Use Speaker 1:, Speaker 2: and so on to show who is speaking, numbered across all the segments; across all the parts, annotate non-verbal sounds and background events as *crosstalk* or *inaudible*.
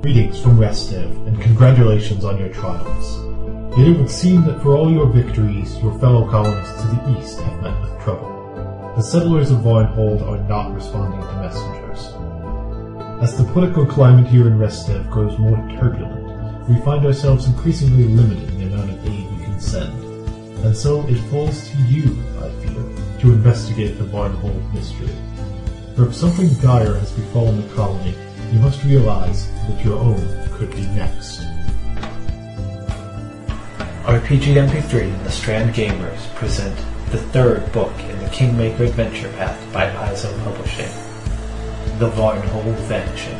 Speaker 1: Greetings from Restive, and congratulations on your triumphs. Yet it would seem that for all your victories, your fellow colonists to the east have met with trouble. The settlers of Voidhold are not responding to messengers. As the political climate here in Restive grows more turbulent, we find ourselves increasingly limited in the amount of aid we can send. And so it falls to you, I fear, to investigate the Voidhold mystery. For if something dire has befallen the colony, you must realize that your own could be next.
Speaker 2: RPG MP3 and The Strand Gamers present the third book in the Kingmaker Adventure Path by Paizo Publishing, The Varnhold Vanishing.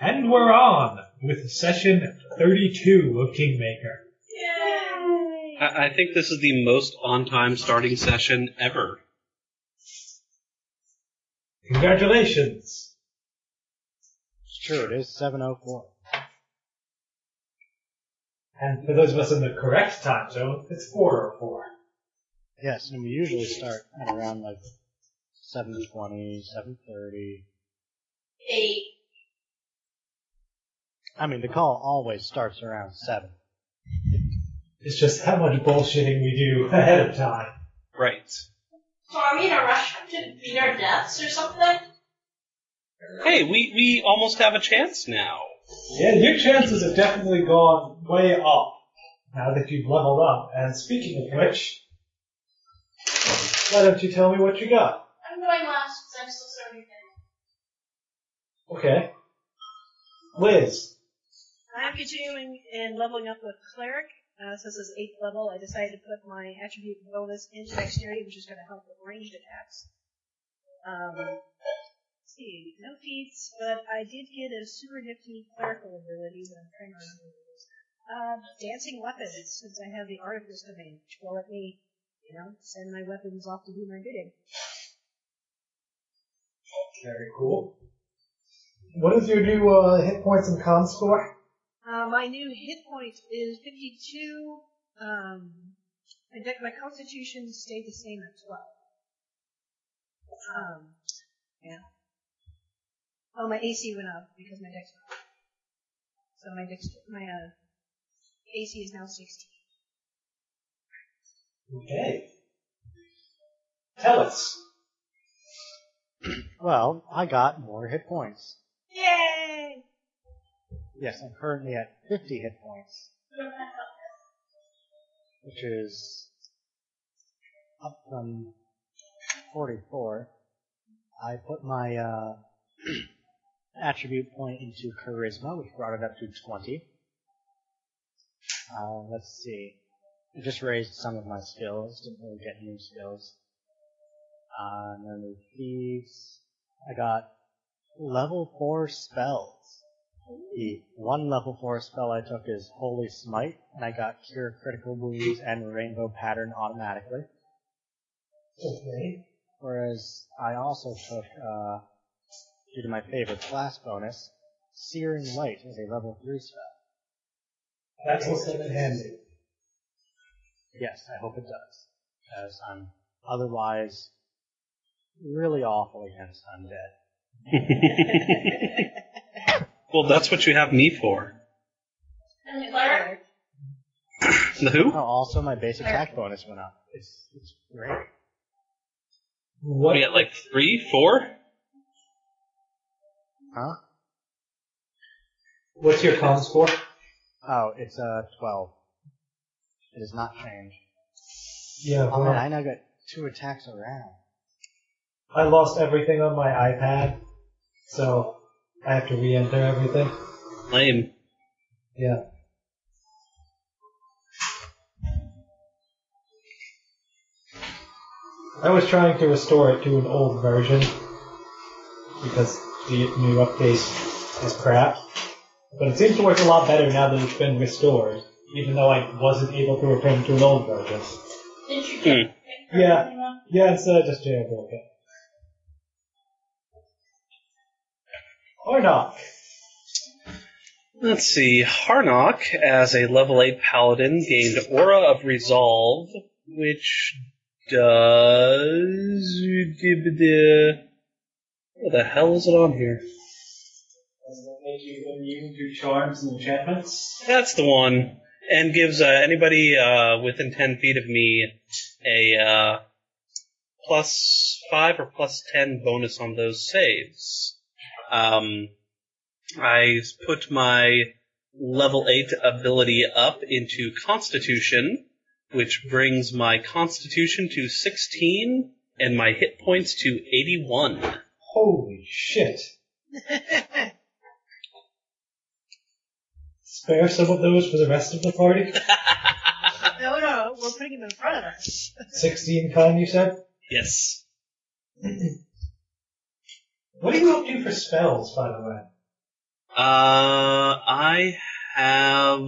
Speaker 3: And we're on with session 32 of Kingmaker.
Speaker 4: I, I think this is the most on time starting session ever.
Speaker 3: Congratulations!
Speaker 5: It's true. It is seven oh four.
Speaker 3: And for those of us in the correct time zone, it's 404.
Speaker 5: Yes, and we usually start at around like seven twenty, seven thirty.
Speaker 6: eight.
Speaker 5: I mean, the call always starts around seven.
Speaker 3: It's just how much bullshitting we do *laughs* ahead of time.
Speaker 4: Right.
Speaker 6: So are we in a rush to beat our deaths or something?
Speaker 4: Hey, we, we almost have a chance now.
Speaker 3: Yeah, your chances have definitely gone way up now that you've leveled up. And speaking of which, why don't you tell me what you got?
Speaker 6: I'm going last because I'm still serving them.
Speaker 3: Okay. Liz.
Speaker 7: I'm continuing and leveling up with cleric. Uh, since it's eighth level, I decided to put my attribute bonus into dexterity, which is going to help with ranged attacks. Um, let's see, no feats, but I did get a super nifty clerical ability that I'm trying to remember. what it is. Uh, dancing weapons, since I have the art of this domain, which will let me, you know, send my weapons off to do my bidding.
Speaker 3: Very cool. What is your new uh, hit points and con score?
Speaker 7: Uh, my new hit point is 52. Um, my, dec- my constitution stayed the same at 12. Um, yeah. Oh, my AC went up because my dex went up. So my dex, my uh, AC is now 16.
Speaker 3: Okay. Tell us.
Speaker 5: Well, I got more hit points.
Speaker 7: Yay!
Speaker 5: Yes, I'm currently at fifty hit points, which is up from forty-four. I put my uh, *clears throat* attribute point into charisma, which brought it up to twenty. Uh, let's see. I just raised some of my skills. Didn't really get new skills. Uh, and then the thieves. I got level four spells. The one level four spell I took is Holy Smite, and I got Cure Critical Wounds and Rainbow Pattern automatically.
Speaker 3: Okay.
Speaker 5: Whereas I also took, uh, due to my favorite class bonus, Searing Light is a level three spell.
Speaker 3: That's what's in handy.
Speaker 5: Yes, I hope it does, as I'm otherwise really awful against undead.
Speaker 4: well, that's what you have me for.
Speaker 6: And the cleric?
Speaker 4: The who?
Speaker 5: Oh, also my base attack bonus went up. It's, it's great.
Speaker 4: What
Speaker 3: What?
Speaker 4: are we at, like three, four?
Speaker 5: Huh?
Speaker 3: What's your con score?
Speaker 5: Oh, it's uh, 12. It has not changed.
Speaker 3: Yeah,
Speaker 5: Oh
Speaker 3: well,
Speaker 5: man, I now got two attacks around.
Speaker 3: I lost everything on my iPad, so I have to re-enter everything.
Speaker 4: Lame.
Speaker 3: Yeah. I was trying to restore it to an old version because the new update is crap. But it seems to work a lot better now that it's been restored, even though I wasn't able to return to an old version.
Speaker 6: Didn't you
Speaker 4: Hmm.
Speaker 6: get
Speaker 3: Yeah. Yeah, instead I just jailbroke it. Or not.
Speaker 4: Let's see. Harnock, as a level 8 paladin, gained Aura of Resolve, which does. Where the hell is it on here?
Speaker 3: Does that make you immune to charms and enchantments?
Speaker 4: That's the one. And gives uh, anybody uh, within 10 feet of me a uh, plus 5 or plus 10 bonus on those saves. Um, I put my level 8 ability up into Constitution, which brings my Constitution to 16 and my hit points to 81.
Speaker 3: Holy shit. *laughs* Spare some of those for the rest of the party?
Speaker 7: No, no, we're putting him in front of us.
Speaker 3: 16 con, you said?
Speaker 4: Yes.
Speaker 3: What do you up to for spells, by the way?
Speaker 4: Uh, I have.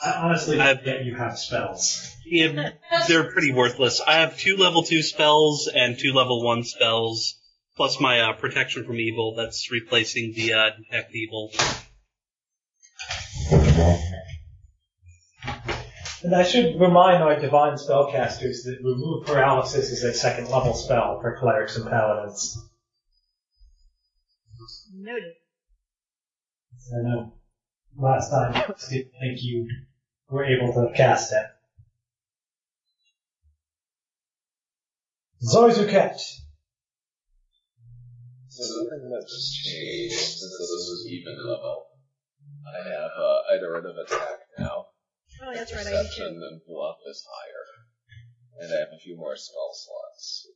Speaker 3: I honestly
Speaker 4: I've-
Speaker 3: forget you have spells.
Speaker 4: yeah, they're pretty worthless. I have two level two spells and two level one spells, plus my uh, protection from evil. That's replacing the uh, detect evil.
Speaker 3: And I should remind our divine spellcasters that remove paralysis is a second level spell for clerics and paladins.
Speaker 7: Noted.
Speaker 3: I know last time I didn't think you were able to cast it. Zorzuket.
Speaker 8: Something that just changed since this was even level. I have uh, iterative attack now.
Speaker 7: Oh, that's right. I did too.
Speaker 8: Perception and bluff is higher. And I have a few more spell slots.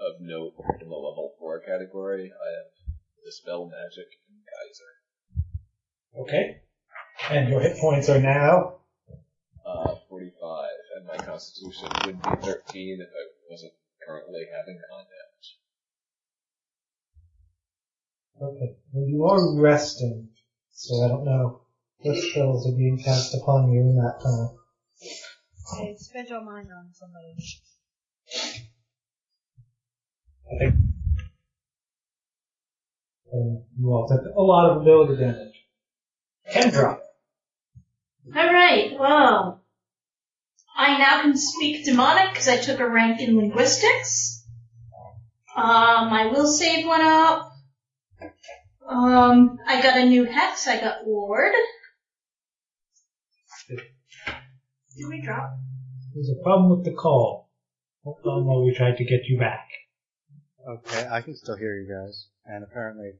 Speaker 8: Of note, in the level 4 category, I have Dispel Magic and Geyser.
Speaker 3: Okay. And your hit points are now.
Speaker 8: Uh, 45, and my constitution would be 13 if I wasn't currently having con damage.
Speaker 3: Okay. Well, you are resting, so I don't know what spells are being cast upon you in that time.
Speaker 7: I spent all mine on somebody.
Speaker 3: I think um, you all took a lot of ability damage. Kendra.
Speaker 6: Alright, well. I now can speak demonic because I took a rank in linguistics. Um, I will save one up. Um, I got a new hex, I got ward. Did we drop?
Speaker 3: There's a problem with the call. Hold on while we try to get you back.
Speaker 5: Okay, I can still hear you guys. And apparently,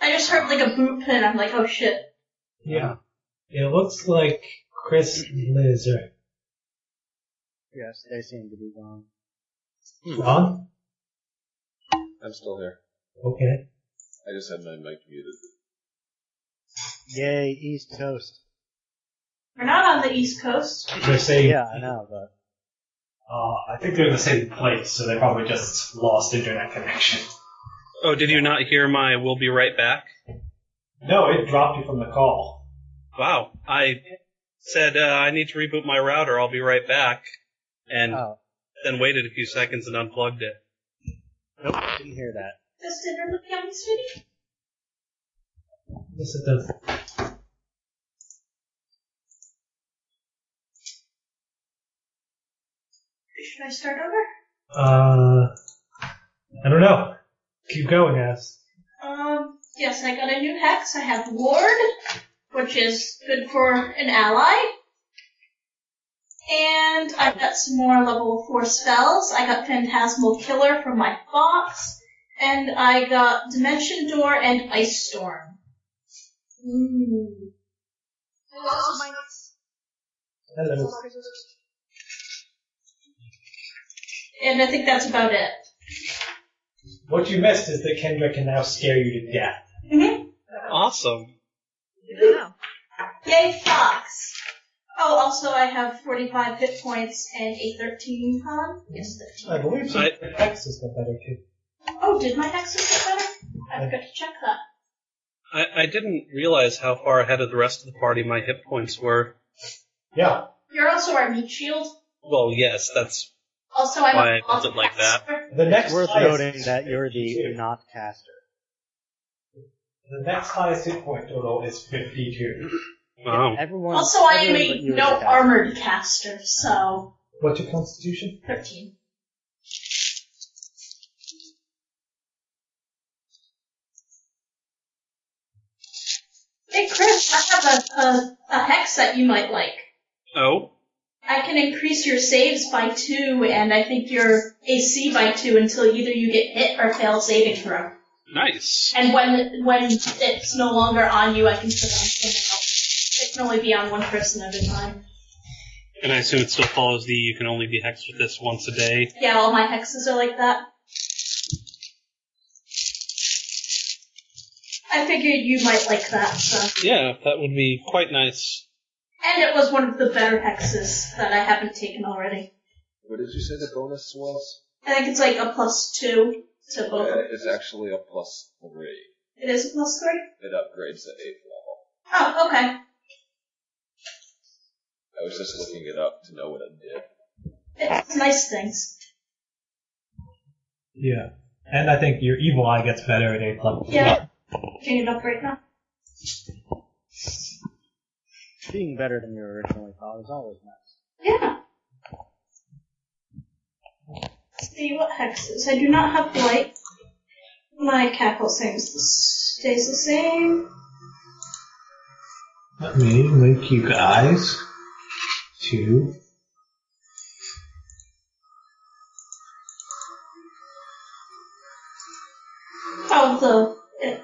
Speaker 6: I just heard like a boop and I'm like, oh shit.
Speaker 3: Yeah. It looks like Chris and Liz are
Speaker 5: yes, they seem to be gone.
Speaker 3: on.
Speaker 8: I'm still here.
Speaker 3: Okay.
Speaker 8: I just had my mic muted.
Speaker 5: Yay, East Coast.
Speaker 6: We're not on the east coast.
Speaker 3: They're saying,
Speaker 5: Yeah, I know, but
Speaker 3: uh, I think they're in the same place, so they probably just lost internet connection.
Speaker 4: Oh, did you not hear my "We'll be right back"?
Speaker 3: No, it dropped you from the call.
Speaker 4: Wow, I said uh, I need to reboot my router. I'll be right back, and
Speaker 5: oh,
Speaker 4: then waited a few seconds and unplugged it.
Speaker 5: nope, didn't hear that.
Speaker 6: Does dinner look yummy, sweetie?
Speaker 3: Yes, it does.
Speaker 6: Should I start over?
Speaker 3: Uh, I don't know. Keep going, as
Speaker 6: Um, yes, I got a new hex. I have Ward, which is good for an ally. And I've got some more level 4 spells. I got Phantasmal Killer from my box. And I got Dimension Door and Ice Storm. Ooh.
Speaker 3: Hello.
Speaker 6: And I think that's about it.
Speaker 3: What you missed is that Kendra can now scare you to death.
Speaker 6: Mm-hmm.
Speaker 4: Awesome.
Speaker 7: *laughs* No.
Speaker 6: Yay, Fox! Oh, also I have 45 hit points and a 13 con. Yes, 13.
Speaker 3: I believe so.
Speaker 4: I-
Speaker 3: The hex is the better too.
Speaker 6: Oh, did my hexes get better? I forgot to check that.
Speaker 4: I, I didn't realize how far ahead of the rest of the party my hit points were.
Speaker 3: Yeah.
Speaker 6: You're also our meat shield.
Speaker 4: Well, yes, that's
Speaker 6: Also, I'm
Speaker 4: Why I
Speaker 6: a
Speaker 4: built it like that?
Speaker 6: caster.
Speaker 3: The next
Speaker 5: It's worth
Speaker 3: highest
Speaker 5: noting
Speaker 3: is
Speaker 5: that you're the
Speaker 3: 52.
Speaker 5: not caster.
Speaker 3: The next highest hit point total is 52.
Speaker 4: Wow.
Speaker 5: Everyone.
Speaker 6: Also, I
Speaker 5: everyone
Speaker 6: am
Speaker 5: but
Speaker 6: a
Speaker 5: you is
Speaker 6: no
Speaker 5: attacked.
Speaker 6: armored caster, so
Speaker 3: What's your constitution?
Speaker 6: 13. Hey Chris, I have a, a, a hex that you might like.
Speaker 4: Oh.
Speaker 6: I can increase your saves by two, and I think your AC by two until either you get hit or fail saving throw.
Speaker 4: Nice.
Speaker 6: And when when it's no longer on you, I can put on someone else. It can only be on one person at a time.
Speaker 4: And I assume it still follows the you can only be hexed with this once a day.
Speaker 6: Yeah, all my hexes are like that. I figured you might like that, so.
Speaker 4: Yeah, that would be quite nice.
Speaker 6: And it was one of the better hexes that I haven't taken already.
Speaker 8: What did you say the bonus was?
Speaker 6: I think it's like a plus two to both.
Speaker 8: Uh, it's actually a plus three.
Speaker 6: It is a plus three?
Speaker 8: It upgrades at eighth level.
Speaker 6: Oh, okay.
Speaker 8: I was just looking it up to know what it did.
Speaker 6: It's nice things.
Speaker 3: Yeah. And I think your evil eye gets better at 8 level.
Speaker 6: Yeah. Looking it up right now.
Speaker 5: Being better than you originally thought is always nice.
Speaker 6: Yeah. See what hexes. I do not have blight. My cackle seems to stays the same.
Speaker 3: Let me link you guys to.
Speaker 6: Oh, the it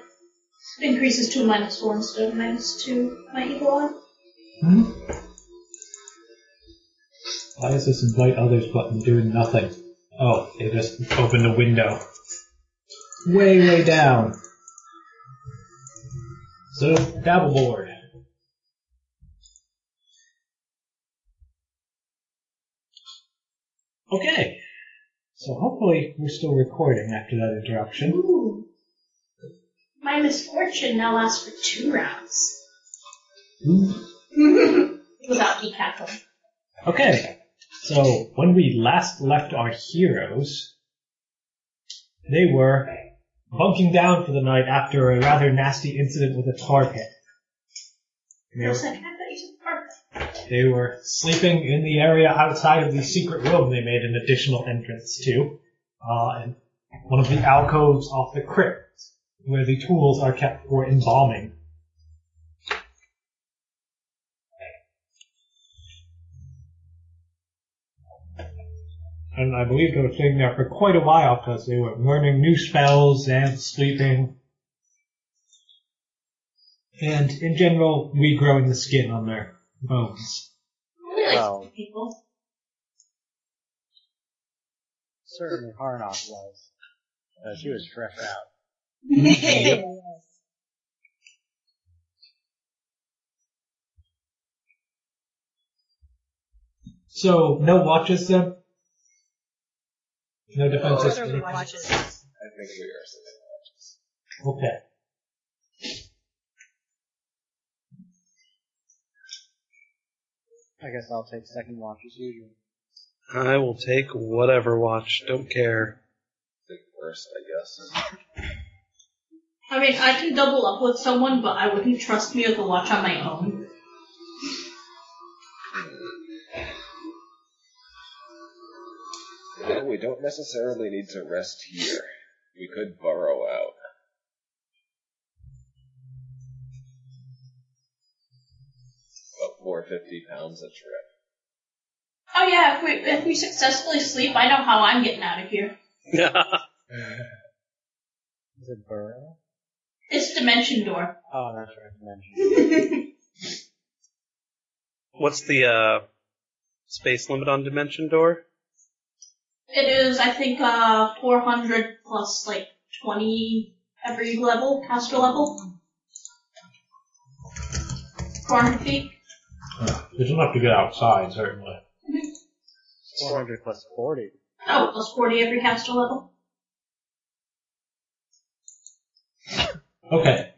Speaker 6: increases to minus four instead of minus two. My evil one.
Speaker 3: Hmm? Why is this invite others button doing nothing? Oh, it just opened a window. Way, way down. So, Dabbleboard. Okay. So hopefully we're still recording after that interruption.
Speaker 6: Ooh. My misfortune now lasts for two rounds. *laughs* Without me cackling.
Speaker 3: Okay, so when we last left our heroes, they were bunking down for the night after a rather nasty incident with a tar pit. They
Speaker 6: For a
Speaker 3: were,
Speaker 6: second, I thought you said perfect.
Speaker 3: they were sleeping in the area outside of the secret room they made an additional entrance to, uh, in one of the alcoves off the crypt, where the tools are kept for embalming. and I believe they were staying there for quite a while because they were learning new spells and sleeping. And in general, regrowing the skin on their bones.
Speaker 6: Really like
Speaker 5: Well.
Speaker 6: people.
Speaker 5: Certainly Harnock was. But she was fresh out.
Speaker 3: So, no watches then? No defenses?
Speaker 7: Other watches.
Speaker 8: I think we are sitting watches.
Speaker 3: Okay.
Speaker 5: I guess I'll take second watch as usual.
Speaker 4: I will take whatever watch, don't care.
Speaker 8: The worst, I guess.
Speaker 6: I mean, I can double up with someone, but I wouldn't trust me with a watch on my own.
Speaker 8: Yeah, we don't necessarily need to rest here. We could burrow out. But for 50 pounds a trip.
Speaker 6: Oh yeah, if we if we successfully sleep, I know how I'm getting out of here.
Speaker 5: Is it Burrow?
Speaker 6: It's dimension *laughs* door.
Speaker 5: Oh, that's right, dimension.
Speaker 6: I
Speaker 4: *laughs* What's the uh, space limit on Dimension Door?
Speaker 6: It is, I think, uh, 400 plus like 20 every level, caster level. 400 feet.
Speaker 1: They don't have to get outside, certainly.
Speaker 5: 400 plus 40.
Speaker 6: Oh, plus 40 every caster level.
Speaker 3: Okay.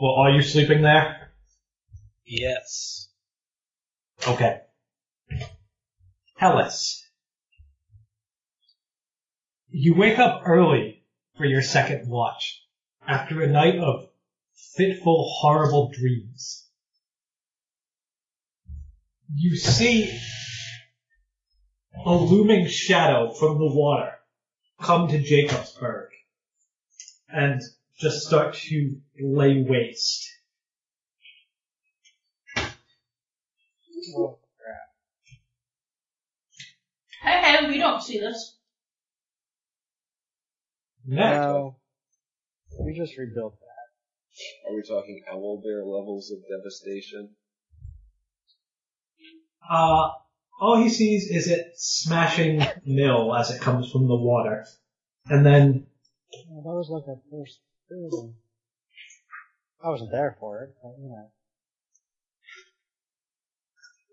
Speaker 3: Well, are you sleeping there?
Speaker 4: *laughs* Yes.
Speaker 3: Okay. Hellas. You wake up early for your second watch. after a night of fitful, horrible dreams. You see a looming shadow from the water come to Jacobsburg and just start to lay waste.
Speaker 4: *laughs*
Speaker 6: Okay, we don't see this.
Speaker 3: Next,
Speaker 5: No. We just rebuilt that.
Speaker 8: Are we talking owl bear levels of devastation?
Speaker 5: *laughs*
Speaker 3: uh, all he sees is it smashing mill as it comes from the water. And then,
Speaker 5: Yeah, that was like our first building. I wasn't there for it, but you know.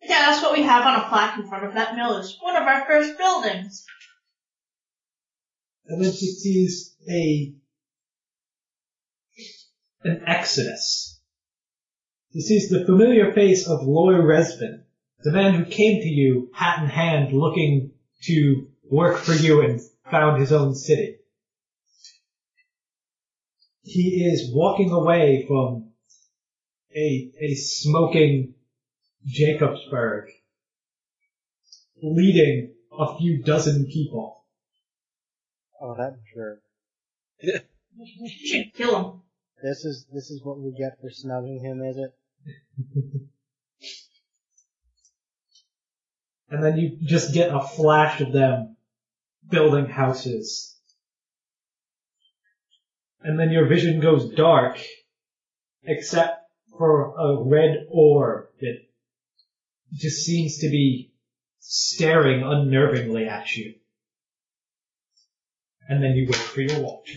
Speaker 6: Yeah, that's what we have on a plaque in front of that mill. Is one of our first buildings.
Speaker 3: and then he sees a, an exodus. He sees the familiar face of Loy Resvin, the man who came to you hat in hand looking to work for you and found his own city. He is walking away from a, a smoking Jacobsburg, leading a few dozen people.
Speaker 5: Oh, that jerk.
Speaker 6: You should kill him.
Speaker 5: This is this is what we get for snubbing him, is it?
Speaker 3: and then you just get a flash of them building houses. And then your vision goes dark, except for a red orb that just seems to be staring unnervingly at you. And then you wait for your watch.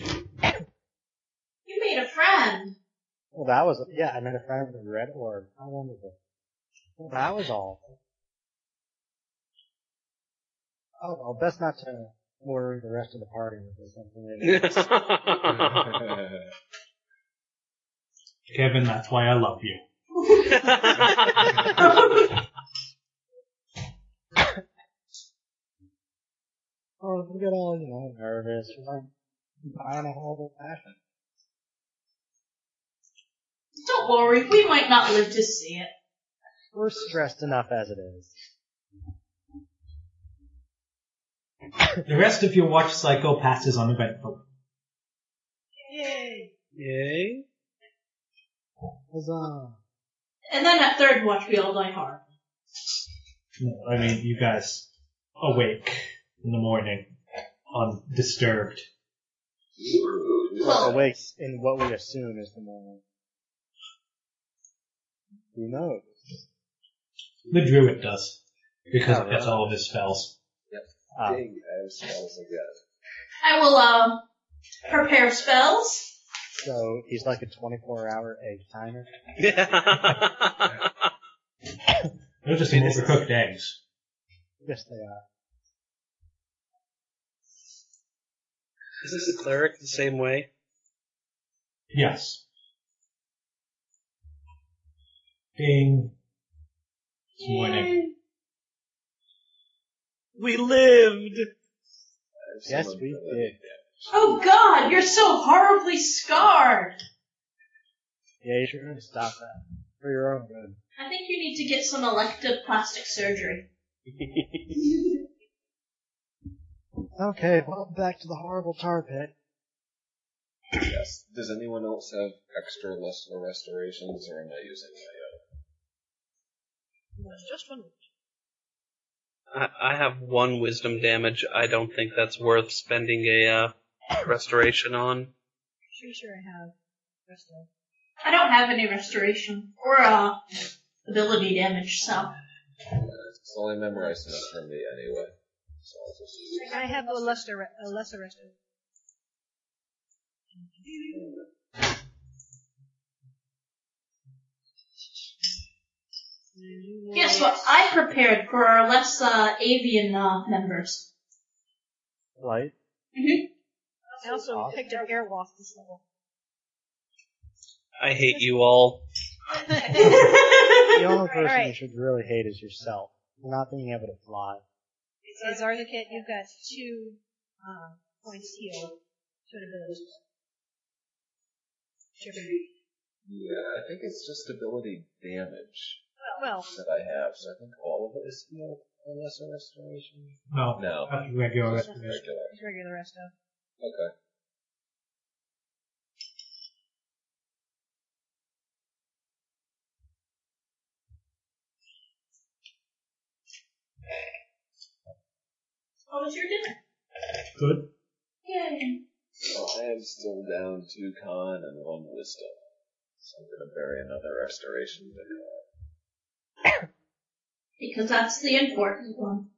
Speaker 6: You made a *laughs* friend.
Speaker 5: Well, that was yeah. I met a friend with a red orb. How wonderful. Well, that was all. Oh, well, best not to worry the rest of the party with this information.
Speaker 3: Kevin, that's why I love you.
Speaker 6: *laughs*
Speaker 5: oh, we get all you know nervous. We're like buying a horrible fashion.
Speaker 6: Don't worry, we might not live to see it.
Speaker 5: We're stressed enough as it is.
Speaker 3: The rest of your watch cycle passes uneventfully.
Speaker 7: Yay!
Speaker 4: Yay.
Speaker 5: Huzzah!
Speaker 6: And then at third watch, we all die hard.
Speaker 3: No, I mean, you guys awake in the morning, um, undisturbed.
Speaker 6: Well,
Speaker 5: Awakes in what we assume is the morning. Who knows?
Speaker 3: The druid does. Because
Speaker 5: Oh,
Speaker 3: that's all of his spells.
Speaker 5: Ah,
Speaker 8: Dang, I have spells again.
Speaker 6: I will uh, prepare spells.
Speaker 5: so he's like a 24-hour egg timer.
Speaker 3: They're just overcooked eggs.
Speaker 5: Yes, they are.
Speaker 4: Is this a cleric the same way?
Speaker 3: Yes. Ding. It's morning.
Speaker 4: We lived!
Speaker 8: I have
Speaker 5: Yes,
Speaker 8: someone
Speaker 5: we
Speaker 8: for that.
Speaker 5: did.
Speaker 6: Oh God, you're so horribly scarred.
Speaker 5: Yeah, you should really stop that. For your own good.
Speaker 6: I think you need to get some elective plastic surgery.
Speaker 5: Okay, well, back to the horrible tar pit.
Speaker 8: Yes. Does anyone else have extra listener restorations, or am I using my
Speaker 7: There's just one.
Speaker 4: I, I have one wisdom damage. I don't think that's worth spending a uh, restoration on.
Speaker 7: Pretty sure I have. the rest of it.
Speaker 6: I don't have any restoration or uh, ability damage, so
Speaker 8: own? Uh, It's only memorized enough for me anyway. So I'll just use it.
Speaker 7: I have a lesser, re- a lesser rest. of it.
Speaker 6: guess what? I prepared for our less uh, avian uh, members. *laughs*
Speaker 5: Right?
Speaker 7: I also
Speaker 5: Awesome.
Speaker 7: picked up Airwolf this
Speaker 6: *laughs*
Speaker 7: level.
Speaker 4: I hate you all.
Speaker 5: The only person you
Speaker 7: Alright.
Speaker 5: should really hate is yourself. Not being able to fly.
Speaker 7: So Zarzakit, you've got two uh, points healed. Two abilities. Jeffrey.
Speaker 8: Yeah, I think it's just ability damage
Speaker 7: Well,
Speaker 8: that I have, so I think all of it is healed unless a restoration.
Speaker 3: No.
Speaker 8: No,
Speaker 3: That's regular
Speaker 8: just
Speaker 3: restoration.
Speaker 8: regular.
Speaker 7: just regular rest of.
Speaker 8: Okay.
Speaker 6: What was your dinner?
Speaker 1: Good.
Speaker 6: Yay.
Speaker 8: Well, I am still down two con and one wisdom, so I'm gonna bury another restoration. there.
Speaker 6: Because that's the important one.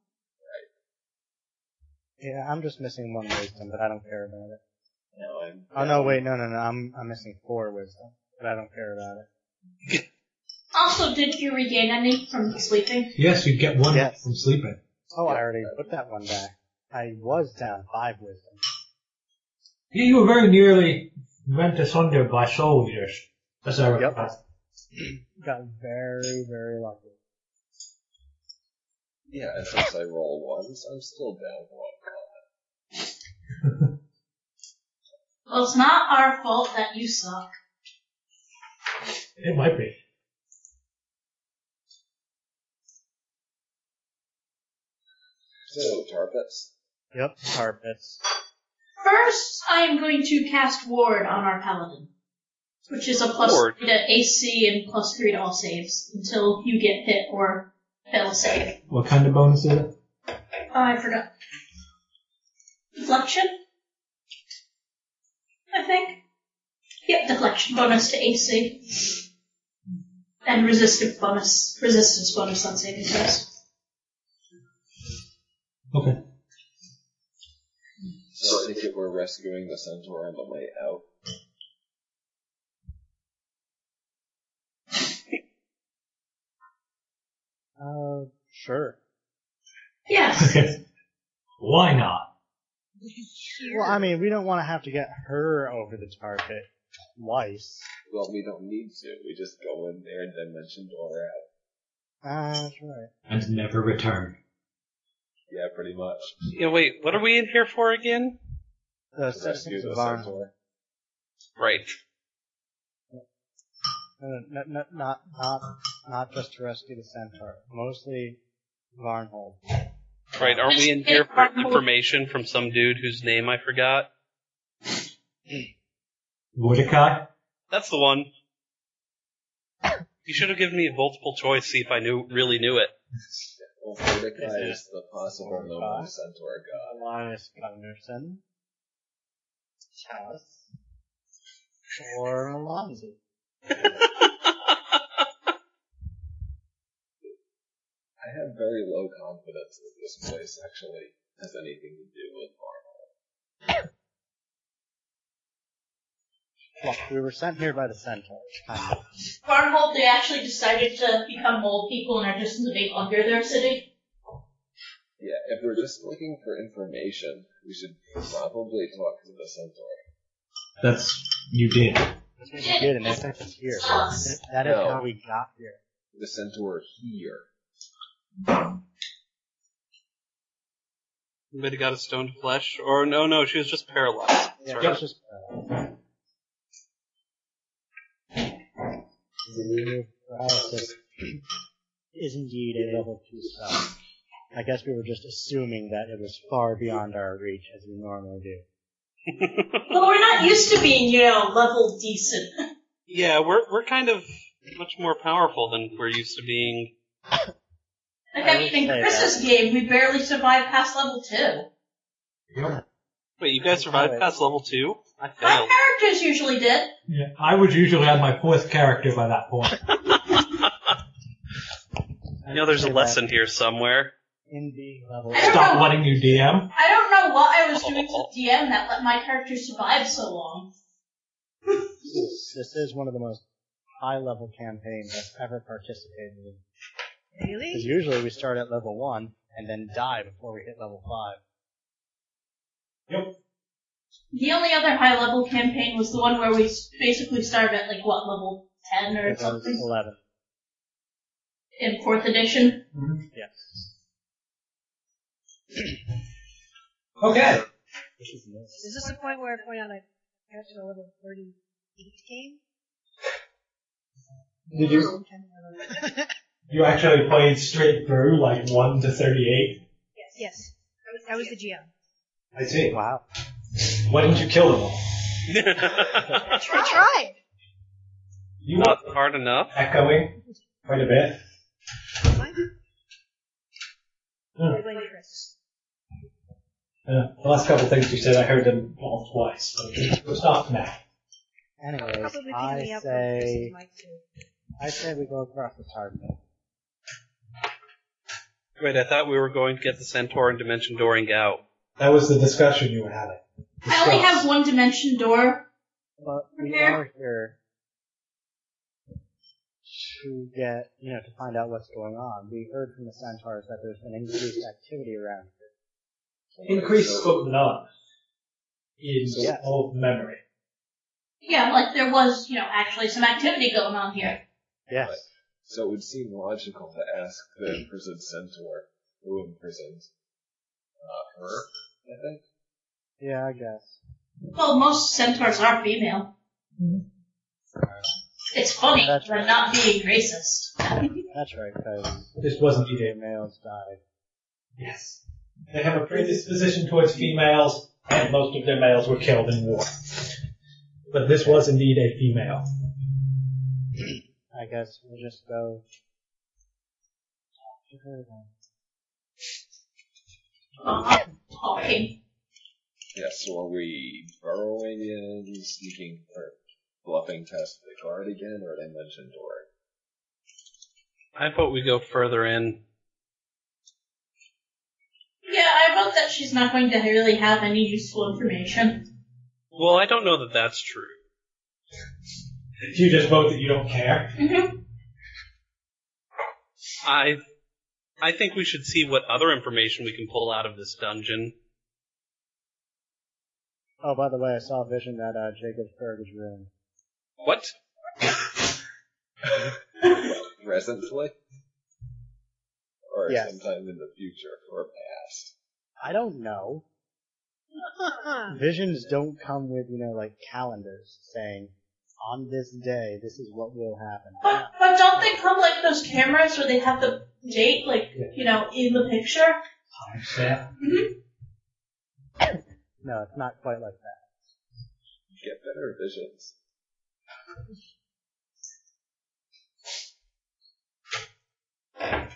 Speaker 5: Yeah, I'm just missing one wisdom, but I don't care about it.
Speaker 8: Now I'm.
Speaker 5: Oh no, wait, no, no, no, I'm I'm missing four wisdom, but I don't care about it.
Speaker 6: Also, did you regain any from sleeping?
Speaker 1: Yes, you get one
Speaker 5: Yes.
Speaker 1: from sleeping.
Speaker 5: Oh, I already put that one back. I was down five wisdom.
Speaker 3: You, you were very nearly rent asunder by soul eaters. As I
Speaker 5: Yep.
Speaker 3: recall.
Speaker 5: *clears throat* Got very, very lucky.
Speaker 8: Yeah, and since I roll ones, I'm still down one con.
Speaker 6: Well, it's not our fault that you suck.
Speaker 3: It might be.
Speaker 8: So targets.
Speaker 5: Yep, carpets.
Speaker 6: First, I am going to cast Ward on our paladin, which is a plus
Speaker 4: Ward?
Speaker 6: three to AC and plus three to all saves until you get hit or fail a save.
Speaker 1: What kind of bonus is it?
Speaker 6: Oh, I forgot. Deflection? I think. Yep, deflection bonus to AC. And resistance bonus, resistance bonus on saving throws.
Speaker 1: Okay.
Speaker 8: So I think if we're rescuing the centaur on the way out,
Speaker 5: Uh, sure.
Speaker 6: Yes.
Speaker 3: Why not?
Speaker 5: Well, I mean, we don't want to have to get her over the target twice.
Speaker 8: well, we don't need to. We just go in there and dimension door out.
Speaker 5: Ah, that's right.
Speaker 1: And never return.
Speaker 8: Yeah, pretty much.
Speaker 4: Yeah, wait, what are we in here for again?
Speaker 5: The
Speaker 8: Rescue
Speaker 5: citizens
Speaker 8: the
Speaker 5: of Varn.
Speaker 8: centaur.
Speaker 4: Right.
Speaker 5: No, Uh, no, no, not, not, not just to rescue the centaur. Mostly Varnhold.
Speaker 4: Right, aren't we in here for information from some dude whose name I forgot?
Speaker 3: Mordecai?
Speaker 4: That's the one. You should have given me a multiple choice, see if I knew really knew it.
Speaker 8: Well, Mordecai
Speaker 5: Is
Speaker 8: is the possible known centaur god.
Speaker 5: Elias Gunnarsson. Chalice. Or Alonzi.
Speaker 8: I have very low confidence that this place actually has anything to do with Marvel.
Speaker 5: Look, we were sent here by the centaur. Kind of.
Speaker 6: Farmhold, they actually decided to become mole people and are just living under their city.
Speaker 8: Yeah, if we're just looking for information, we should probably talk to the centaur.
Speaker 1: That's you did.
Speaker 5: That's what we did, and they sent us here. That is
Speaker 8: No.
Speaker 5: how we got here.
Speaker 8: The centaur here.
Speaker 4: Somebody got a stone to flesh? Or no, no, she was just paralyzed.
Speaker 5: Yeah,
Speaker 4: right.
Speaker 5: that's just, uh, Remove paralysis is indeed a level two spell. I guess we were just assuming that it was far beyond our reach, as we normally do.
Speaker 6: Well, we're not used to being, you know, level decent. *laughs*
Speaker 4: Yeah, we're we're kind of much more powerful than we're used to being.
Speaker 6: Like,
Speaker 5: I
Speaker 6: I,
Speaker 5: would
Speaker 6: mean, in
Speaker 5: say
Speaker 6: Chris's game, we barely survived past level 2.
Speaker 4: Wait, you guys survived past level two? I
Speaker 6: My
Speaker 4: failed. *laughs*
Speaker 6: characters usually did.
Speaker 3: Yeah, I would usually have my fourth character by that point.
Speaker 4: You know, there's a lesson here *laughs* somewhere.
Speaker 5: in being level.
Speaker 6: I don't
Speaker 3: Stop
Speaker 6: *laughs* know.
Speaker 3: letting you DM.
Speaker 6: I don't know what I was doing to the DM that let my character survive so long.
Speaker 5: This is one of the most high level campaigns I've ever participated in. Because
Speaker 7: Really?
Speaker 5: usually we start at level one and then die before we hit level five.
Speaker 6: The only other high level campaign was the one where we s- basically started at, like, what, level 10 or
Speaker 5: It was
Speaker 6: something? *laughs*
Speaker 5: eleven.
Speaker 6: In 4th edition.
Speaker 5: Yes.
Speaker 3: Okay.
Speaker 5: This is nice.
Speaker 7: Is this the point where I point out I got to level 38 eight game.
Speaker 3: Did you
Speaker 7: I'm trying to remember.
Speaker 3: you actually played straight through like one to thirty-eight?
Speaker 7: yes, I was the GM.
Speaker 3: I see.
Speaker 5: Wow.
Speaker 3: Why didn't you kill them all?
Speaker 7: I tried. I tried.
Speaker 3: You
Speaker 4: Not
Speaker 3: are
Speaker 4: hard enough.
Speaker 3: echoing quite a bit.
Speaker 7: What?
Speaker 5: Hmm.
Speaker 7: I blame Chris.
Speaker 3: Yeah, the last couple of things you said, I heard them all twice. But we'll stop now.
Speaker 5: Anyways,
Speaker 7: Probably picking me
Speaker 5: I
Speaker 7: up when Chris
Speaker 5: say
Speaker 7: is Mike
Speaker 5: *laughs*
Speaker 7: too.
Speaker 5: I say we go across the target.
Speaker 4: Wait, I thought we were going to get the Centaur and Dimension Dooring out.
Speaker 3: That was the discussion you were having.
Speaker 6: I only
Speaker 3: Discuss.
Speaker 6: have one dimension door.
Speaker 5: But we
Speaker 6: Prepare.
Speaker 5: are here to get, you know, to find out what's going on. We heard from the centaurs that there's been increased activity around here.
Speaker 3: Increased scope none is
Speaker 5: Yeah.
Speaker 3: all memory.
Speaker 6: Yeah, like there was, you know, actually some activity going on here.
Speaker 5: Yes.
Speaker 8: So it would seem logical to ask the imprisoned centaur who imprisoned uh, her, I think.
Speaker 5: Yeah, I guess.
Speaker 6: Well, most centaurs are female. It's funny,
Speaker 5: Mm-hmm. That's
Speaker 6: we're
Speaker 5: right.
Speaker 6: not being racist.
Speaker 5: *laughs* That's right, because
Speaker 3: This wasn't
Speaker 5: the
Speaker 3: either.
Speaker 5: males died.
Speaker 3: Yes. They have a predisposition towards females, and most of their males were killed in war. But this was indeed a female.
Speaker 5: I guess we'll just go talk to her then.
Speaker 6: Uh, talking.
Speaker 8: Yeah, so are we burrowing in, sneaking, or bluffing past the guard again, or they mentioned Dory?
Speaker 4: I thought we go further in.
Speaker 6: Yeah, I wrote that she's not going to really have any useful information.
Speaker 4: Well, I don't know that that's true.
Speaker 3: You just vote that you don't care.
Speaker 6: hmm
Speaker 4: I, I think we should see what other information we can pull out of this dungeon.
Speaker 5: Oh, by the way, I saw a vision that uh, Jacob's Burg is ruined.
Speaker 4: What?
Speaker 8: Presently? Or
Speaker 5: Yes.
Speaker 8: sometime in the future, or past?
Speaker 5: I don't know. Visions don't come with, you know, like calendars saying, on this day, this is what will happen.
Speaker 6: *gasps* But, but don't they come like those cameras where they have the date, like, you know, in the picture?
Speaker 3: Yeah.
Speaker 5: No, it's not quite like that.
Speaker 8: Get better visions. Okay,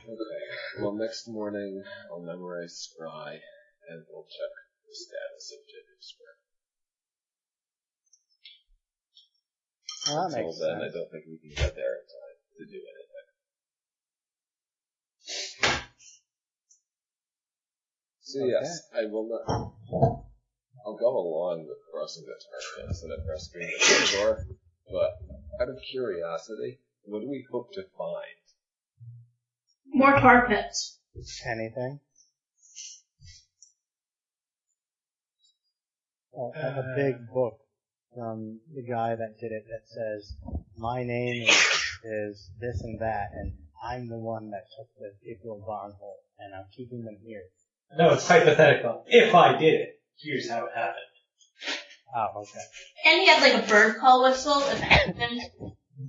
Speaker 8: well next morning I'll memorize Scry, and we'll check the status of Jacob's Burg.
Speaker 5: Well, that
Speaker 8: Until
Speaker 5: makes
Speaker 8: then, I
Speaker 5: sense.
Speaker 8: don't think we can get there in time to do anything. So yes, I will not. I'll go along with crossing the target instead of rescuing the door. But out of curiosity, what do we hope to find?
Speaker 6: More tar pits.
Speaker 5: Anything? Oh, I have a big book from the guy that did it that says, my name is, is this and that, and I'm the one that took the people of Barnhold, and I'm keeping them here.
Speaker 3: No, it's hypothetical. If I did it, here's how it happened.
Speaker 5: Oh, okay.
Speaker 6: And he had like a bird call whistle, if anything,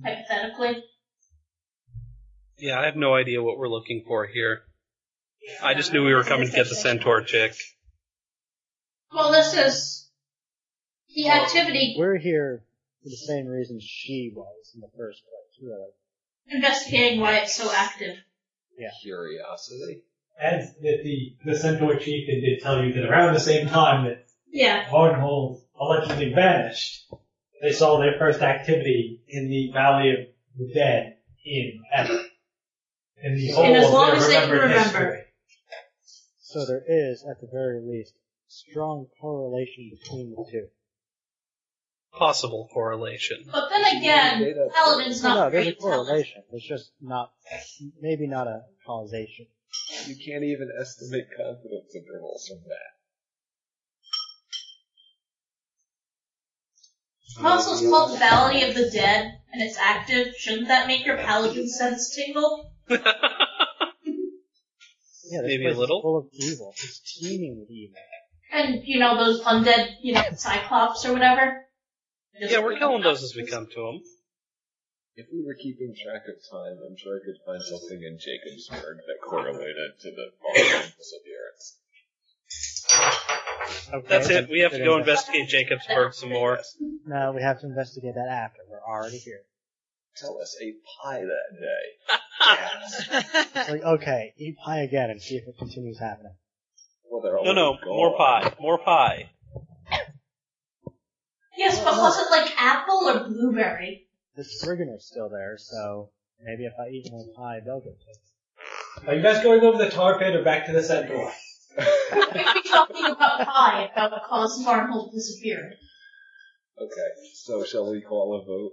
Speaker 6: hypothetically.
Speaker 4: Yeah, I have no idea what we're looking for here. I just knew we were coming to get the Centaur chick.
Speaker 6: Well, this is the activity
Speaker 5: We're here for the same reason she was in the first place, really.
Speaker 6: investigating why it's so active.
Speaker 5: Yeah.
Speaker 8: Curiosity.
Speaker 3: And that the, the Centaur chieftain did tell you that around the same time that
Speaker 6: Yeah.
Speaker 3: Barnhold allegedly vanished, they saw their first activity in the Valley of the Dead in Ever. In the whole
Speaker 6: And as
Speaker 3: of
Speaker 6: long
Speaker 3: their
Speaker 6: as they can
Speaker 3: remembered
Speaker 6: remember.
Speaker 3: history.
Speaker 5: So there is, at the very least, strong correlation between the two.
Speaker 4: Possible correlation. *laughs*
Speaker 6: But then again, Paladin's
Speaker 5: No,
Speaker 6: not
Speaker 5: no, there's a
Speaker 6: great. Paladin.
Speaker 5: correlation. It's just not, maybe not a causation.
Speaker 8: You can't even estimate confidence intervals from that.
Speaker 6: Puzzle is called the Valley of the Dead, and it's active. Shouldn't that make your Paladin sense tingle?
Speaker 5: Yeah, this
Speaker 4: Maybe a
Speaker 5: place is
Speaker 4: little.
Speaker 5: full of evil. It's teeming with evil.
Speaker 6: And you know those undead, you know, Cyclops or whatever.
Speaker 4: Yeah, we're killing those as we come to them.
Speaker 8: If we were keeping track of time, I'm sure I could find something in Jacobsburg that correlated to the Boston disappearance.
Speaker 5: Okay,
Speaker 4: That's
Speaker 5: then
Speaker 4: it. We have to
Speaker 5: good
Speaker 4: go
Speaker 5: invest-
Speaker 4: investigate Jacobsburg some more. *laughs*
Speaker 5: No, we have to investigate that after. We're already here.
Speaker 8: Tell us ate pie that day.
Speaker 5: It's like, okay, eat pie again and see if it continues happening.
Speaker 8: Well, they're
Speaker 4: No, no,
Speaker 8: already
Speaker 4: more
Speaker 8: gone.
Speaker 4: pie, more pie.
Speaker 6: Yes, but was it like apple or blueberry?
Speaker 5: The Spriganer's still there, so maybe if I eat more pie, they'll get pissed.
Speaker 3: Are you guys going over the tar pit or back to the set door?
Speaker 6: We'd be talking about pie if that would cause Farnhold disappeared.
Speaker 8: Okay, so shall we call a vote?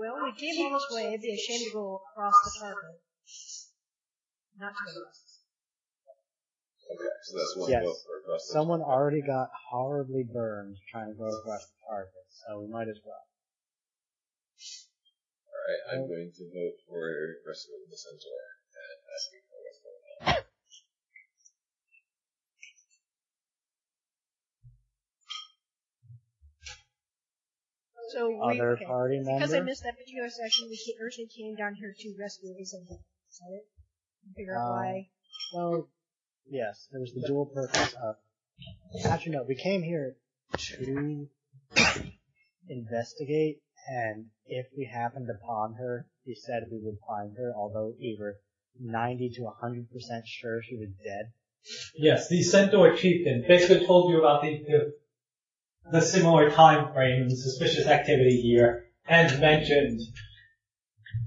Speaker 7: well, we gave him this way. It'd be a shame to go across the carpet. Not to go across.
Speaker 8: Okay, so that's one
Speaker 5: Yes.
Speaker 8: vote for Buster.
Speaker 5: Someone already got horribly burned trying to go across the target, so we might as well.
Speaker 8: Alright, I'm going to vote for Buster the Centaur and asking for what's going on.
Speaker 7: So we,
Speaker 5: Other
Speaker 7: okay.
Speaker 5: party
Speaker 7: Because I
Speaker 5: member?
Speaker 7: missed that particular section, we ca- originally came down here to rescue Isabel. Is that it? Figure
Speaker 5: Um,
Speaker 7: out why.
Speaker 5: Well, yes, there was the dual purpose of. Actually, no, we came here to investigate, and if we happened upon her, we said we would find her, although we were 90 to 100% sure she was dead.
Speaker 3: Yes, the Centaur chieftain basically told you about the, the, the similar time frame and suspicious activity here, and mentioned,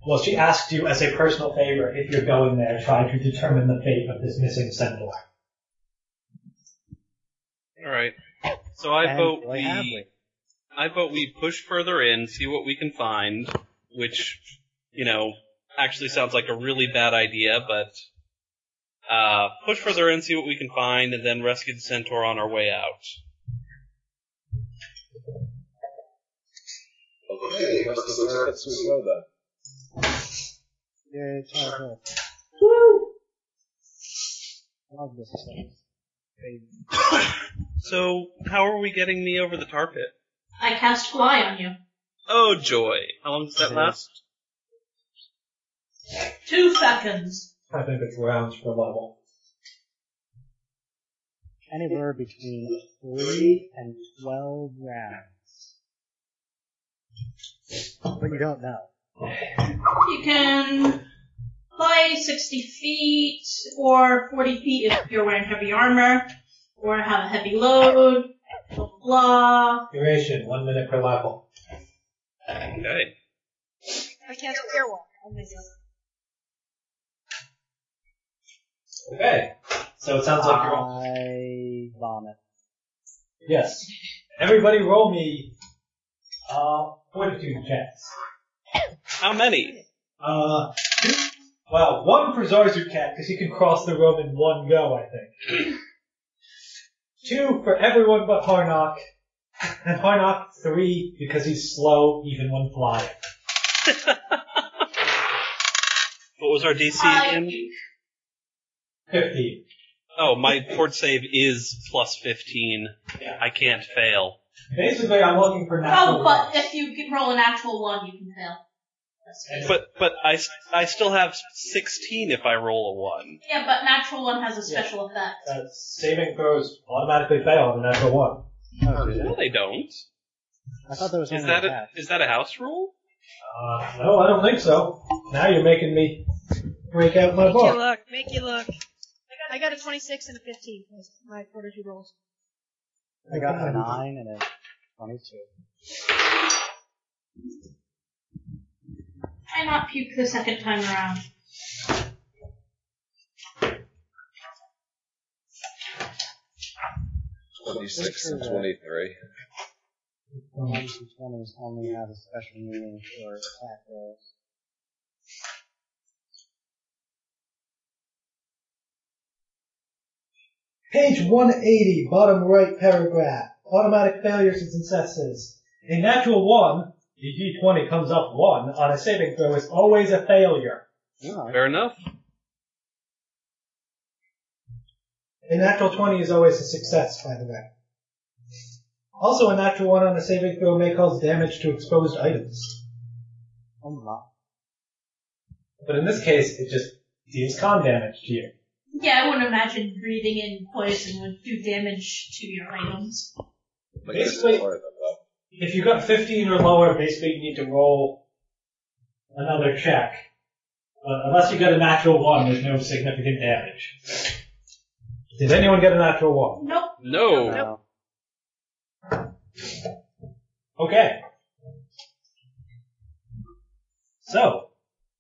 Speaker 3: well, she asked you as a personal favor if you're going there, trying to determine the fate of this missing Centaur.
Speaker 4: All right. So I
Speaker 5: And
Speaker 4: vote
Speaker 5: boy, have
Speaker 4: we. I vote we push further in, see what we can find, which, you know, actually sounds like a really bad idea, but uh, push further in, see what we can find, and then rescue the centaur on our way out.
Speaker 8: Okay, Buster, that's what we go then.
Speaker 5: Yay, childhood.
Speaker 6: Woo!
Speaker 5: Love this place. Baby.
Speaker 4: So how are we getting me over the tar pit?
Speaker 6: I cast fly on you.
Speaker 4: Oh joy! How long does that last?
Speaker 6: Two seconds.
Speaker 3: I think it's rounds per level.
Speaker 5: Anywhere between 3 and 12 rounds. But you don't know.
Speaker 6: You can play 60 feet or 40 feet if you're wearing heavy armor or have a heavy load, blah, blah, blah.
Speaker 3: Duration, one minute per level.
Speaker 4: Okay.
Speaker 7: I can't clear one. Oh my god.
Speaker 3: Okay. So it sounds like you're on.
Speaker 5: I vomit.
Speaker 3: Yes. Everybody roll me, uh, fortitude checks.
Speaker 4: How many?
Speaker 3: Uh, well, one for Zarzu Cat because he can cross the room in one go, I think. Two for everyone but Harnock, and Harnock three because he's slow even when flying.
Speaker 4: What was our DC again?
Speaker 6: I,
Speaker 3: Fifteen.
Speaker 4: Oh, my port save is plus 15.
Speaker 3: Yeah.
Speaker 4: I can't fail.
Speaker 3: Basically, I'm looking for natural.
Speaker 6: oh, but if you can roll an actual one, you can fail. That's good.
Speaker 4: But but I, s- I still have 16 if I roll a 1.
Speaker 6: Yeah, but natural one has a special effect.
Speaker 3: Uh, saving throws automatically fail on a natural one.
Speaker 5: Oh, dude.
Speaker 4: No, they don't.
Speaker 5: I thought there was
Speaker 4: Is
Speaker 5: only a
Speaker 4: that a,
Speaker 5: half.
Speaker 4: is that a house rule?
Speaker 3: Uh, no, I don't think so. Now you're making me break out my
Speaker 7: Make you
Speaker 3: book.
Speaker 7: look. Make you look. I got a 26 and a 15. was My fortitude rolls.
Speaker 5: I got a 9 and a 22.
Speaker 6: Try not puke the second time around.
Speaker 8: Twenty-six and twenty-three.
Speaker 5: Ones and twenties only have a special meaning for attack rolls.
Speaker 3: Page 180, bottom right paragraph. Automatic failures and successes. A natural 1, the d20 comes up 1, on a saving throw is always a failure.
Speaker 5: No,
Speaker 4: Fair enough.
Speaker 3: A natural 20 is always a success, by the way. Also, a natural one on a saving throw may cause damage to exposed items.
Speaker 5: Oh my.
Speaker 3: But in this case, it just deals con damage to you.
Speaker 6: Yeah, I wouldn't imagine breathing in poison would do damage to your items.
Speaker 8: Like, this is
Speaker 3: Basically-
Speaker 8: part of it, though.
Speaker 3: If you got 15 or lower, basically you need to roll another check. But unless you got a natural one, there's no significant damage. Did anyone get a natural one?
Speaker 6: Nope.
Speaker 5: No.
Speaker 9: No.
Speaker 3: Okay. So,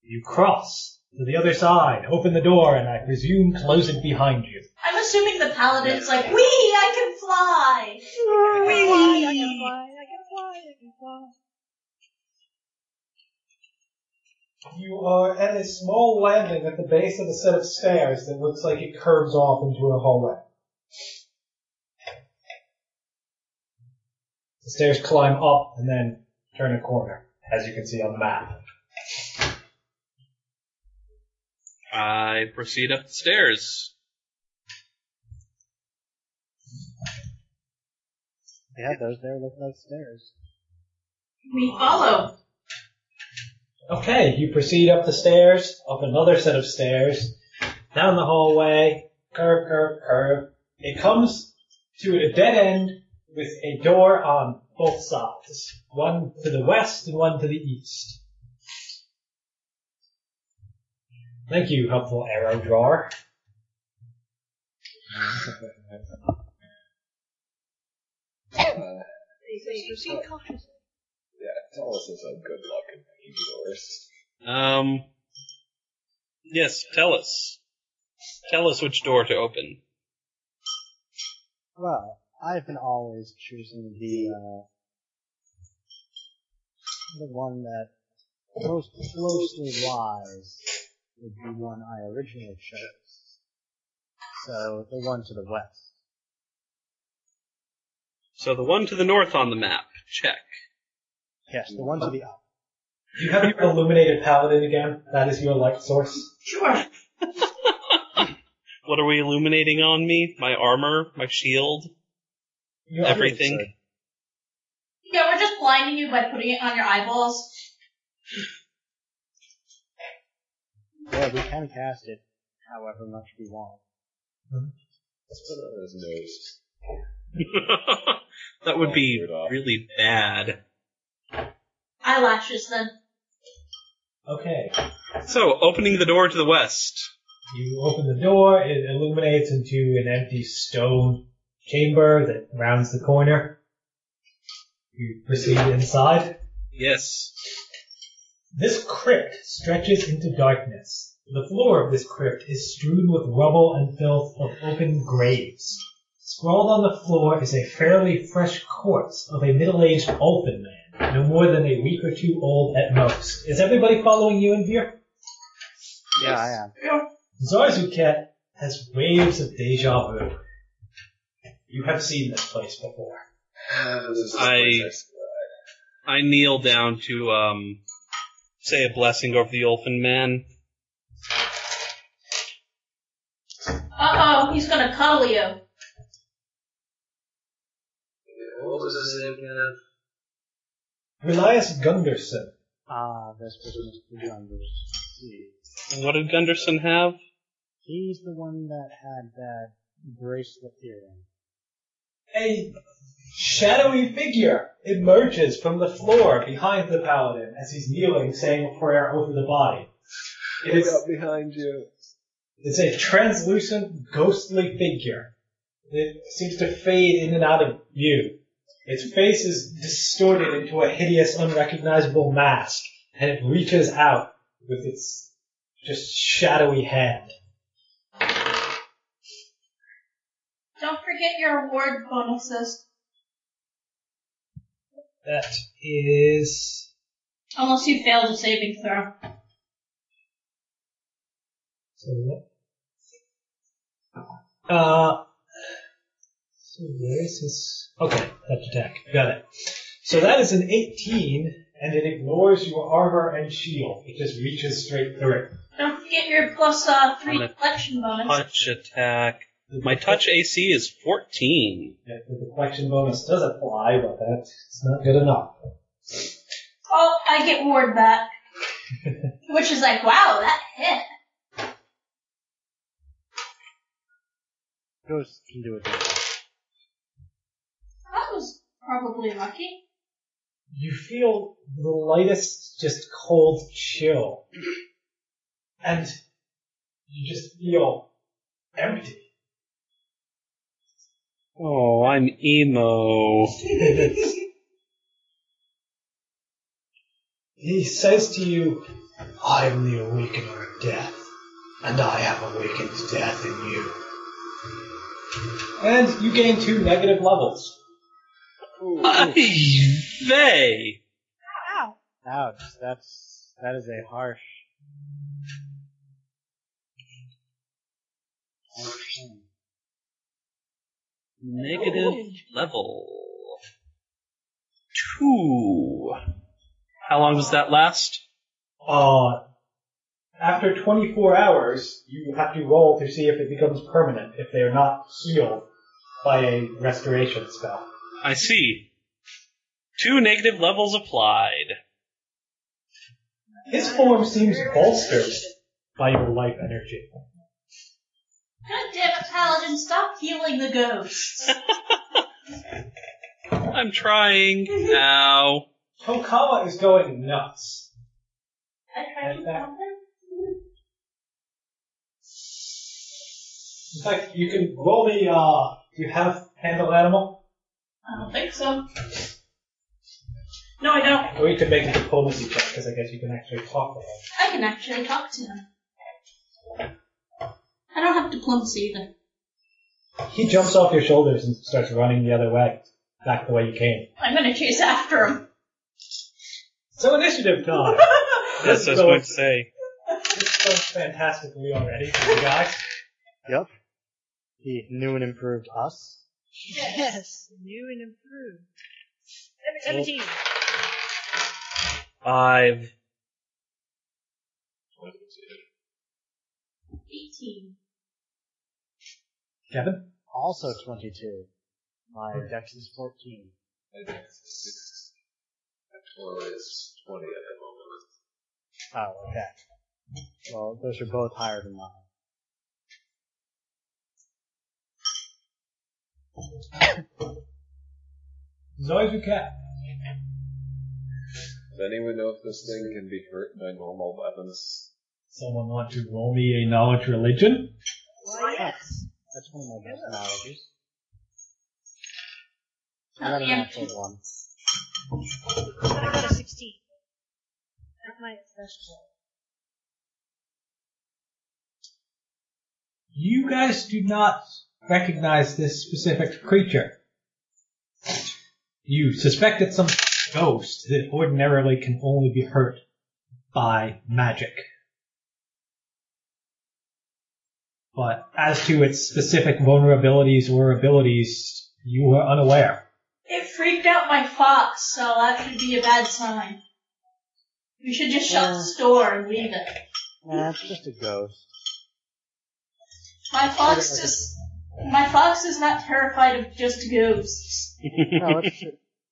Speaker 3: you cross to the other side, open the door, and I presume close it behind you.
Speaker 6: I'm assuming the paladin's like, wee, I can fly.
Speaker 7: I can fly, I can fly, I can fly, I can fly.
Speaker 3: You are at a small landing at the base of a set of stairs that looks like it curves off into a hallway. The stairs climb up and then turn a corner, as you can see on the map.
Speaker 4: I proceed up the stairs.
Speaker 5: Yeah, those there look like stairs.
Speaker 6: We follow.
Speaker 3: Okay, you proceed up the stairs, up another set of stairs, down the hallway, curve, curve, curve. It comes to a dead end with a door on both sides, one to the west and one to the east. Thank you, helpful arrow drawer.
Speaker 8: Uh,
Speaker 7: They say proceed cautiously.
Speaker 8: yeah, tell us it's a good luck in making doors.
Speaker 4: Um. Yes, tell us. Tell us which door to open.
Speaker 5: Well, I've been always choosing the uh, the one that most closely lies with the one I originally chose. So the one to the west.
Speaker 4: So the one to the north on the map. Check.
Speaker 5: Yes, the one to the up.
Speaker 3: Do you have your illuminated paladin again? That is your light source.
Speaker 6: Sure.
Speaker 4: What are we illuminating on me? My armor? My shield?
Speaker 3: You are-
Speaker 4: Everything?
Speaker 6: Yeah, we're just blinding you by putting it on your eyeballs.
Speaker 5: Yeah, we can cast it however much we want.
Speaker 8: Let's put it on his nose.
Speaker 4: *laughs* that would be
Speaker 8: Rudolph.
Speaker 4: really bad.
Speaker 6: Eyelashes then.
Speaker 3: Okay.
Speaker 4: So, opening the door to the west.
Speaker 3: You open the door, it illuminates into an empty stone chamber that rounds the corner. You proceed inside.
Speaker 4: Yes.
Speaker 3: This crypt stretches into darkness. The floor of this crypt is strewn with rubble and filth of open graves. Sprawled on the floor is a fairly fresh corpse of a middle-aged elfin man, no more than a week or two old at most. Is everybody following you in here?
Speaker 5: Yeah, I am.
Speaker 3: Zarzuket has waves of deja vu. You have seen this place before.
Speaker 8: Ah, this is the
Speaker 4: I-
Speaker 8: place I swear.
Speaker 4: I kneel down to, um, say a blessing over the Olfin man.
Speaker 6: Uh oh, he's gonna cuddle you.
Speaker 8: What was his name again?
Speaker 3: Relias Gunderson.
Speaker 5: Ah, this person is the one we see.
Speaker 4: What did Gunderson have?
Speaker 5: He's the one that had that bracelet earring.
Speaker 3: A shadowy figure emerges from the floor behind the paladin as he's kneeling saying a prayer over the body. It
Speaker 8: Look
Speaker 3: is,
Speaker 8: out behind you.
Speaker 3: it's a translucent, ghostly figure. It seems to fade in and out of view. Its face is distorted into a hideous, unrecognizable mask, and it reaches out with its just shadowy hand.
Speaker 6: Don't forget your award bonuses.
Speaker 3: That is.
Speaker 6: Unless you failed a saving throw.
Speaker 3: so what- Uh. So where is this? Okay, touch attack. Got it. So that is an 18, and it ignores your armor and shield. It just reaches straight through.
Speaker 6: Don't forget your plus uh, three
Speaker 4: On a
Speaker 6: collection bonus.
Speaker 4: Punch attack. My touch AC is 14.
Speaker 3: The the deflection bonus does apply, but that's not good enough.
Speaker 6: Oh, I get ward back. Which is like, wow, that hit.
Speaker 5: Ghosts can do it.
Speaker 6: That was probably lucky.
Speaker 3: You feel the lightest, just cold chill. And you just feel empty.
Speaker 4: Oh, I'm emo.
Speaker 3: *laughs* He says to you, I am the awakener of death, and I have awakened death in you. And you gain two negative levels.
Speaker 4: Ay, They.
Speaker 7: Ow!
Speaker 5: Ouch, that's, that is a harsh. harsh thing.
Speaker 4: Negative level. Two. How long does that last?
Speaker 3: Uh, after 24 hours, you have to roll to see if it becomes permanent, if they are not healed by a restoration spell.
Speaker 4: I see. Two negative levels applied.
Speaker 3: His form seems bolstered by your life energy.
Speaker 6: God damn it, Paladin, stop healing the ghosts.
Speaker 4: I'm trying. Ow.
Speaker 3: Tokawa is going nuts.
Speaker 6: I tried to help him.
Speaker 3: In fact, you can roll the, uh, do you have handle animal?
Speaker 6: I don't think so. No, I don't.
Speaker 3: Or you could make a diplomacy check, because I guess you can actually talk to him.
Speaker 6: I can actually talk to him. I don't have diplomacy either.
Speaker 3: He jumps off your shoulders and starts running the other way, back the way you came.
Speaker 6: I'm gonna chase after him.
Speaker 3: So initiative time.
Speaker 4: That's what I was going to say.
Speaker 3: This goes fantastically already, you guys.
Speaker 5: Yep. He new and improved us.
Speaker 7: Yes, new and improved. Seventeen.
Speaker 4: Five.
Speaker 6: 18.
Speaker 3: Kevin.
Speaker 5: Also 22. My dex is 14.
Speaker 8: Actually, it's 20 at the moment.
Speaker 5: Oh, okay. Well, those are both higher than mine.
Speaker 3: Noise you can.
Speaker 8: Does anyone know if this thing can be hurt by normal weapons?
Speaker 3: Someone want to roll me a knowledge religion?
Speaker 7: Why yes.
Speaker 5: Ah, That's one of my best analogies. I
Speaker 6: Oh,
Speaker 5: got a
Speaker 6: yeah.
Speaker 5: natural one.
Speaker 7: I got a sixteen. That's my special.
Speaker 3: You guys do not recognize this specific creature. You suspect it's some ghost that ordinarily can only be hurt by magic. But as to its specific vulnerabilities or abilities, you are unaware.
Speaker 6: It freaked out my fox, so that should be a bad sign. We should just shut the store and leave it.
Speaker 5: Nah, it's just a ghost.
Speaker 6: My fox just, my fox is not terrified of just ghosts.
Speaker 5: *laughs* No, it's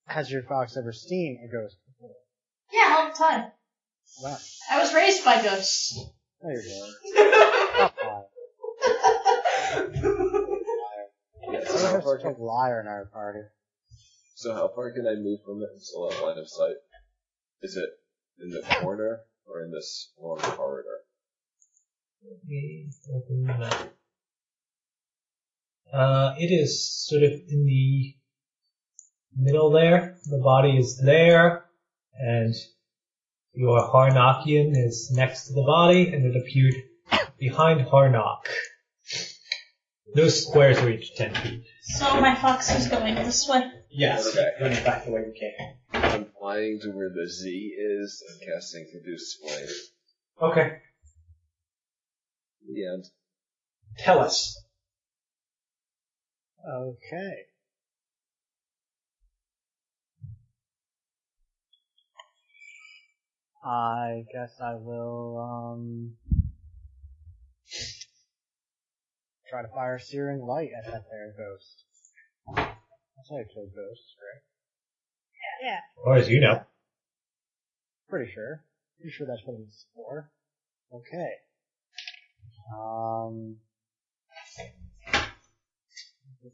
Speaker 5: Has your fox ever seen a ghost before?
Speaker 6: Yeah, all the time.
Speaker 5: Wow.
Speaker 6: I was raised by ghosts.
Speaker 5: There you
Speaker 6: I
Speaker 5: go. Stop *laughs* lying.
Speaker 8: Yes.
Speaker 5: We
Speaker 8: How
Speaker 5: have
Speaker 8: far
Speaker 5: such
Speaker 8: can,
Speaker 5: a liar in our party.
Speaker 8: so how far can I move from it and still have line of sight? Is it in the corner or in this long corridor?
Speaker 3: Uh, it is sort of in the middle there. The body is there, and your Harnakian is next to the body, and it appeared behind Harnak. Those squares are each ten feet.
Speaker 6: *laughs* So my fox is going this way.
Speaker 3: Yes,
Speaker 8: Okay.
Speaker 3: running back the way we came.
Speaker 8: I'm flying to where the Z is and casting Caduceus Flame.
Speaker 3: Okay,
Speaker 8: The end.
Speaker 3: tell us.
Speaker 5: Okay. I guess I will um try to fire Searing Light at that there ghost. That's how you kill ghosts, right?
Speaker 7: Yeah.
Speaker 2: Or as you know.
Speaker 5: Pretty sure. Pretty sure that's what it's for. Okay. Um. What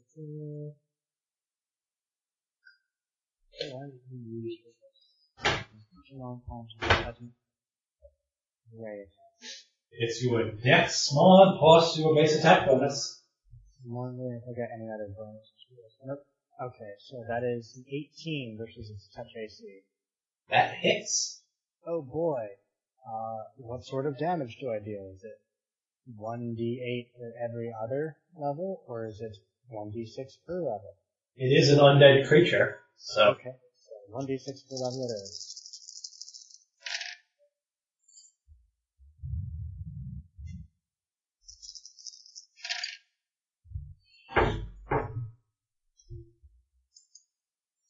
Speaker 5: do you use for this? Long conscious judgment. Right.
Speaker 3: It's your next small plus your base attack bonus.
Speaker 5: I'm wondering if I got any other bonuses for this. Nope. Okay, so that is an 18 versus his touch AC.
Speaker 3: That hits.
Speaker 5: Oh boy. Uh, what sort of damage do I deal? Is it 1d8 at every other level, or is it 1d6 per level?
Speaker 3: It is an undead creature, so
Speaker 5: Okay, so 1d6 per level it is.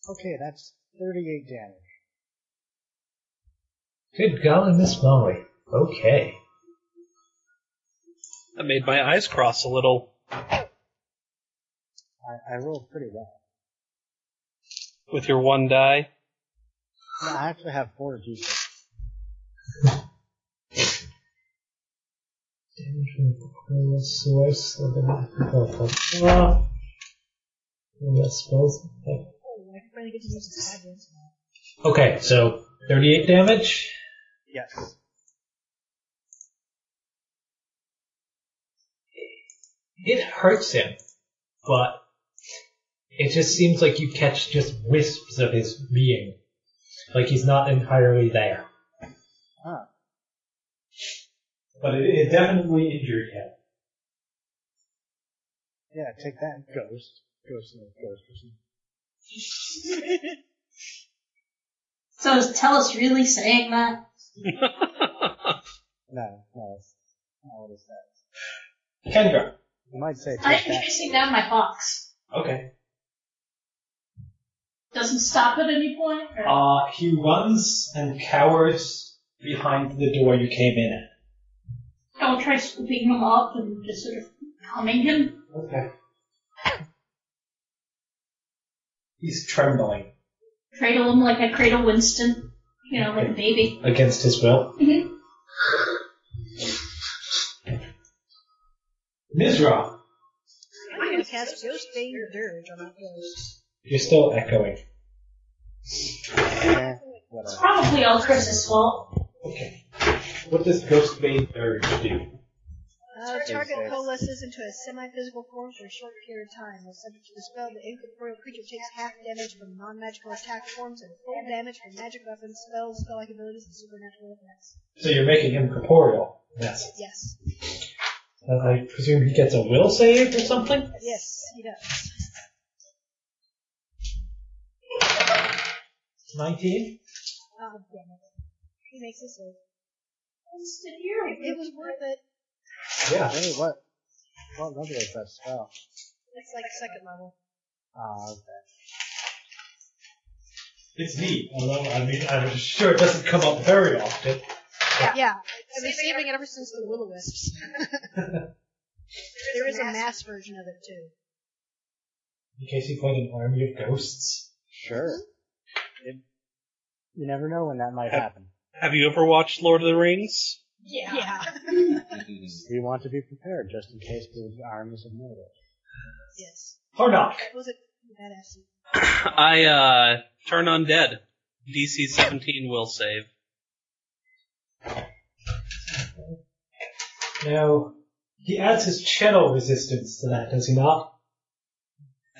Speaker 5: Okay, that's 38 damage.
Speaker 2: Good golly, Miss Molly. Okay.
Speaker 4: That made my eyes cross a little
Speaker 5: I, I rolled pretty well.
Speaker 4: with your one die.
Speaker 5: No, I actually have four d6.
Speaker 2: Damage from the primary source of the magical power. And that spells.
Speaker 7: Oh, I can finally get to use the badges.
Speaker 2: Okay, so 38 damage.
Speaker 5: Yes.
Speaker 2: It hurts him, but it just seems like you catch just wisps of his being. Like he's not entirely there.
Speaker 5: Huh.
Speaker 3: but it, it definitely injured him.
Speaker 5: Yeah, take that, ghost. Ghost and ghost person.
Speaker 6: So is Tellus really saying that?
Speaker 5: No, no, it's not what it says.
Speaker 3: Kendra.
Speaker 5: You might say
Speaker 6: I
Speaker 5: take
Speaker 6: am
Speaker 5: that.
Speaker 6: *laughs* chasing down my box.
Speaker 3: Okay.
Speaker 6: Doesn't stop at any point? Or?
Speaker 3: Uh, he runs and cowers behind the door you came in
Speaker 6: Don't try scooping him up and just sort of calming him.
Speaker 3: at. Okay. He's trembling
Speaker 6: Cradle him like I cradle Winston. You know, like a baby.
Speaker 3: against his will.
Speaker 6: Mhm.
Speaker 3: Mizra,
Speaker 7: I'm gonna cast Ghost Bane Dirge on that ghost.
Speaker 3: you're still echoing.
Speaker 5: Eh,
Speaker 6: It's
Speaker 5: whatever.
Speaker 6: probably all Chris's fault.
Speaker 3: Okay. What does Ghost Bane Urge do?
Speaker 7: Uh, the target
Speaker 5: Okay.
Speaker 7: coalesces into a semi-physical form for a short period of time. While subject to the spell, the incorporeal creature takes half damage from non-magical attack forms and full damage from magic weapons, spells, spell-like abilities, and supernatural effects.
Speaker 3: So you're making him corporeal. Yes.
Speaker 7: Yes.
Speaker 3: Uh, I presume he gets a will save or something?
Speaker 7: Yes, he does.
Speaker 3: 19?
Speaker 7: Oh, damn it. He makes this work.
Speaker 6: Winston,
Speaker 7: It
Speaker 6: you're
Speaker 7: was worth it.
Speaker 3: Yeah.
Speaker 5: Wait, what? What level is that spell?
Speaker 7: It's like second level.
Speaker 5: Ah, okay.
Speaker 3: It's neat. Although, I mean, I'm sure it doesn't come up very often.
Speaker 7: Yeah. I've been saving it ever since the Will Wisps. *laughs* there is a mass version of it too.
Speaker 3: In case you find an army of ghosts.
Speaker 5: Sure. It, you never know when that might happen.
Speaker 4: Have you ever watched Lord of the Rings?
Speaker 6: Yeah.
Speaker 7: Yeah. *laughs*
Speaker 5: We want to be prepared just in case the armies of mortal.
Speaker 7: yes.
Speaker 3: Harnock.
Speaker 7: That was a badass.
Speaker 4: *coughs* I uh turn undead. DC 17 will save.
Speaker 3: Now, he adds his channel resistance to that, does he not?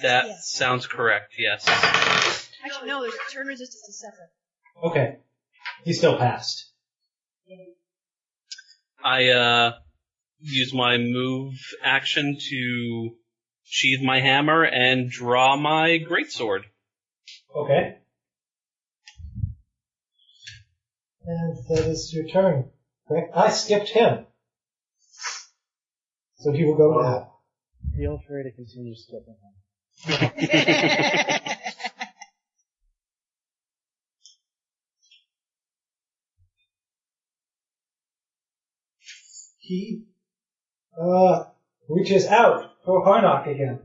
Speaker 4: That
Speaker 7: Yes.
Speaker 4: sounds correct. Yes.
Speaker 7: Actually, no, there's turn resistance is separate.
Speaker 3: Okay. He still passed.
Speaker 4: I uh use my move action to sheathe my hammer and draw my greatsword.
Speaker 3: Okay. And that is your turn. Correct? I skipped him. So he will go now.
Speaker 5: Feel free to continue skipping him.
Speaker 3: He, uh, reaches out for Harnock again.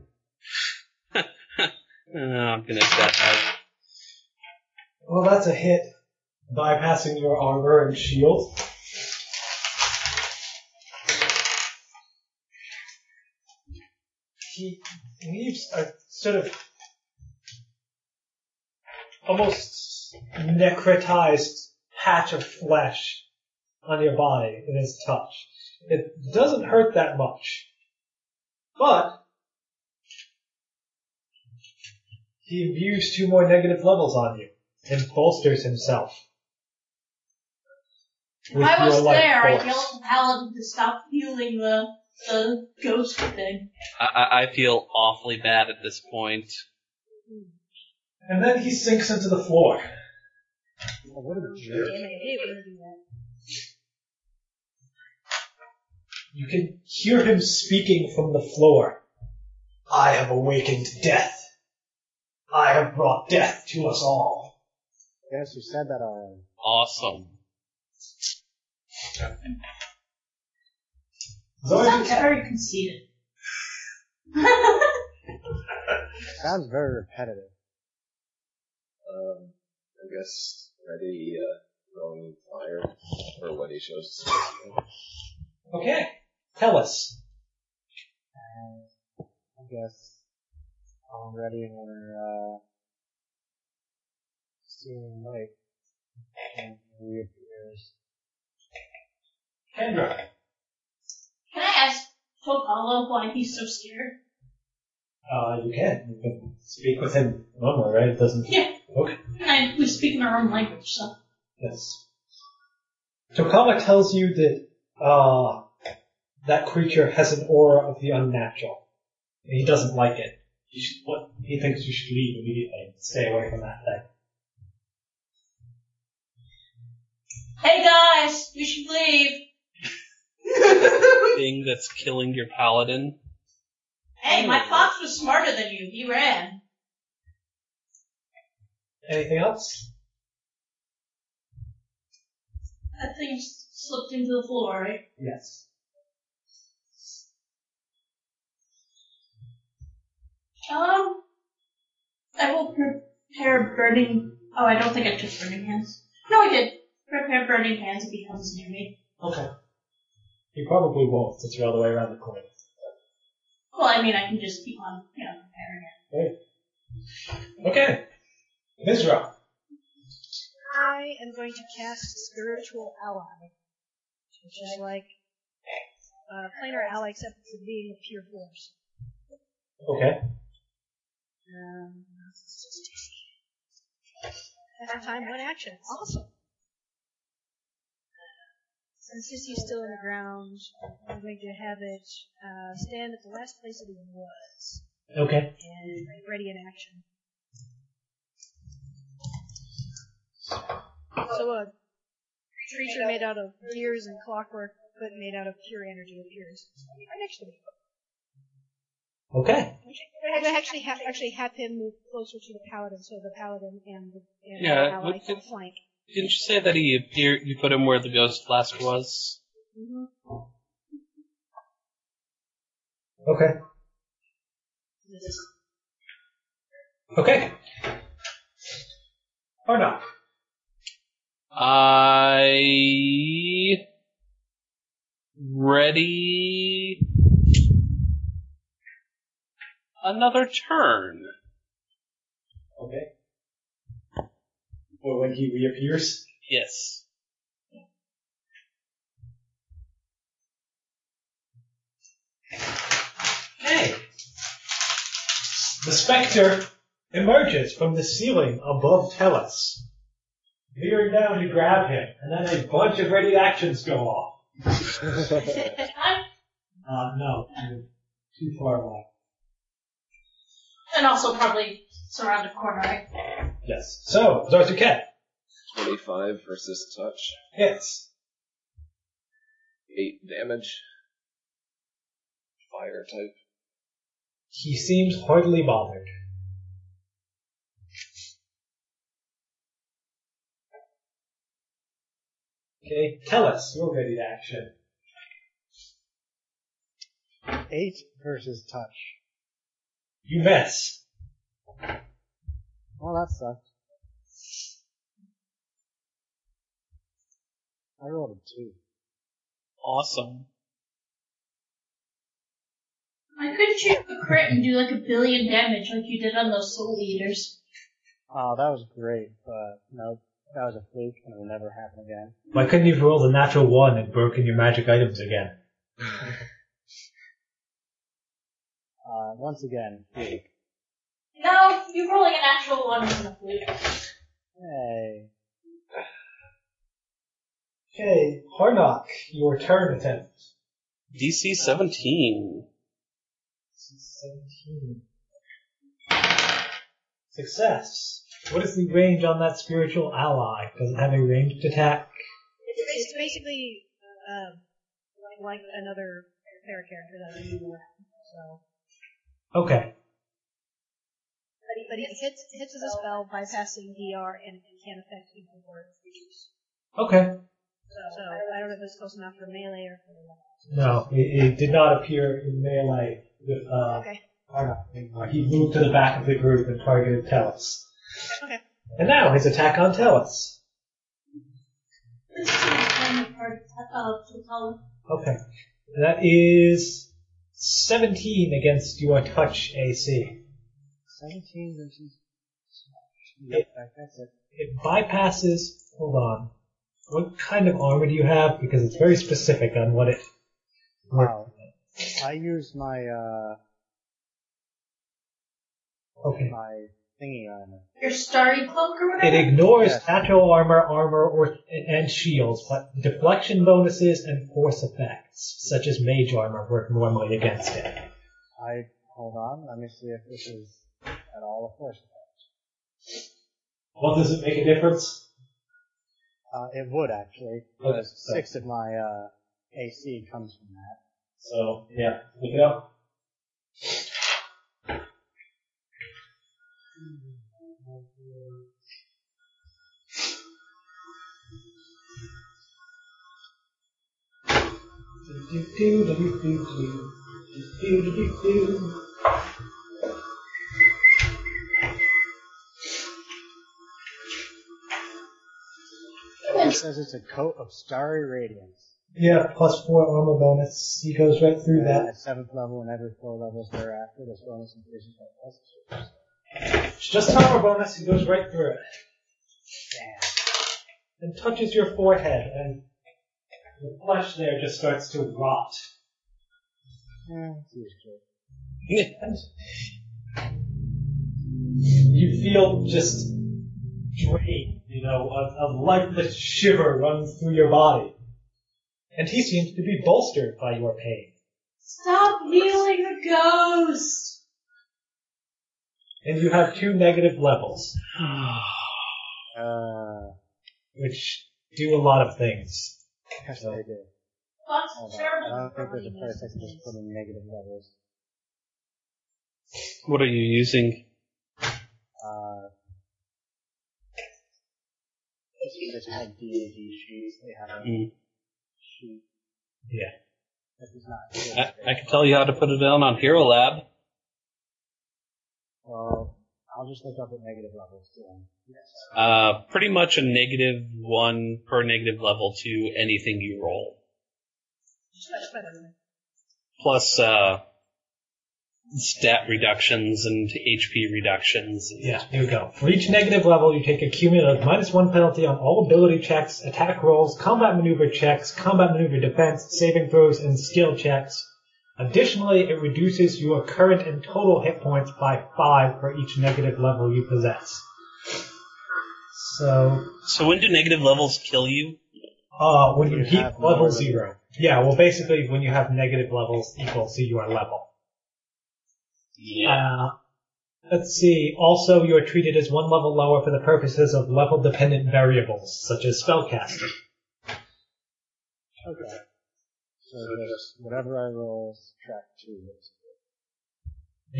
Speaker 4: Uh, I'm gonna die.
Speaker 3: Well, that's a hit. Bypassing your armor and shield. He leaves a sort of almost necrotized patch of flesh on your body in his touch. It doesn't hurt that much. But he views two more negative levels on you and bolsters himself.
Speaker 6: If
Speaker 3: with
Speaker 6: I
Speaker 3: your
Speaker 6: was
Speaker 3: life
Speaker 6: there, I'd
Speaker 3: force.
Speaker 6: yell at the paladin to stop fueling the the ghost thing.
Speaker 4: I, I, I feel awfully bad at this point.
Speaker 3: And then he sinks into the floor.
Speaker 5: Oh, what a
Speaker 7: Damn
Speaker 5: jerk.
Speaker 7: it, he wouldn't do that.
Speaker 3: You can hear him speaking from the floor. I have awakened death. I have brought death to us all.
Speaker 5: *laughs* Yes, you said that already.
Speaker 4: Awesome.
Speaker 6: Sounds
Speaker 3: Zardin,
Speaker 6: very conceited. *laughs*
Speaker 5: Sounds very repetitive.
Speaker 8: Um, I guess ready, uh, throwing fire for what he shows.
Speaker 3: okay, tell us.
Speaker 5: And Uh, I guess already we're uh seeing light and reappears.
Speaker 3: Kendra.
Speaker 6: Can I ask Fogalo why he's so scared?
Speaker 3: Uh, you can. You can speak with him normally, right? It doesn't.
Speaker 6: Yeah.
Speaker 3: Okay.
Speaker 6: And I, we speak in our own language, so.
Speaker 3: Yes. Tokama tells you that, uh, that creature has an aura of the unnatural. And he doesn't like it. You should, what, he thinks you should leave immediately. Stay away from that thing.
Speaker 6: Hey guys, we should leave.
Speaker 4: Thing that's killing your paladin.
Speaker 6: Hey, my fox was smarter than you. He ran.
Speaker 3: Anything else?
Speaker 6: That thing s- slipped into the floor, right?
Speaker 3: Yes.
Speaker 6: Um, I will prepare burning. Oh, I don't think I took burning hands. No, I did. Prepare burning hands if he comes near me.
Speaker 3: Okay. You probably won't since you're all the way around the corner.
Speaker 6: Well, I mean, I can just keep on, you know, preparing it.
Speaker 3: Okay. Mizra.
Speaker 7: I am going to cast Spiritual Ally, which is like uh, planar ally except it's a being of pure force.
Speaker 3: Okay.
Speaker 7: Um, at a time, one action. Awesome. Since this is still on the ground, I'm going to have it uh, stand at the last place it was
Speaker 3: Okay.
Speaker 7: and ready in action. So uh, a creature made out of gears and clockwork, but made out of pure energy appears right next to me.
Speaker 3: Okay.
Speaker 7: I'm gonna actually have actually have him move closer to the paladin, so the paladin and the and the
Speaker 4: Yeah,
Speaker 7: ally
Speaker 4: we
Speaker 7: can
Speaker 4: could-
Speaker 7: flank.
Speaker 4: Didn't you say that he appeared? You put him where the ghost last was.
Speaker 7: Mm-hmm.
Speaker 3: Okay. Okay. Or not.
Speaker 4: I ready another turn.
Speaker 3: Okay. Or when he reappears.
Speaker 4: Yes.
Speaker 3: Hey! The specter emerges from the ceiling above Tellus. Veering down, you grab him, and then a bunch of ready actions go off.
Speaker 6: I'm-
Speaker 3: Uh, no. you're Too far away.
Speaker 6: *laughs* and also probably surround a corner, right?
Speaker 3: Yes. So, Zartuket
Speaker 8: Twenty-five versus touch,
Speaker 3: hits.
Speaker 8: eight damage. Fire type.
Speaker 3: He seems hardly bothered. Okay, tell us your ready to action.
Speaker 5: Eight versus touch.
Speaker 3: You miss.
Speaker 5: Well, Oh, that sucked. I rolled a two.
Speaker 9: Awesome.
Speaker 6: I could shoot a crit and do like a billion damage like you did on those soul eaters.
Speaker 5: Oh, that was great, but no, that was a fluke and it'll never happen again.
Speaker 2: Why couldn't you have rolled a natural one and broken your magic items again?
Speaker 5: Uh, once again, fluke.
Speaker 6: No, you're rolling a natural one on the flute.
Speaker 5: Hey.
Speaker 3: Okay, Harnock, your turn attempt.
Speaker 4: DC 17.
Speaker 3: Seventeen. Success. What is the range on that spiritual ally? Does it have a ranged attack?
Speaker 7: It's basi- basically um, like, like another cleric character that I'm using. So,
Speaker 3: Okay.
Speaker 7: but he, but he hits hits with a spell bypassing DR and it can affect people or creatures.
Speaker 3: Okay.
Speaker 7: So I don't know if it's close enough for melee or for
Speaker 3: No, it, it did not appear in melee with uh,
Speaker 7: Okay.
Speaker 3: Harnock anymore. He moved to the back of the group and targeted Tellus.
Speaker 7: Okay.
Speaker 3: And now his attack on Tellus.
Speaker 6: This is the part of the color.
Speaker 3: Okay. That is 17 against your touch AC.
Speaker 5: 17 versus touch. Yep, that- that's it.
Speaker 3: It bypasses, hold on. What kind of armor do you have? Because it's very specific on what it
Speaker 5: Wow. I used my, uh,
Speaker 3: Okay.
Speaker 5: my thingy armor.
Speaker 6: Your starry cloak or
Speaker 3: It
Speaker 6: whatever?
Speaker 3: ignores
Speaker 5: Yes.
Speaker 3: natural armor, armor, or and shields, but deflection bonuses and force effects, such as mage armor, work normally against it.
Speaker 5: I, hold on, let me see if this is at all a force effect.
Speaker 3: Well, does it make a difference?
Speaker 5: Uh, it would actually,
Speaker 3: Okay,
Speaker 5: because
Speaker 3: so-
Speaker 5: six of my, uh, AC comes from that.
Speaker 3: So, yeah, look it up.
Speaker 5: It says it's a coat of starry radiance.
Speaker 3: Yeah, plus four armor bonus. He goes right through that.
Speaker 5: At seventh level and every four levels thereafter, this bonus increases by plus two.
Speaker 3: It's just armor bonus. He goes right through it
Speaker 5: Damn.
Speaker 3: and touches your forehead, and the flesh there just starts to rot.
Speaker 5: Eh, it's useful.
Speaker 3: And you feel just drained, you know, a, a lifeless shiver runs through your body. And he seems to be bolstered by your pain.
Speaker 6: Stop healing the ghost!
Speaker 3: And you have two negative levels,
Speaker 5: Uh,
Speaker 3: which do a lot of things.
Speaker 5: yes, I do. Hold
Speaker 6: Fuck's
Speaker 5: on.
Speaker 6: terrible.
Speaker 5: I don't think there's a place I can just put in negative levels.
Speaker 4: What are you using?
Speaker 5: Uh, this had D&D sheets. They have a
Speaker 4: Mm.
Speaker 5: sheet.
Speaker 3: Yeah.
Speaker 5: This is not.
Speaker 4: I, I can tell you how to put it down on Hero Lab.
Speaker 5: Well, I'll just look up at negative levels. Yeah.
Speaker 4: Uh, pretty much a negative one per negative level to anything you roll.
Speaker 7: just much better.
Speaker 4: Plus, uh, stat reductions and HP reductions. and-
Speaker 3: Yeah, here we go. For each negative level, you take a cumulative minus one penalty on all ability checks, attack rolls, combat maneuver checks, combat maneuver defense, saving throws, and skill checks. Additionally, it reduces your current and total hit points by five for each negative level you possess. So,
Speaker 4: So when do negative levels kill you?
Speaker 3: uh, when you
Speaker 5: You
Speaker 3: hit
Speaker 5: have
Speaker 3: level
Speaker 5: more than-
Speaker 3: zero. Yeah, well basically when you have negative levels equal to your level.
Speaker 4: Yeah.
Speaker 3: Uh, let's see. Also, you are treated as one level lower for the purposes of level dependent variables, such as spellcasting.
Speaker 5: Okay. So just whatever I roll, subtract two. basically.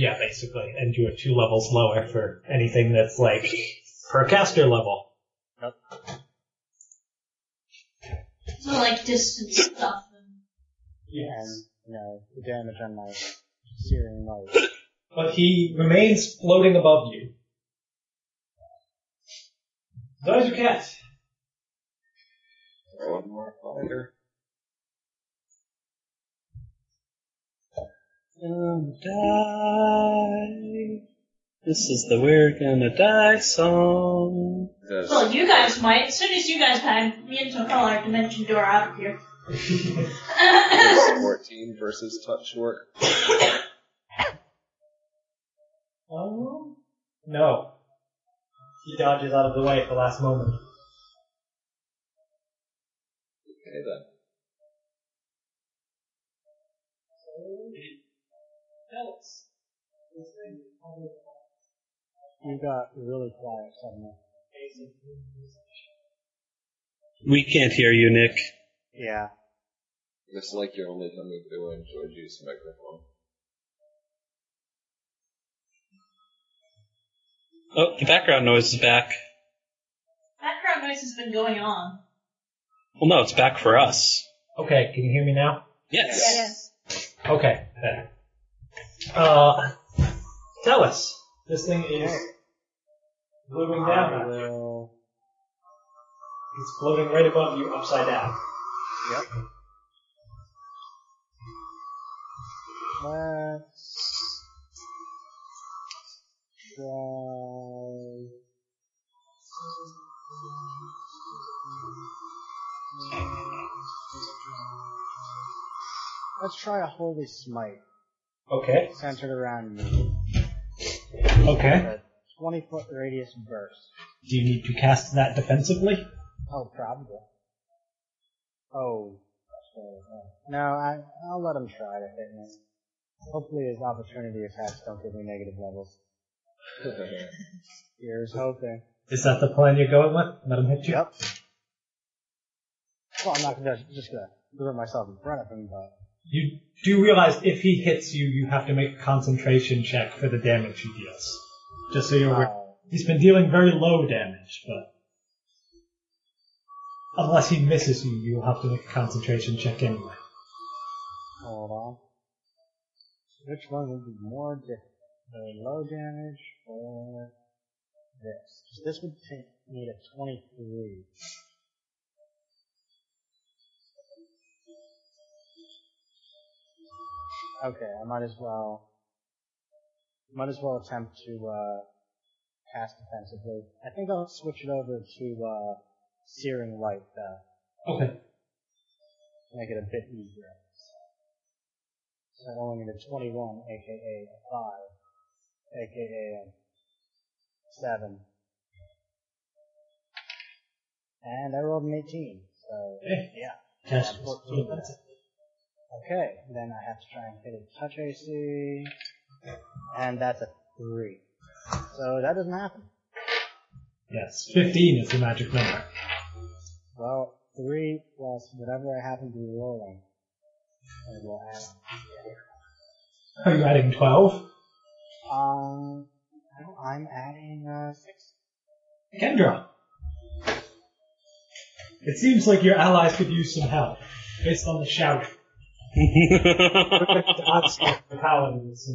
Speaker 3: Yeah, basically. And you are two levels lower for anything that's like per caster level.
Speaker 6: So like distance stuff.
Speaker 5: And you know, the damage on my searing light.
Speaker 3: But he remains floating above you. Does you catch?
Speaker 8: One more fighter.
Speaker 4: Gonna die. This is the We're Gonna Die song.
Speaker 8: Does,
Speaker 6: Well, you guys might. As soon as you guys die, me and Tom our dimension door out of
Speaker 5: *laughs*
Speaker 6: here.
Speaker 8: does 14 versus touch work?
Speaker 3: Um, no. He dodges out of the way at the last moment.
Speaker 8: Okay then.
Speaker 5: You got really quiet suddenly.
Speaker 4: We can't hear you, Nick.
Speaker 5: Yeah.
Speaker 8: It's like you're only coming through in Georgie's microphone.
Speaker 4: Oh, the background noise is back.
Speaker 6: Background noise has been going on.
Speaker 4: Well, no, it's back for us.
Speaker 3: Okay, can you hear me now?
Speaker 4: Yes.
Speaker 7: Yes.
Speaker 3: Okay, better. Uh, tell us. This thing is moving
Speaker 5: I
Speaker 3: down.
Speaker 5: will.
Speaker 3: It's floating right above you, upside down.
Speaker 5: Yep. Let's. Try. Let's try a holy smite
Speaker 3: Okay.
Speaker 5: centered around me.
Speaker 3: Okay.
Speaker 5: A 20 foot radius burst.
Speaker 3: Do you need to cast that defensively?
Speaker 5: Oh, probably. Oh. sorry, yeah. No, I, I'll let him try to hit me. Hopefully his opportunity attacks don't give me negative levels. Here's hoping.
Speaker 3: Is that the plan you're going with? Let him hit you?
Speaker 5: Yep. Well, I'm not gonna, just gonna throw myself in front of him, but
Speaker 3: You do realize if he hits you, you have to make a concentration check for the damage he deals. Just so you're aware.
Speaker 5: uh,
Speaker 3: He's been dealing very low damage, but unless he misses you, you'll have to make a concentration check anyway.
Speaker 5: hold on. Which one would be more difficult? The low damage or this? 'Cause This would take me to 23. Okay, I might as well. Might as well attempt to uh, pass defensively. I think I'll switch it over to uh, searing light though,
Speaker 3: Okay.
Speaker 5: to make it a bit easier. So I'm only need a 21, aka a 5, aka a 7. And I rolled an 18, so
Speaker 3: Okay.
Speaker 5: yeah.
Speaker 3: Cash
Speaker 5: Yeah,
Speaker 3: was-
Speaker 5: 14, that's it. Okay, then I have to try and hit a touch AC, and that's a three. So that doesn't happen.
Speaker 3: Yes, 15 is the magic number.
Speaker 5: Well, three plus whatever I happen to be rolling, and we'll add.
Speaker 3: Are you adding 12?
Speaker 5: Um, no, I'm adding uh six.
Speaker 3: Kendra! It seems like your allies could use some help, based on the shouting.
Speaker 4: *laughs*
Speaker 3: That's the paladins.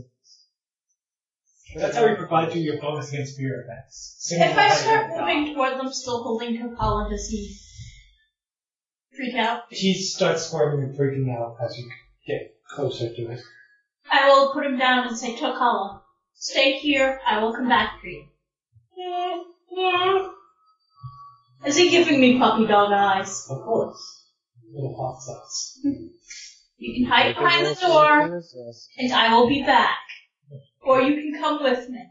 Speaker 3: That's how we provide you your bonus against fear effects. Singing
Speaker 6: If I
Speaker 3: behind
Speaker 6: start
Speaker 3: you.
Speaker 6: moving toward them, still holding Topala, does he freak out?
Speaker 3: He starts squirming and freaking out as you get closer to it.
Speaker 6: I will put him down and say, Tokala, stay here. I will come back for you. Yeah, yeah. Is he giving me puppy dog eyes?
Speaker 3: Of course. Little hot sauce.
Speaker 6: You can hide
Speaker 5: Make a
Speaker 6: behind
Speaker 5: roll
Speaker 6: the
Speaker 5: for
Speaker 6: door,
Speaker 5: resist.
Speaker 6: and I will be back. Or you can come with me.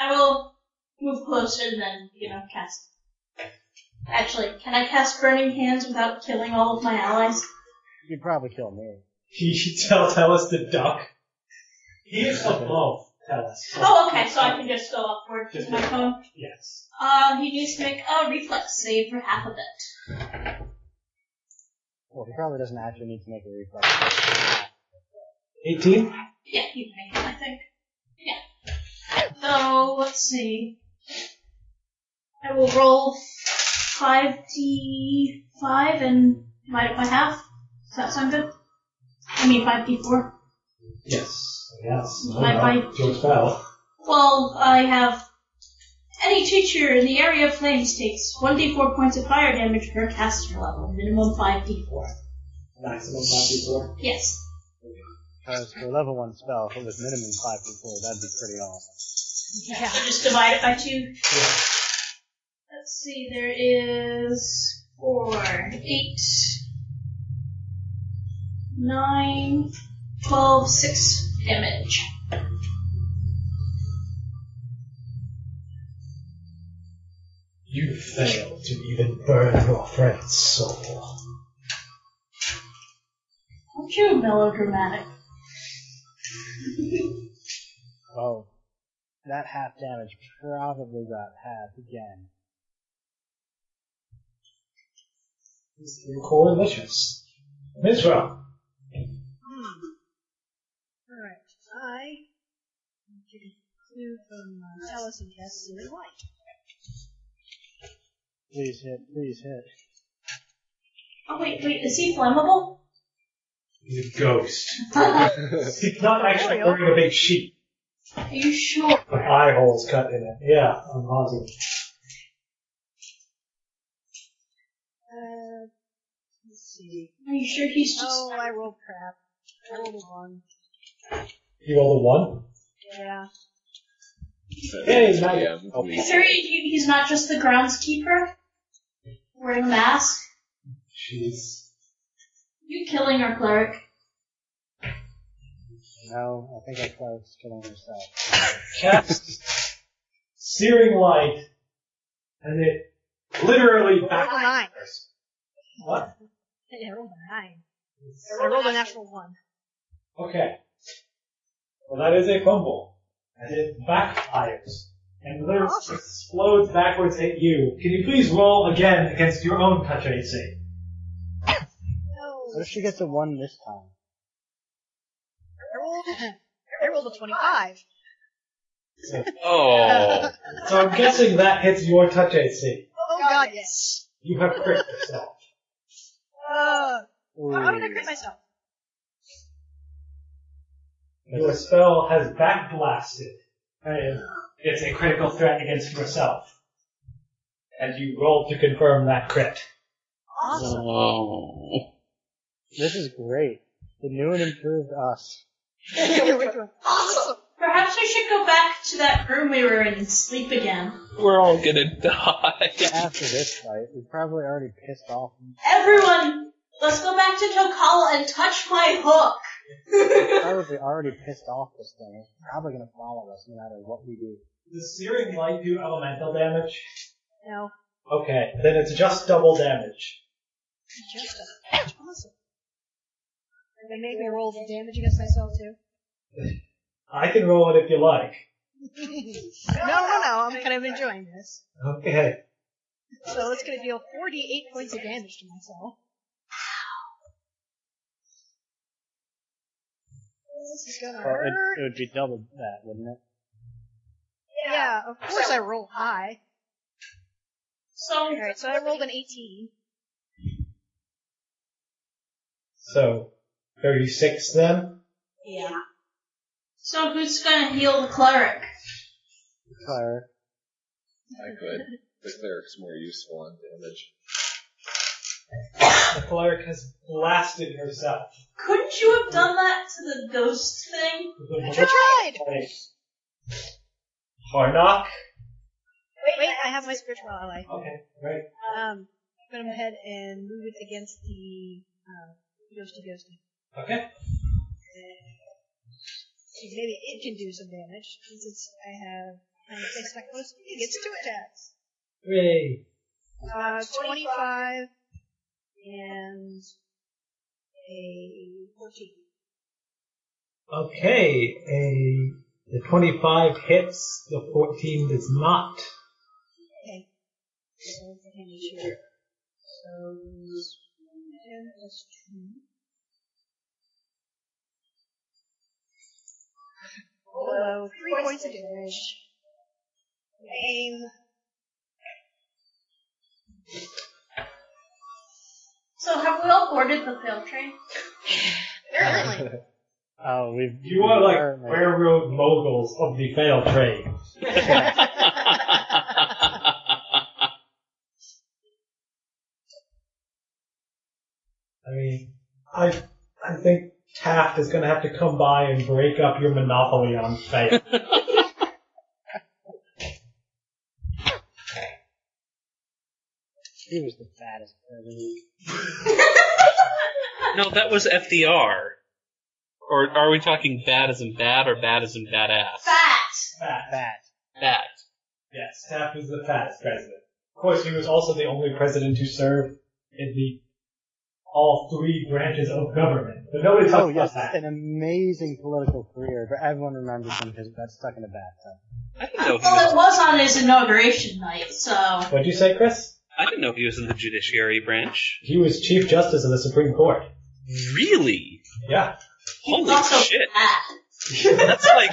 Speaker 6: I will move closer and then, you know, cast. Actually, can I cast Burning Hands without killing all of my allies?
Speaker 5: You'd probably kill me.
Speaker 3: He should tell tell us to duck. He is above tell us.
Speaker 6: Oh, okay, so I can just go upward with my phone.
Speaker 3: Yes.
Speaker 6: Um, he needs to make a reflex save for half of it.
Speaker 5: Well, he probably doesn't actually need to make a reflex.
Speaker 3: 18?
Speaker 6: Yeah, he can make it, I think. Yeah. So, let's see. I will roll 5d5 and divide it by half. Does that sound good? I mean, five d four.
Speaker 3: Yes. Yes.
Speaker 6: My
Speaker 3: I
Speaker 6: bite.
Speaker 3: do spell.
Speaker 6: Well, I have. Any teacher in the area of flames takes 1d4 points of fire damage per caster level, minimum 5d4.
Speaker 3: Maximum five d four.
Speaker 6: Yes.
Speaker 5: Because for a level one spell, if it was minimum five people, that'd be pretty awesome.
Speaker 7: Yeah.
Speaker 6: So just divide it by two. Let's see, there is four, eight, nine, twelve, six damage.
Speaker 3: You fail to even burn your friend's soul.
Speaker 6: Aren't you melodramatic?
Speaker 5: Oh, that half damage probably got halved again.
Speaker 3: These three core missions. Mizra,
Speaker 7: Hmm. Alright, I need you to clue from uh, Alice and cast Searing Light.
Speaker 5: Please hit, please hit.
Speaker 6: Oh wait, wait, is he flammable? *laughs*
Speaker 3: he's a ghost.
Speaker 6: Are
Speaker 3: He's not actually wearing a big sheet.
Speaker 6: you sure?
Speaker 3: With eye holes cut in it. Yeah, I'm positive.
Speaker 7: Uh, let's see.
Speaker 6: Are you sure he's just
Speaker 7: Oh, I rolled crap. I rolled a one.
Speaker 3: You rolled a one?
Speaker 7: Yeah.
Speaker 3: Hey, now you-
Speaker 8: PM,
Speaker 3: oh.
Speaker 6: Are you
Speaker 8: please.
Speaker 6: sure he, he- he's not just the groundskeeper? Wearing a mask?
Speaker 3: She's
Speaker 6: You killing our cleric?
Speaker 5: No, I think I started killing myself.
Speaker 3: cast searing light, and it literally
Speaker 7: Rolled a
Speaker 3: backfires.
Speaker 7: nine.
Speaker 3: What?
Speaker 7: Yeah, I rolled a nine. I rolled a natural one.
Speaker 3: Okay. Well, that is a fumble, and it backfires and literally
Speaker 7: Awesome.
Speaker 3: explodes backwards at you. Can you please roll again against your own touch AC?
Speaker 7: No. Oh.
Speaker 5: What if she gets a one this time?
Speaker 7: I rolled, I rolled a 25.
Speaker 4: Oh.
Speaker 3: So I'm guessing that hits your touch AC.
Speaker 7: Oh god, yes.
Speaker 3: You have crit yourself.
Speaker 7: Uh,
Speaker 5: Ooh.
Speaker 7: how did I crit myself?
Speaker 3: Your spell has backblasted. and It's a critical threat against yourself. And you roll to confirm that crit.
Speaker 7: Awesome.
Speaker 4: Oh.
Speaker 5: This is great. The new and improved us.
Speaker 7: We're doing awesome.
Speaker 6: Perhaps we should go back to that room we were in and sleep again.
Speaker 9: We're all gonna
Speaker 4: *laughs*
Speaker 9: die.
Speaker 5: After this fight, we probably already pissed off.
Speaker 6: Everyone, let's go back to Tokala and touch my hook.
Speaker 7: *laughs*
Speaker 5: Probably already pissed off this thing. It's probably gonna follow us no matter what we do.
Speaker 3: Does searing light do elemental damage?
Speaker 7: No.
Speaker 3: Okay, then it's just double damage.
Speaker 7: Just a awesome. And they made me roll the damage against myself *laughs* too.
Speaker 3: I can roll it if you like.
Speaker 7: No, no, no, I'm kind of enjoying this.
Speaker 3: Okay.
Speaker 7: So it's gonna deal 48 points of damage to myself. This is gonna
Speaker 5: Or it,
Speaker 7: hurt.
Speaker 5: it would be double that, wouldn't it?
Speaker 7: Yeah, of course I roll high.
Speaker 6: So,
Speaker 7: Alright, so I rolled an 18.
Speaker 3: So, 36 then?
Speaker 6: yeah. So who's gonna heal the cleric?
Speaker 5: Fire.
Speaker 8: I could. The cleric's more useful on damage.
Speaker 3: The cleric has blasted herself.
Speaker 6: Couldn't you have done that to the ghost thing?
Speaker 7: I tried!
Speaker 3: Harnock?
Speaker 7: Wait, I have my spiritual ally.
Speaker 3: Okay, right.
Speaker 7: Um, I'm gonna head and move it against the, uh, ghosty ghosty.
Speaker 3: Okay.
Speaker 7: See, Maybe it can do some damage, since it's, I have, I'm attack bonus, it gets two attacks.
Speaker 3: Yay.
Speaker 7: Uh, 25 and a 14.
Speaker 3: Okay, a, the 25 hits, the 14 does not.
Speaker 7: Okay. So, it's a handy share. So, 10 plus 2. Hello, 3 points of damage. Aim.
Speaker 6: So have we all boarded the fail
Speaker 7: *laughs*
Speaker 6: train?
Speaker 7: Apparently.
Speaker 6: *laughs*
Speaker 5: Oh, we've.
Speaker 3: You are like
Speaker 5: we've-
Speaker 3: railroad moguls of the fail trade. I mean, I I think Taft is going to have to come by and break up your monopoly on
Speaker 5: *laughs*
Speaker 3: fail.
Speaker 5: He was the fattest person.
Speaker 4: No, that was FDR. Or are we talking bad as in bad or bad as in badass?
Speaker 6: Fat!
Speaker 3: Fat.
Speaker 5: Fat.
Speaker 4: Bad.
Speaker 3: Yes, Taft was the fattest president. Of course, he was also the only president to serve in the all three branches of government. But nobody talks
Speaker 5: Oh yes,
Speaker 3: about that.
Speaker 5: an amazing political career, but everyone remembers him because he got stuck in a bathtub.
Speaker 4: I didn't know he
Speaker 6: Well, it
Speaker 4: was.
Speaker 6: was on his inauguration night, so.
Speaker 3: What'd you say, Chris?
Speaker 4: I didn't know he was in the judiciary branch.
Speaker 3: He was Chief Justice of the Supreme Court.
Speaker 4: Really?
Speaker 3: Yeah.
Speaker 6: He's
Speaker 4: Holy
Speaker 6: also
Speaker 4: shit!
Speaker 6: fat.
Speaker 4: That's like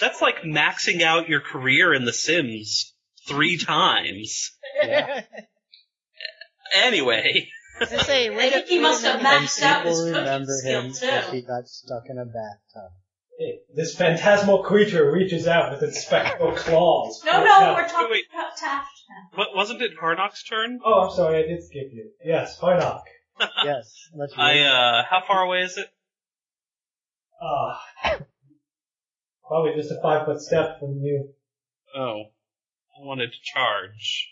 Speaker 4: that's like maxing out your career in The Sims three times. Anyway,
Speaker 7: I say,
Speaker 6: I think he must have maxed out
Speaker 5: People
Speaker 6: his cooking
Speaker 5: remember
Speaker 6: skill
Speaker 5: him because he
Speaker 6: too.
Speaker 5: got stuck in
Speaker 4: *laughs*
Speaker 5: a bathtub.
Speaker 3: Hey, This phantasmal creature reaches out with its spectral claws.
Speaker 6: No, no, we're talking
Speaker 4: Oh, Wait.
Speaker 6: about Taft now.
Speaker 4: what wasn't it Harnock's turn?
Speaker 3: Oh, I'm sorry, I did skip you. Yes, Harnock.
Speaker 5: yes, let's
Speaker 4: I
Speaker 5: read.
Speaker 4: uh, how far away is it?
Speaker 3: Ah. Probably just a five foot step from you.
Speaker 4: Oh, I wanted to charge.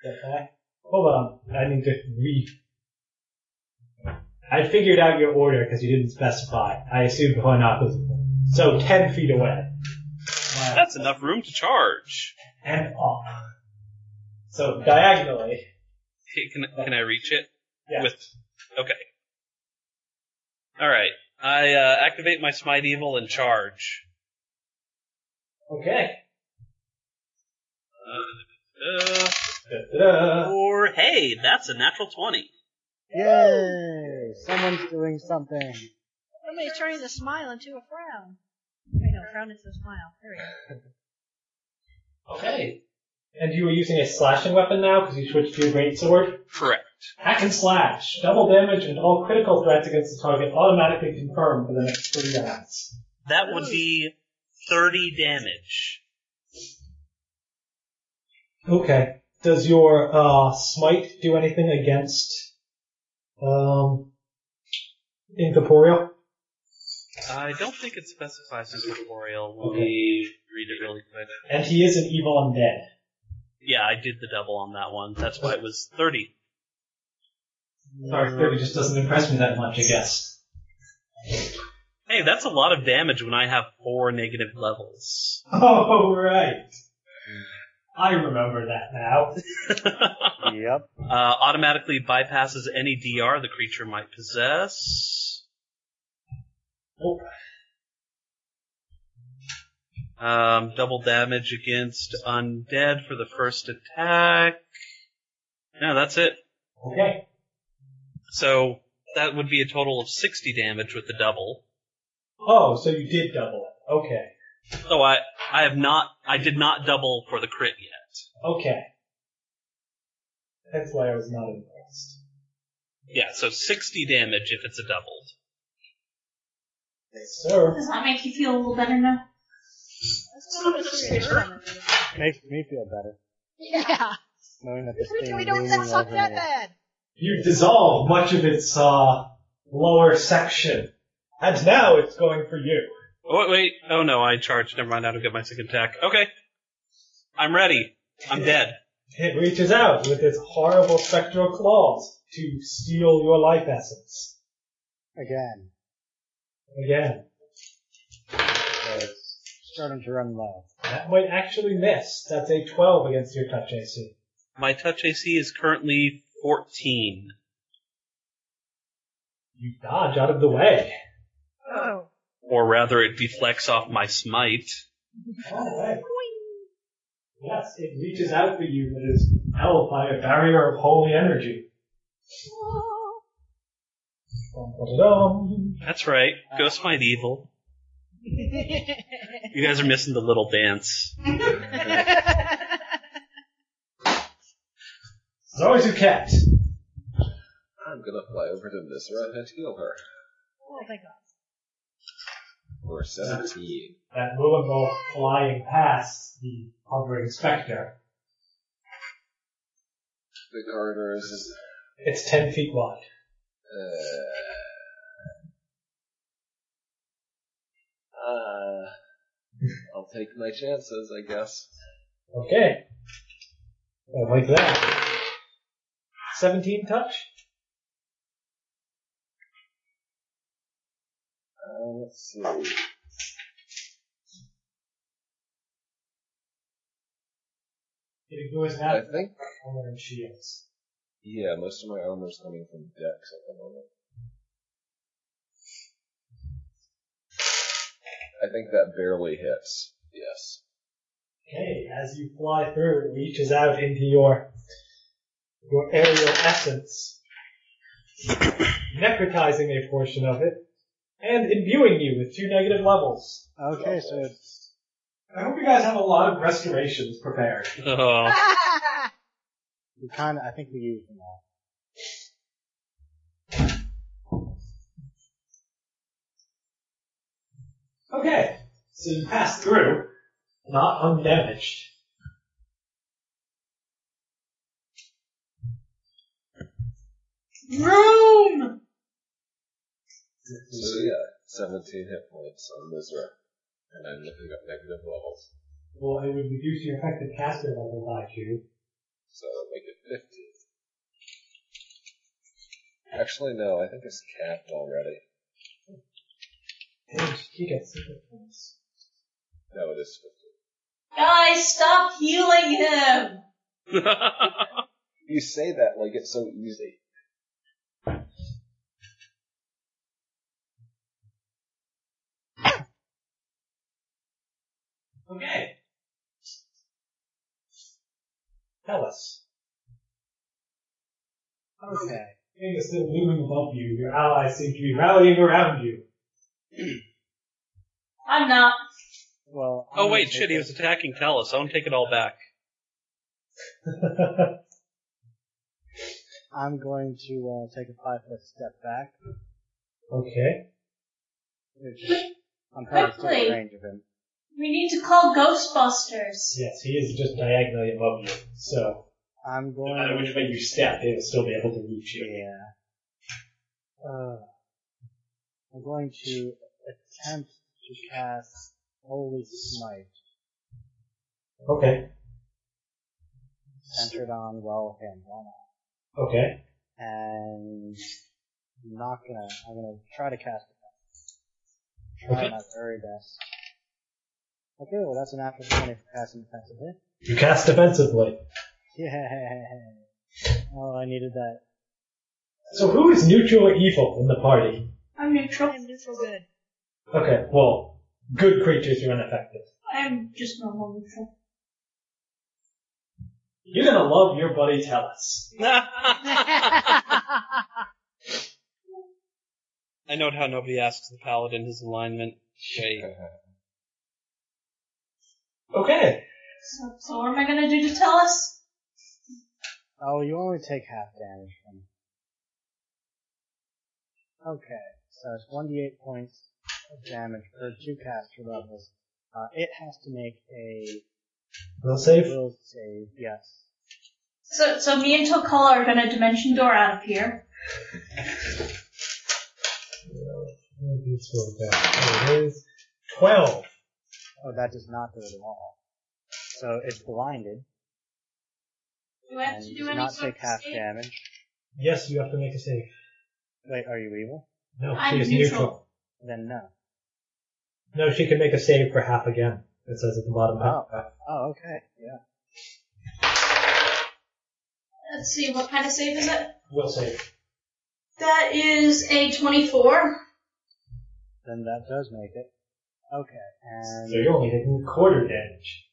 Speaker 3: Step back. Hold on, I need to re. I figured out your order because you didn't specify. I assumed Harnock was so ten feet away. Wow.
Speaker 4: That's enough room to charge.
Speaker 3: And up. So diagonally.
Speaker 4: Hey, Can can I reach it?
Speaker 3: Yeah.
Speaker 4: With okay. All right. I uh, activate my smite evil and charge.
Speaker 3: Okay.
Speaker 4: Uh,
Speaker 3: Da-da-da.
Speaker 4: or hey, that's a natural twenty.
Speaker 5: Yay! Someone's doing something.
Speaker 7: Somebody turning the smile into a frown. Wait, no, frown into a smile. There we go.
Speaker 3: Okay. And you were using a slashing weapon now because you switched to your greatsword?
Speaker 4: Correct.
Speaker 3: Hack and slash. Double damage and all critical threats against the target automatically confirmed for the next three rounds.
Speaker 4: That would be thirty damage.
Speaker 3: Okay. Does your uh, smite do anything against um, incorporeal?
Speaker 4: I don't think it specifies incorporeal. Let me read it really quick.
Speaker 3: And he is an evil undead.
Speaker 4: Yeah, I did the double on that one. That's why it was thirty.
Speaker 3: Dark 30 just doesn't impress me that much, I guess. *laughs*
Speaker 4: Hey, that's a lot of damage when I have four negative levels.
Speaker 3: Oh, right. I remember that now.
Speaker 5: Yep.
Speaker 4: uh, automatically bypasses any DR the creature might possess.
Speaker 3: Nope.
Speaker 4: Um, double damage against undead for the first attack. No, that's it.
Speaker 3: Okay.
Speaker 4: So that would be a total of 60 damage with the double.
Speaker 3: Oh, so you did double it. Okay.
Speaker 4: So I, I have not, I did not double for the crit yet.
Speaker 3: Okay. That's why I was not impressed.
Speaker 4: Yeah, so 60 damage if it's a doubled.
Speaker 3: Yes, sir.
Speaker 6: Does that make you feel a little better now?
Speaker 7: That's what I was doing.
Speaker 5: Makes me feel better
Speaker 7: Yeah.
Speaker 5: knowing that this thing
Speaker 7: We
Speaker 5: is
Speaker 7: don't
Speaker 5: looming
Speaker 7: suck
Speaker 5: over
Speaker 7: that
Speaker 5: me.
Speaker 7: bad.
Speaker 3: You dissolve much of its uh, lower section. And now it's going for you.
Speaker 4: Oh, wait, wait. Oh no, I charged. Never mind, I don't get my second attack. Okay. I'm ready. I'm dead.
Speaker 3: It reaches out with its horrible spectral claws to steal your life essence.
Speaker 5: Again,
Speaker 3: Again,
Speaker 5: it's starting to run low.
Speaker 3: that might actually miss. That's a 12 against your touch AC.
Speaker 4: My touch AC is currently 14.
Speaker 3: You dodge out of the way.
Speaker 7: Oh.
Speaker 4: Or rather, it deflects off my smite.
Speaker 3: Alright. Yes, it reaches out for you, but is held by a barrier of holy energy. Dum, dum, dum.
Speaker 4: That's right. Go smite evil. You guys are missing the little dance.
Speaker 3: As long as you can't.
Speaker 8: I I'm gonna fly over to Misra and heal her.
Speaker 7: Oh, thank God.
Speaker 8: We're 17.
Speaker 3: That will involve flying past the hovering specter.
Speaker 8: The corridor is,
Speaker 3: It's ten feet wide.
Speaker 8: uh, uh, I'll take my chances, I guess.
Speaker 3: Okay. I like that. 17 touch?
Speaker 8: Uh, let's see. That
Speaker 3: It ignores
Speaker 8: I
Speaker 3: that
Speaker 8: think,
Speaker 3: armor and shields.
Speaker 8: yeah, most of my armor's coming from Dex at the moment. I think that barely hits. Yes.
Speaker 3: Okay, as you fly through, it reaches out into your your aerial essence, necrotizing a portion of it, and imbuing you with two negative levels.
Speaker 5: Okay, so it's
Speaker 3: I hope you guys have a lot of restorations prepared.
Speaker 4: Oh, *laughs*
Speaker 5: we kind of. I think we used them all.
Speaker 3: Okay, so you pass through, not undamaged.
Speaker 6: Room!
Speaker 8: So yeah, 17 hit points on Mizra. And I'm looking up negative levels.
Speaker 3: Well, it would reduce your effective caster level by two.
Speaker 8: So I'll make it 15. Actually, no, I think it's capped already.
Speaker 3: And you get secret points.
Speaker 8: No, it is
Speaker 6: Guys, stop healing him!
Speaker 8: 15. You say that like it's so easy.
Speaker 3: Okay. Tell us.
Speaker 5: Okay.
Speaker 3: Thing is still looming above you. Your allies seem to be rallying around you. *laughs*
Speaker 6: I'm not.
Speaker 5: Well. I'm
Speaker 4: oh
Speaker 5: gonna
Speaker 4: wait,
Speaker 5: take
Speaker 4: shit, he was attacking Talus. I want to take it all back. *laughs*
Speaker 5: a- I'm going to uh, take a five foot step back,
Speaker 3: okay.
Speaker 5: which I'm probably still in
Speaker 6: Quickly.
Speaker 5: range of him.
Speaker 6: We need to call Ghostbusters.
Speaker 3: Yes, he is just diagonally above you. So,
Speaker 5: I'm
Speaker 3: no matter which
Speaker 5: going.
Speaker 3: way you step, they will still be able to reach you.
Speaker 5: Yeah. Uh, I'm going to attempt to cast Holy Smite
Speaker 3: Okay.
Speaker 5: centered on well him. why not?
Speaker 3: Okay.
Speaker 5: and I'm not gonna. I'm gonna try to cast it. Try
Speaker 3: Okay.
Speaker 5: my very best. Okay, well that's an natural twenty for casting defensively.
Speaker 3: You cast defensively.
Speaker 5: *laughs* Yeah. Oh, I needed that.
Speaker 3: So who is neutral or evil in the party?
Speaker 6: I'm neutral.
Speaker 7: I'm neutral good.
Speaker 3: Okay, well, good creatures are ineffective.
Speaker 6: I'm just normal neutral.
Speaker 3: You're gonna love your buddy Tellus.
Speaker 4: I note how nobody asks the paladin his alignment. Wait.
Speaker 3: Okay.
Speaker 6: So, so what am I gonna do to tell us?
Speaker 5: Oh, you only take half damage from. Okay, so it's one d eight points of damage per two caster levels. Uh, it has to make a
Speaker 3: Will save.
Speaker 5: will save. Yes.
Speaker 6: So, so me and Tokala are gonna dimension door out of here.
Speaker 3: Twelve.
Speaker 5: Oh, that does not do it at all. So it's blinded.
Speaker 6: Do I have
Speaker 5: and
Speaker 6: to
Speaker 5: you
Speaker 6: do
Speaker 5: do
Speaker 6: any
Speaker 5: not
Speaker 6: sort
Speaker 5: take
Speaker 6: of
Speaker 5: half
Speaker 6: save?
Speaker 5: damage.
Speaker 3: Yes, you have to make a save.
Speaker 5: Wait, are you evil?
Speaker 3: No, she
Speaker 6: I'm
Speaker 3: is
Speaker 6: neutral.
Speaker 3: neutral.
Speaker 5: Then no.
Speaker 3: No, she can make a save for half again. It says at the bottom.
Speaker 5: Oh. Oh, okay. Yeah.
Speaker 6: Let's see, what kind of save is it?
Speaker 3: Will save.
Speaker 6: That is a 24.
Speaker 5: Then that does make it. Okay. And
Speaker 3: So you're only taking quarter damage.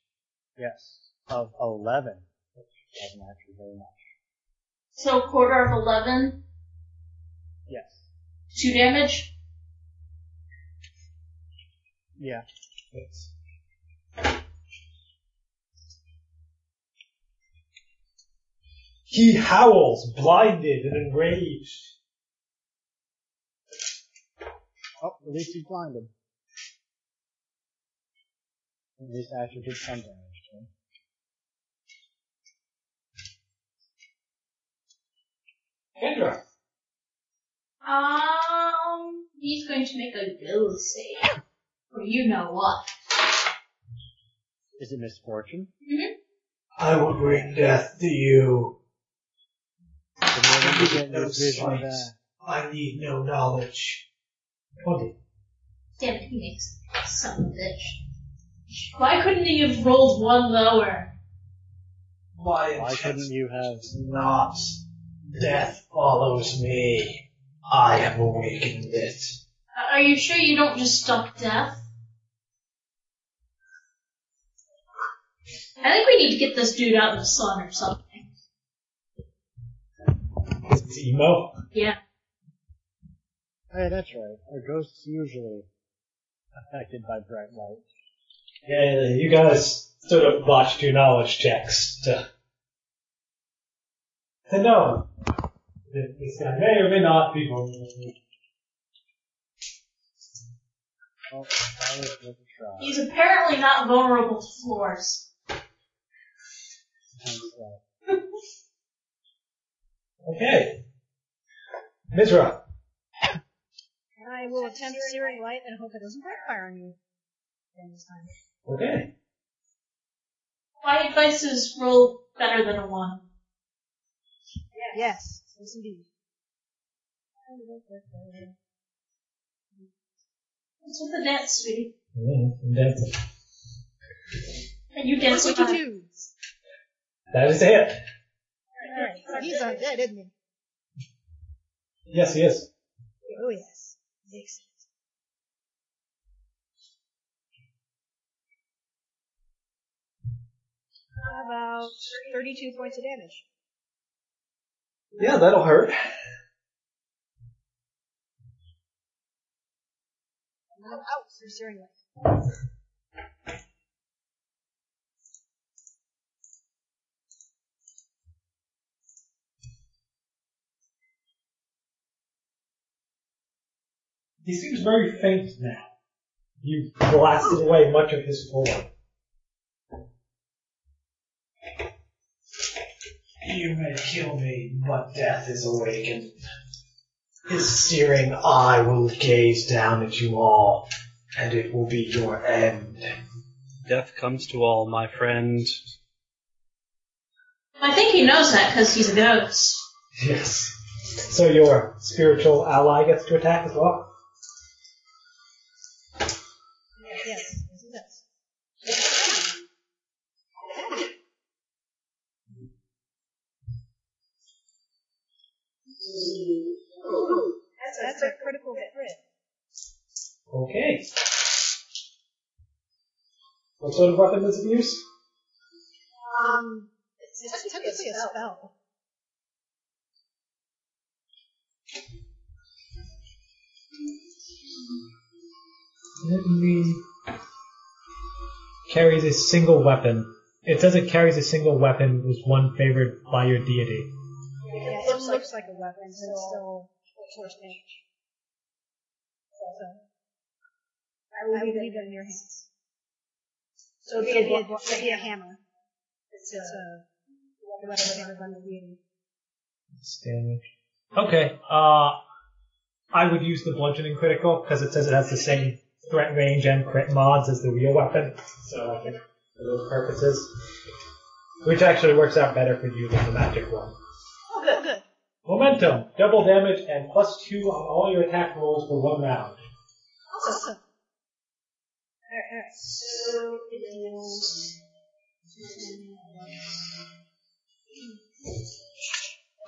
Speaker 5: yes, of eleven. Which doesn't actually very much.
Speaker 6: So quarter of 11,
Speaker 5: Yes.
Speaker 6: 2 damage.
Speaker 5: Yeah.
Speaker 3: Yes. He howls, blinded and enraged.
Speaker 5: Oh, at least he's blinded. At least Asher did some damage to him.
Speaker 3: Kendra,
Speaker 6: Um, he's going to make a will save. Or you know what.
Speaker 5: Is it misfortune?
Speaker 3: I will bring death to you.
Speaker 5: The moment you get
Speaker 3: No
Speaker 5: no vision of
Speaker 3: sight.
Speaker 5: that,
Speaker 3: I need no knowledge. Twenty.
Speaker 6: Damn it, he makes some of a bitch. Why couldn't he have rolled one lower?
Speaker 3: My
Speaker 5: why
Speaker 3: intent
Speaker 5: couldn't you have?
Speaker 3: is not. Death follows me. I have awakened it.
Speaker 6: Are you sure you don't just stop death? I think we need to get this dude out in the sun or something.
Speaker 3: It's emo.
Speaker 6: Yeah.
Speaker 5: Hey, that's right. Our ghosts usually affected by bright light.
Speaker 3: Yeah, you guys sort of botched your knowledge checks to to know that this guy may or may not be vulnerable.
Speaker 5: Well, Oh, that was worth a try.
Speaker 6: He's apparently not vulnerable to floors.
Speaker 5: Sometimes, uh,
Speaker 3: Okay, Mizra.
Speaker 7: And *laughs* I will attempt searing light and hope it doesn't backfire on you. again this time.
Speaker 3: Okay,
Speaker 6: My advice is roll better than a one.
Speaker 7: Yes. Yes, indeed.
Speaker 6: What's with the dance, sweetie?
Speaker 3: Mm, that's-
Speaker 6: And you dance with
Speaker 7: What'd you do?
Speaker 3: that is it.
Speaker 7: Alright, so he's undead, isn't he?
Speaker 3: Yes, yes.
Speaker 7: Oh yes. Makes sense. About 32 points of damage.
Speaker 3: Yeah, that'll hurt.
Speaker 7: And I'm out Oh, for searing light.
Speaker 3: He seems very faint now. You blasted away much of his form. You may kill me, but death is awakened. His searing eye will gaze down at you all, and it will be your end.
Speaker 4: Death comes to all, my friend.
Speaker 6: I think he knows that because he's a ghost.
Speaker 3: Yes. So your spiritual ally gets to attack as well?
Speaker 7: Yes, yes, yes. That's a, that's a critical crit.
Speaker 3: Okay. What sort of weapon does it use?
Speaker 7: Um, it's, it's technically a spell.
Speaker 3: Henry carries a single weapon. It says it carries a single weapon was one favored by your deity.
Speaker 7: Yeah, it looks like a weapon, but it's still force damage. So, I would leave it in your hands. So it'd be a, it'd be a hammer. It's, it's a weapon favored by the deity.
Speaker 3: It's damage. Okay, uh, I would use the bludgeoning critical because it says it has the same threat range and crit mods as the real weapon. So I think for those purposes, which actually works out better for you than the magic one.
Speaker 7: Oh, good. good.
Speaker 3: Momentum, double damage, and plus two on all your attack rolls for one round.
Speaker 7: Awesome. Alright, *coughs* so it is.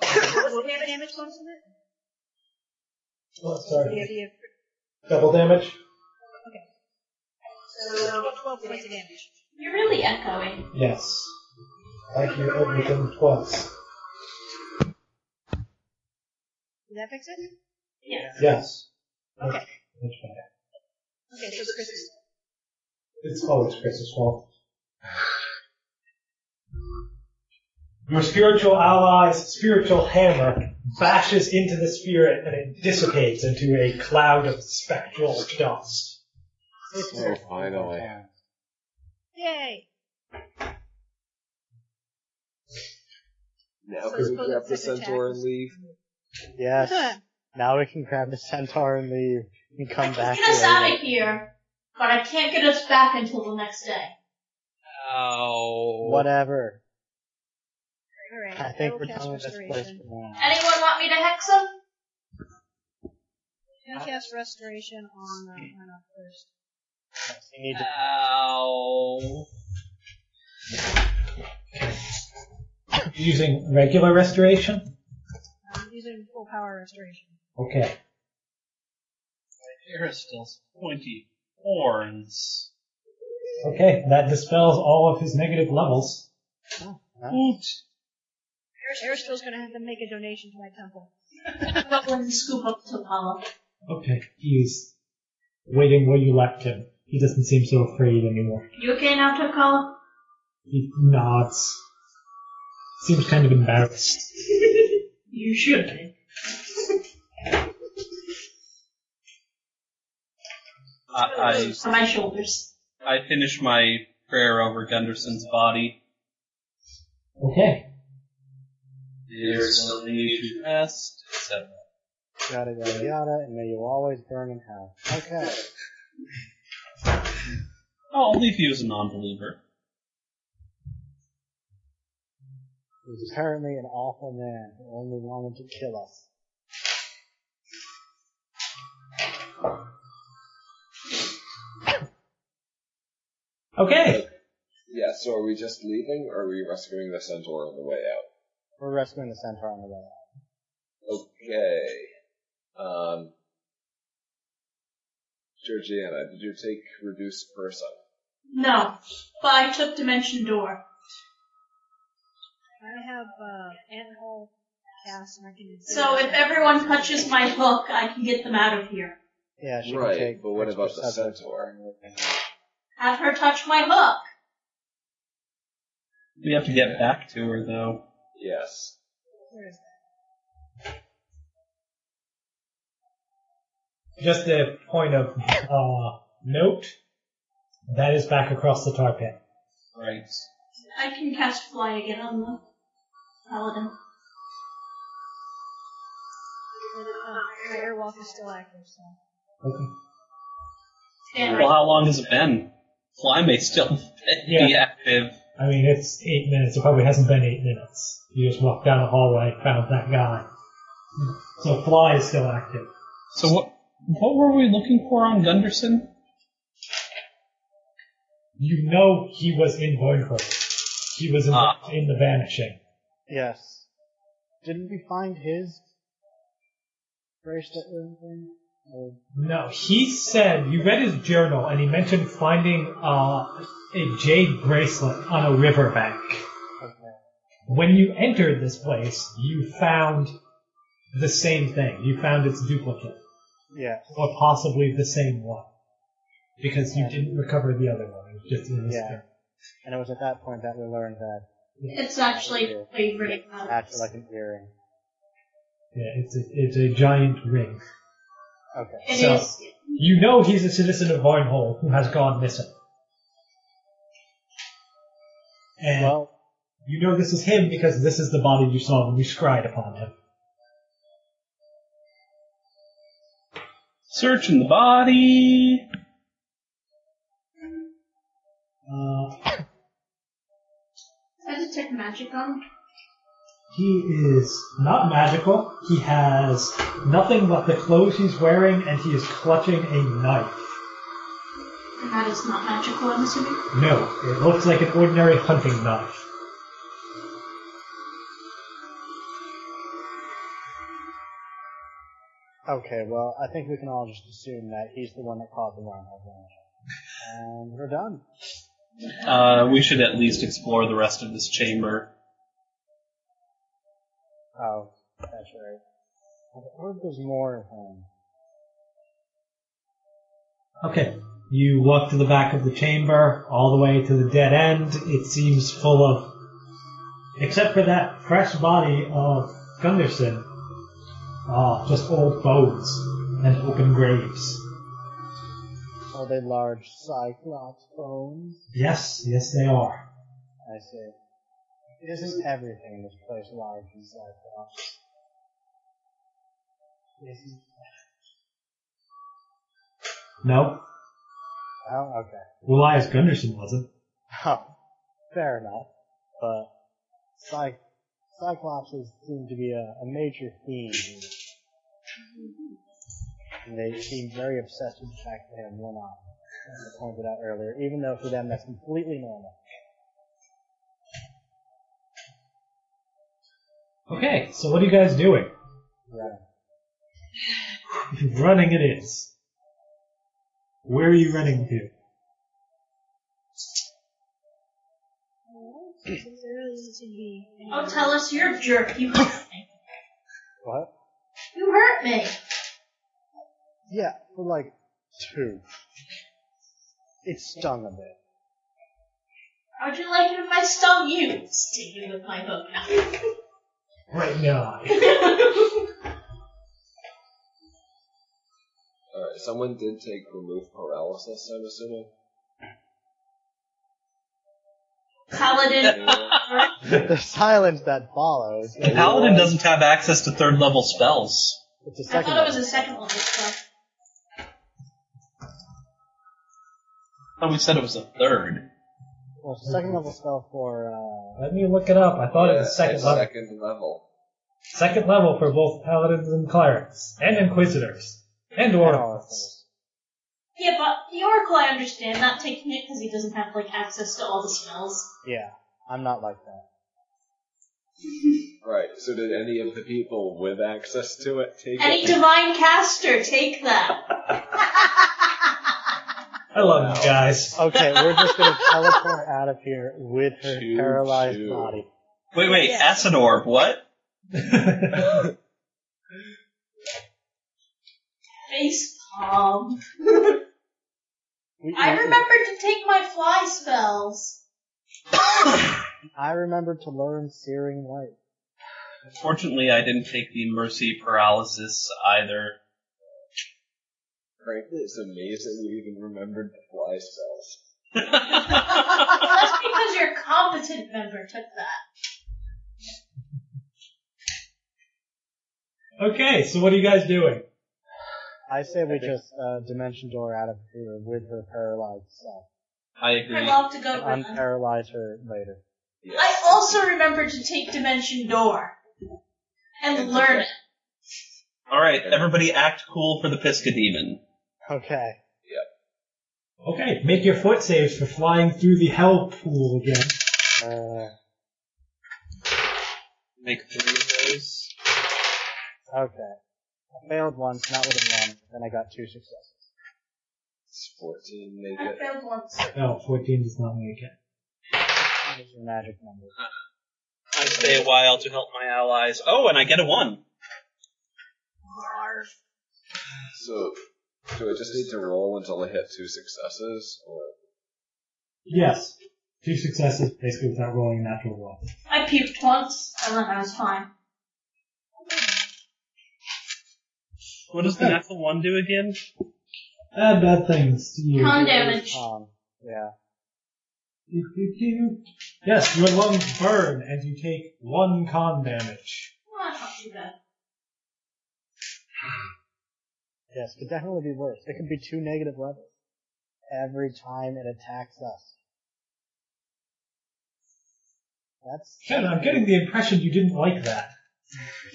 Speaker 7: What damage comes from it?
Speaker 3: Oh,
Speaker 7: Would
Speaker 3: sorry,
Speaker 7: it be a
Speaker 3: double damage.
Speaker 7: So, 12 points of damage.
Speaker 6: You're really echoing.
Speaker 3: Yes. Like you everything twice.
Speaker 7: Did that fix it?
Speaker 6: Yes.
Speaker 3: Yes.
Speaker 7: Okay.
Speaker 3: Much better.
Speaker 7: Okay, so it's Chris's.
Speaker 3: It's always Chris's fault. Your spiritual ally's spiritual hammer bashes into the spirit and it dissipates into a cloud of spectral dust.
Speaker 8: Oh, finally.
Speaker 7: Yay!
Speaker 8: Now
Speaker 7: So
Speaker 8: can we
Speaker 7: suppose
Speaker 8: grab
Speaker 7: it's
Speaker 8: the
Speaker 7: like a
Speaker 8: centaur and leave?
Speaker 5: Yes. now we can grab the centaur and leave and
Speaker 6: I
Speaker 5: come
Speaker 6: can
Speaker 5: back.
Speaker 6: get us out
Speaker 5: later.
Speaker 6: of here, but I can't get us back until the next day.
Speaker 4: Oh.
Speaker 5: Whatever.
Speaker 7: Alright,
Speaker 5: I
Speaker 7: I,
Speaker 5: think
Speaker 7: will
Speaker 5: we're
Speaker 7: cast
Speaker 5: done with this place
Speaker 7: restoration.
Speaker 5: for now.
Speaker 6: Anyone want me to hex him?
Speaker 7: You cast restoration on uh, on our first.
Speaker 5: We need to
Speaker 4: Ow.
Speaker 3: Using regular restoration?
Speaker 7: Um, using full power restoration.
Speaker 3: Okay.
Speaker 4: Aristil's pointy horns.
Speaker 3: Okay, that dispels all of his negative levels.
Speaker 5: Oh,
Speaker 4: Oot.
Speaker 7: Aristill's gonna have to make a donation to my temple.
Speaker 6: But when scoop up to Apollo.
Speaker 3: Okay, he's waiting where you left him. He doesn't seem so afraid anymore.
Speaker 6: You okay now, Tokala?
Speaker 3: He nods. Seems kind of embarrassed.
Speaker 6: *laughs* You should be.
Speaker 4: Uh, I,
Speaker 6: on my shoulders.
Speaker 4: I, I finish my prayer over Gunderson's body.
Speaker 3: Okay.
Speaker 4: There's no need to rest, etc.
Speaker 5: yada yada yada, and may you always burn in hell. Okay.
Speaker 4: Oh, I'll leave you as a non-believer.
Speaker 5: He's apparently an awful man who only wanted to kill us.
Speaker 3: Okay.
Speaker 8: Yeah, so are we just leaving or are we rescuing the centaur on the way out?
Speaker 5: We're rescuing the centaur on the way out.
Speaker 8: Okay. Um Georgiana, did you take reduce person?
Speaker 6: No, but I took Dimension Door.
Speaker 7: I have uh, anthole cast and I can.
Speaker 6: So if everyone touches my hook, I can get them out of here.
Speaker 5: Yeah, she
Speaker 8: Right,
Speaker 5: can take
Speaker 8: but what
Speaker 5: extra
Speaker 8: about the
Speaker 5: subjects.
Speaker 8: centaur?
Speaker 6: Have her touch my hook.
Speaker 4: We have to get back to her though.
Speaker 8: Yes.
Speaker 7: Where is that?
Speaker 3: Just a point of uh, note. That is back across the tar pit.
Speaker 4: Right.
Speaker 6: I can cast Fly again on the paladin.
Speaker 7: Uh, my airwalk is still active, so.
Speaker 3: Okay.
Speaker 6: Stand
Speaker 4: Well,
Speaker 6: right.
Speaker 4: how long has it been? Fly may still *laughs* be
Speaker 3: Yeah.
Speaker 4: active.
Speaker 3: I mean, it's eight minutes. It probably hasn't been eight minutes. You just walked down the hallway, found that guy. So Fly is still active.
Speaker 4: So what? What were we looking for on Gunderson?
Speaker 3: You know he was in Voidford. He was involved in the vanishing.
Speaker 5: Yes. Didn't we find his bracelet or anything? Or
Speaker 3: No, he said you read his journal and he mentioned finding uh, a jade bracelet on a riverbank.
Speaker 5: okay.
Speaker 3: When you entered this place, you found the same thing. You found its duplicate,
Speaker 5: Yeah.
Speaker 3: or possibly the same one, because you didn't recover the other one. It was just in this
Speaker 5: Yeah.
Speaker 3: thing.
Speaker 5: And it was at that point that we learned that
Speaker 6: It's actually favorite.
Speaker 5: it's actually like an earring.
Speaker 3: Yeah, it's a, it's a giant ring.
Speaker 5: Okay.
Speaker 6: It
Speaker 3: so-
Speaker 6: is.
Speaker 3: You know he's a citizen of Varnholm who has gone missing. And
Speaker 5: Well,
Speaker 3: you know this is him because this is the body you saw when you scried upon him.
Speaker 4: Searching the body.
Speaker 3: Uh,
Speaker 6: I detect magic on him.
Speaker 3: he is not magical. He has nothing but the clothes he's wearing, and he is clutching a knife.
Speaker 6: And that is not magical, I'm assuming.
Speaker 3: No, it looks like an ordinary hunting knife.
Speaker 5: okay, well, I think we can all just assume that he's the one that caused the wormhole damage. And we're done.
Speaker 4: Uh, we should at least explore the rest of this chamber.
Speaker 5: Oh, that's right. I wonder if there's more of him.
Speaker 3: Okay. You walk to the back of the chamber, all the way to the dead end. It seems full of Except for that fresh body of Gunderson. Ah, just old bones and open graves.
Speaker 5: Are they large cyclops bones?
Speaker 3: Yes, yes they are.
Speaker 5: I see. Isn't everything in this place large and cyclops? Isn't-
Speaker 3: No?
Speaker 5: Oh, okay.
Speaker 3: Elias Gunderson wasn't.
Speaker 5: Huh. Fair enough. But cy- cyclopses seem to be a, a major theme. And they seem very obsessed with the fact that they have one eye, as I pointed out earlier, even though for them that's completely normal.
Speaker 3: Okay, so what are you guys doing?
Speaker 5: Right.
Speaker 3: running *sighs* it is. Where are you running to?
Speaker 6: Oh,
Speaker 7: um,
Speaker 6: tell us you're a jerk. You hurt me.
Speaker 5: What?
Speaker 6: You hurt me.
Speaker 5: Yeah, for like two. It stung a bit.
Speaker 6: How'd you like it if I stung you? Stick you with my hook. *laughs*
Speaker 3: Right now.
Speaker 8: Alright, someone did take remove paralysis, I'm
Speaker 3: *laughs*
Speaker 8: assuming.
Speaker 6: Paladin. hurt.
Speaker 5: the silence that follows.
Speaker 8: The
Speaker 4: Paladin doesn't have access to third level spells.
Speaker 5: It's a
Speaker 6: I
Speaker 5: second.
Speaker 6: thought it was a second level stuff.
Speaker 4: I thought we said it was a third.
Speaker 5: level. Well, it's a second level spell for uh,
Speaker 3: Let me look it up. I thought it
Speaker 8: Yeah,
Speaker 3: was second
Speaker 8: it's
Speaker 3: level.
Speaker 8: second level.
Speaker 3: Second level for both paladins and clerics, and inquisitors, and oracles.
Speaker 6: Yeah, but the Oracle I understand not taking it because he doesn't have like access to all the spells.
Speaker 5: Yeah, I'm not like that.
Speaker 8: Right, so did any of the people with access to it take
Speaker 6: Any
Speaker 8: it?
Speaker 6: divine caster, take that.
Speaker 3: I love you guys.
Speaker 5: Okay, we're just gonna teleport out of here with her
Speaker 8: Choo,
Speaker 5: paralyzed
Speaker 8: choo.
Speaker 5: body.
Speaker 4: Wait, wait,
Speaker 7: Yeah.
Speaker 4: Asador, what?
Speaker 6: Face palm.
Speaker 5: We-
Speaker 6: I
Speaker 5: we-
Speaker 6: remembered to take my fly spells.
Speaker 5: I remember to learn searing light.
Speaker 4: Fortunately, I didn't take the mercy paralysis either. *laughs*
Speaker 8: Frankly, it's amazing you even remembered the fly spells.
Speaker 6: That's because your competent member took that.
Speaker 3: okay, so what are you guys doing?
Speaker 5: I say we just uh, dimension door out of here with her paralyzed self.
Speaker 4: I
Speaker 6: I
Speaker 4: agree.
Speaker 6: love to go with them.
Speaker 5: Unparalyze her later.
Speaker 8: Yes.
Speaker 6: I also remembered to take Dimension Door. And learn it.
Speaker 4: Alright, everybody act cool for the Pisca Demon.
Speaker 5: Okay.
Speaker 3: Okay, make your foot saves for flying through the hell pool again.
Speaker 5: Uh,
Speaker 4: Make three of those.
Speaker 5: okay. I failed once, not with a one, then I got two successes.
Speaker 8: It's 14, make
Speaker 6: I
Speaker 8: it.
Speaker 6: failed once.
Speaker 3: No, 14 does not make it.
Speaker 5: Those are magic numbers.
Speaker 4: I stay a while to help my allies. Oh, and I get a one.
Speaker 8: So, do I just need to roll until I hit two successes? Or
Speaker 3: Yes. Two successes basically without rolling a natural roll.
Speaker 6: I puked once, and then I was fine.
Speaker 4: What does the natural one do again?
Speaker 3: Bad, bad things to you.
Speaker 6: Con damage.
Speaker 5: Um, yeah.
Speaker 3: Do, do, do. Yes, your lungs burn and you take one con damage.
Speaker 6: Well, that's not too bad.
Speaker 5: Yes, could definitely be worse. It could be two negative levels. Every time it attacks us. That's
Speaker 3: Ken, I'm getting the impression you didn't like that.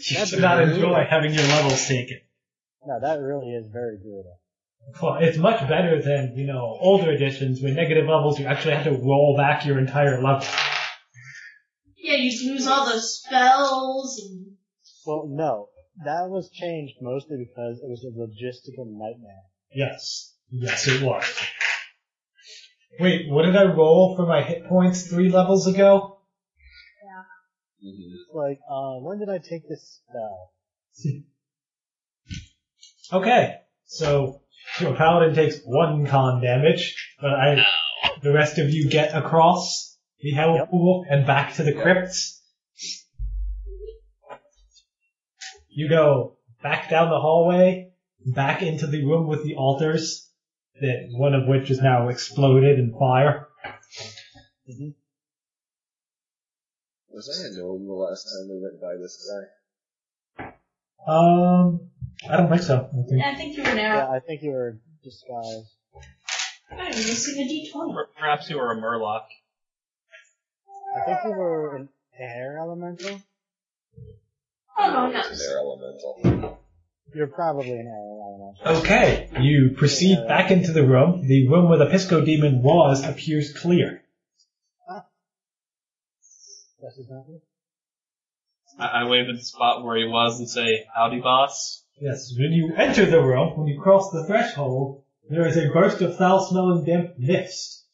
Speaker 3: You
Speaker 5: That's
Speaker 3: did not
Speaker 5: brutal.
Speaker 3: enjoy having your levels taken.
Speaker 5: no, that really is very brutal.
Speaker 3: Well, it's much better than, you know, older editions where negative levels you actually had to roll back your entire level.
Speaker 6: Yeah, you lose all those spells and
Speaker 5: Well, no, that was changed mostly because it was a logistical nightmare.
Speaker 3: Yes. Yes, it was. Wait, what did I roll for my hit points three levels ago?
Speaker 8: Mhm.
Speaker 5: It's like, uh, when did I take this spell?
Speaker 3: *laughs* Okay, so your paladin takes one con damage, but I, the rest of you get across the hell
Speaker 5: Yep.
Speaker 3: pool and back to the
Speaker 8: Yep.
Speaker 3: crypts, You go back down the hallway, back into the room with the altars, that one of which is now exploded in fire.
Speaker 8: Was I a gnome the last time we went by this guy?
Speaker 3: Um, I don't think so. I think
Speaker 6: I think you were now.
Speaker 5: Yeah, I think you were disguised.
Speaker 6: I'm missing a d20.
Speaker 10: Perhaps you were a murloc.
Speaker 5: I think you were an air elemental.
Speaker 6: Oh no, no.
Speaker 8: It's an air elemental.
Speaker 5: You're probably an air elemental.
Speaker 3: Okay, you proceed back into the room. The room where the Pisco Demon was appears clear.
Speaker 5: This is not you.
Speaker 10: I, I wave at the spot where he was and say, "Howdy, boss."
Speaker 3: Yes, when you enter the room, when you cross the threshold, there is a burst of foul-smelling damp mist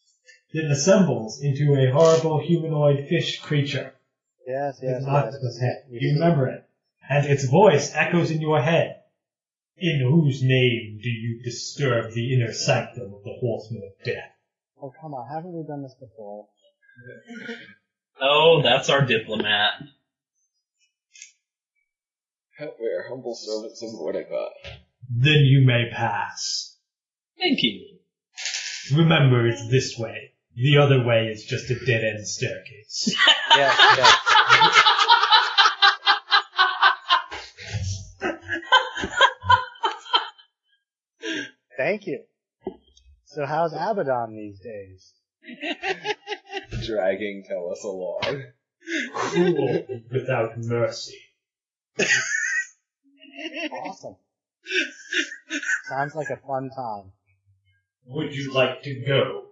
Speaker 3: that assembles into a horrible humanoid fish creature.
Speaker 5: Yes, yes.
Speaker 3: It's an
Speaker 5: yes.
Speaker 3: octopus head. You remember it. And its voice echoes in your head. In whose name do you disturb the inner sanctum of the Horseman of Death?
Speaker 5: Oh come on, haven't we done this before?
Speaker 10: Oh, that's our diplomat.
Speaker 8: We're humble servants of Mordecai.
Speaker 3: Then you may pass.
Speaker 10: Thank you.
Speaker 3: Remember, it's this way. The other way is just a dead-end staircase.
Speaker 5: Yes, yes. Thank you. So how's Abaddon these *laughs* days?
Speaker 8: Dragging Tellus along.
Speaker 3: Cruel *laughs* without mercy.
Speaker 5: Awesome. Sounds like a fun time.
Speaker 3: Would you like to go?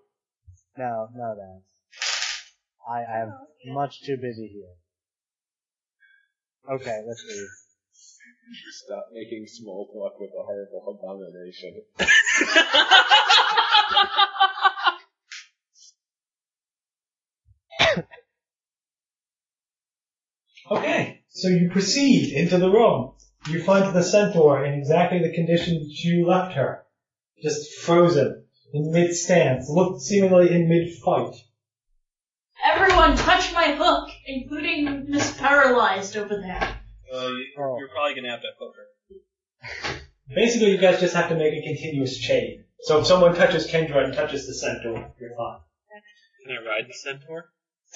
Speaker 5: No, no thanks. I, I am much too busy here. Okay, let's leave.
Speaker 8: Stop making small talk with a horrible abomination.
Speaker 3: Okay, so you proceed into the room. You find the centaur in exactly the condition that you left her. Just frozen, in mid-stance, looked seemingly in mid-fight.
Speaker 6: Everyone touch my hook, including Miss Paralyzed over there.
Speaker 10: Uh, you,
Speaker 5: Oh.
Speaker 10: You're probably gonna have to hook her.
Speaker 3: Basically, you guys just have to make a continuous chain. So if someone touches Kendra and touches the centaur, you're fine.
Speaker 10: Can I ride the centaur?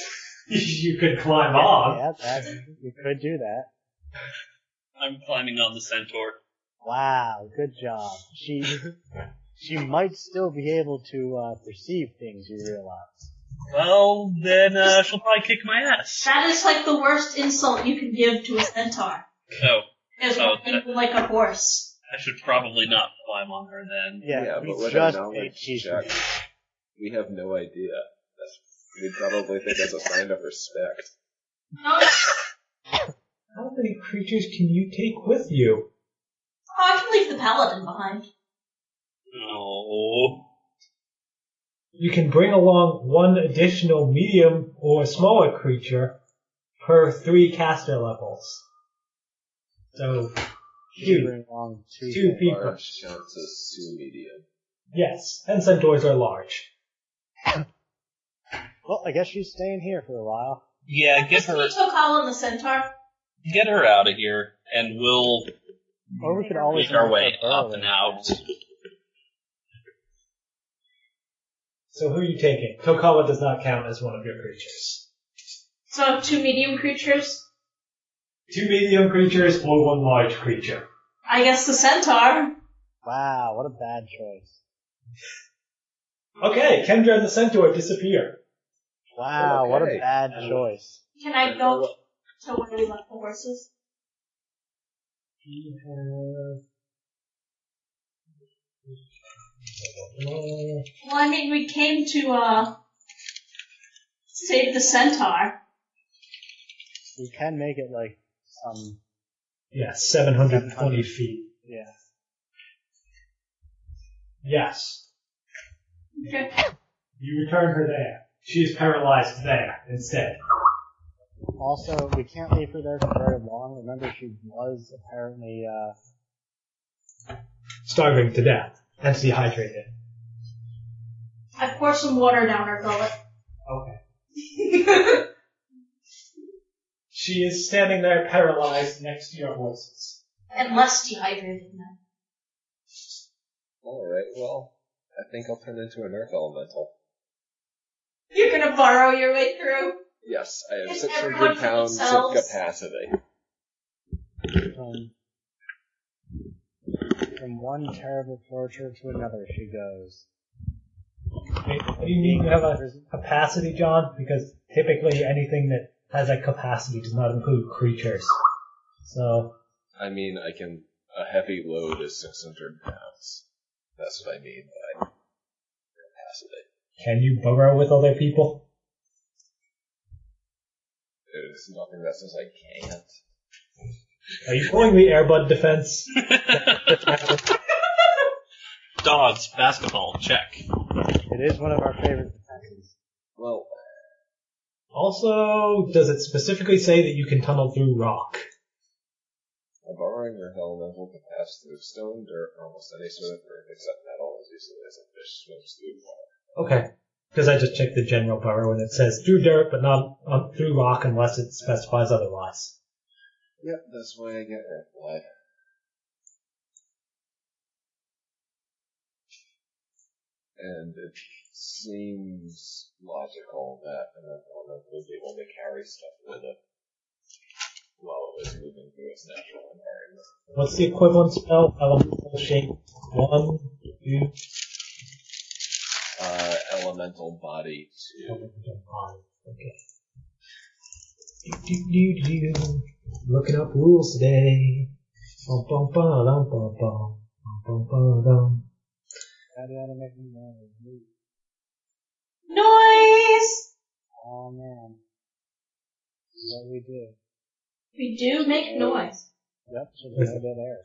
Speaker 3: *laughs* you could climb on.
Speaker 5: Yeah, that's, you could do that.
Speaker 10: I'm climbing on the centaur.
Speaker 5: Wow, good job. She she might still be able to uh, perceive things you realize.
Speaker 10: Well, then uh, she'll probably kick my ass.
Speaker 6: That is like the worst insult you can give to a centaur.
Speaker 10: Oh,
Speaker 6: Is
Speaker 10: Oh,
Speaker 6: walking like a horse.
Speaker 10: I should probably not climb on her then.
Speaker 5: Yeah, we
Speaker 8: but with
Speaker 5: just
Speaker 8: a
Speaker 5: ate
Speaker 8: knowledge
Speaker 5: cheese.
Speaker 8: check, we have no idea. That's, we'd probably think that's a sign of
Speaker 5: *laughs*
Speaker 8: respect.
Speaker 6: No, Oh, no,
Speaker 3: How many creatures can you take with you?
Speaker 6: I can leave the paladin behind.
Speaker 10: Oh.
Speaker 3: You can bring along one additional medium or smaller creature per three caster levels. So,
Speaker 5: She
Speaker 3: dude,
Speaker 5: bring along two.
Speaker 3: two
Speaker 5: things.
Speaker 3: people.
Speaker 8: Large counts as two medium.
Speaker 3: Yes, and centaurs are large.
Speaker 5: Well, I guess she's staying here for a while.
Speaker 10: Yeah, get her,
Speaker 6: You took Colin the centaur.
Speaker 10: get her out of here, and we'll
Speaker 5: Or we could always
Speaker 10: make our
Speaker 5: make
Speaker 10: way
Speaker 5: her burrow
Speaker 10: up and out.
Speaker 3: So who are you taking? Kokawa does not count as one of your creatures.
Speaker 6: So two medium creatures.
Speaker 3: Two medium creatures or one large creature.
Speaker 6: I guess the centaur.
Speaker 5: Wow, what a bad choice.
Speaker 3: Okay, Kendra and the centaur disappear.
Speaker 5: Wow, what a
Speaker 8: Okay.
Speaker 5: bad
Speaker 8: Um,
Speaker 5: choice.
Speaker 6: Can I go to where we left the horses?
Speaker 3: We have-
Speaker 6: Well, I mean, we came to uh save the centaur.
Speaker 5: We can make it like some.
Speaker 3: Yeah, 720 feet.
Speaker 5: Yeah.
Speaker 3: Yes.
Speaker 6: Okay.
Speaker 3: You return her there. She is paralyzed there instead.
Speaker 5: Also, we can't leave her there for very long. Remember, she was apparently uh,
Speaker 3: Starving to death. And dehydrated.
Speaker 6: I pour some water down her gullet. *laughs*
Speaker 3: Okay. She is standing there paralyzed next to your horses.
Speaker 6: and less dehydrated now.
Speaker 8: Alright, well, I think I'll turn into an earth elemental.
Speaker 6: You're gonna borrow your way through.
Speaker 8: Yes, I have
Speaker 6: Is
Speaker 8: 600
Speaker 6: everyone for
Speaker 8: pounds of
Speaker 6: themselves?
Speaker 8: capacity.
Speaker 5: From, from one terrible torture to another she goes.
Speaker 3: What do you mean you have a capacity, John? Because typically anything that has a capacity does not include creatures. So,
Speaker 8: I mean, I can, a heavy load is 600 pounds. That's what I mean by capacity.
Speaker 3: can you burrow with other people?
Speaker 8: There's nothing that says I can't.
Speaker 3: Are you pulling the airbud defense?
Speaker 10: Dodge, basketball,
Speaker 5: *laughs*
Speaker 10: check.
Speaker 5: It is one of our favorite defenses.
Speaker 8: Well,
Speaker 3: Also, does it specifically say that you can tunnel through rock?
Speaker 8: I'm borrowing your elemental can pass through stone, dirt, or almost any sort of earth except metal as easily as a fish swims through water.
Speaker 3: Okay. Because I just checked the general burrow and it says through dirt, but not on, through rock unless it specifies otherwise.
Speaker 8: Yep, that's why I get earth blood. And it seems logical that an earth element would be able to carry stuff with it while it was moving through its natural environment.
Speaker 3: What's the equivalent spell? Elemental shape. One, two,
Speaker 8: Uh, elemental body to
Speaker 3: elemental body. Okay. Do, do, do, do. Looking up rules today. Bum, bum, ba, dum, bum, bum. Bum, bum, ba, dum.
Speaker 5: How do I make me mad?
Speaker 6: Noise!
Speaker 5: Oh man. What we do.
Speaker 6: We do make noise.
Speaker 5: Yep, so there's no dead air.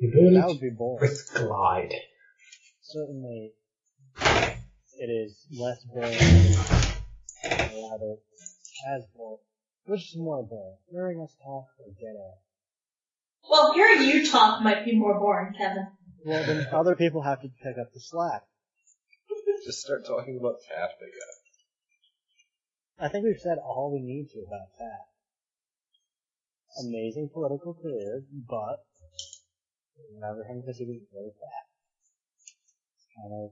Speaker 3: The
Speaker 5: That
Speaker 3: ability
Speaker 5: would
Speaker 3: to
Speaker 5: be boring.
Speaker 3: earth glide.
Speaker 5: Certainly, it is less boring than rather as boring. Which is more boring? Hearing us talk or dead air?
Speaker 6: Well, your you talk might be more boring, Kevin.
Speaker 5: Well, then other people have to pick up the slack.
Speaker 8: just start talking about Taft again.
Speaker 5: I think we've said all we need to about that. Amazing political career, but never him because he was really fat. Kind of,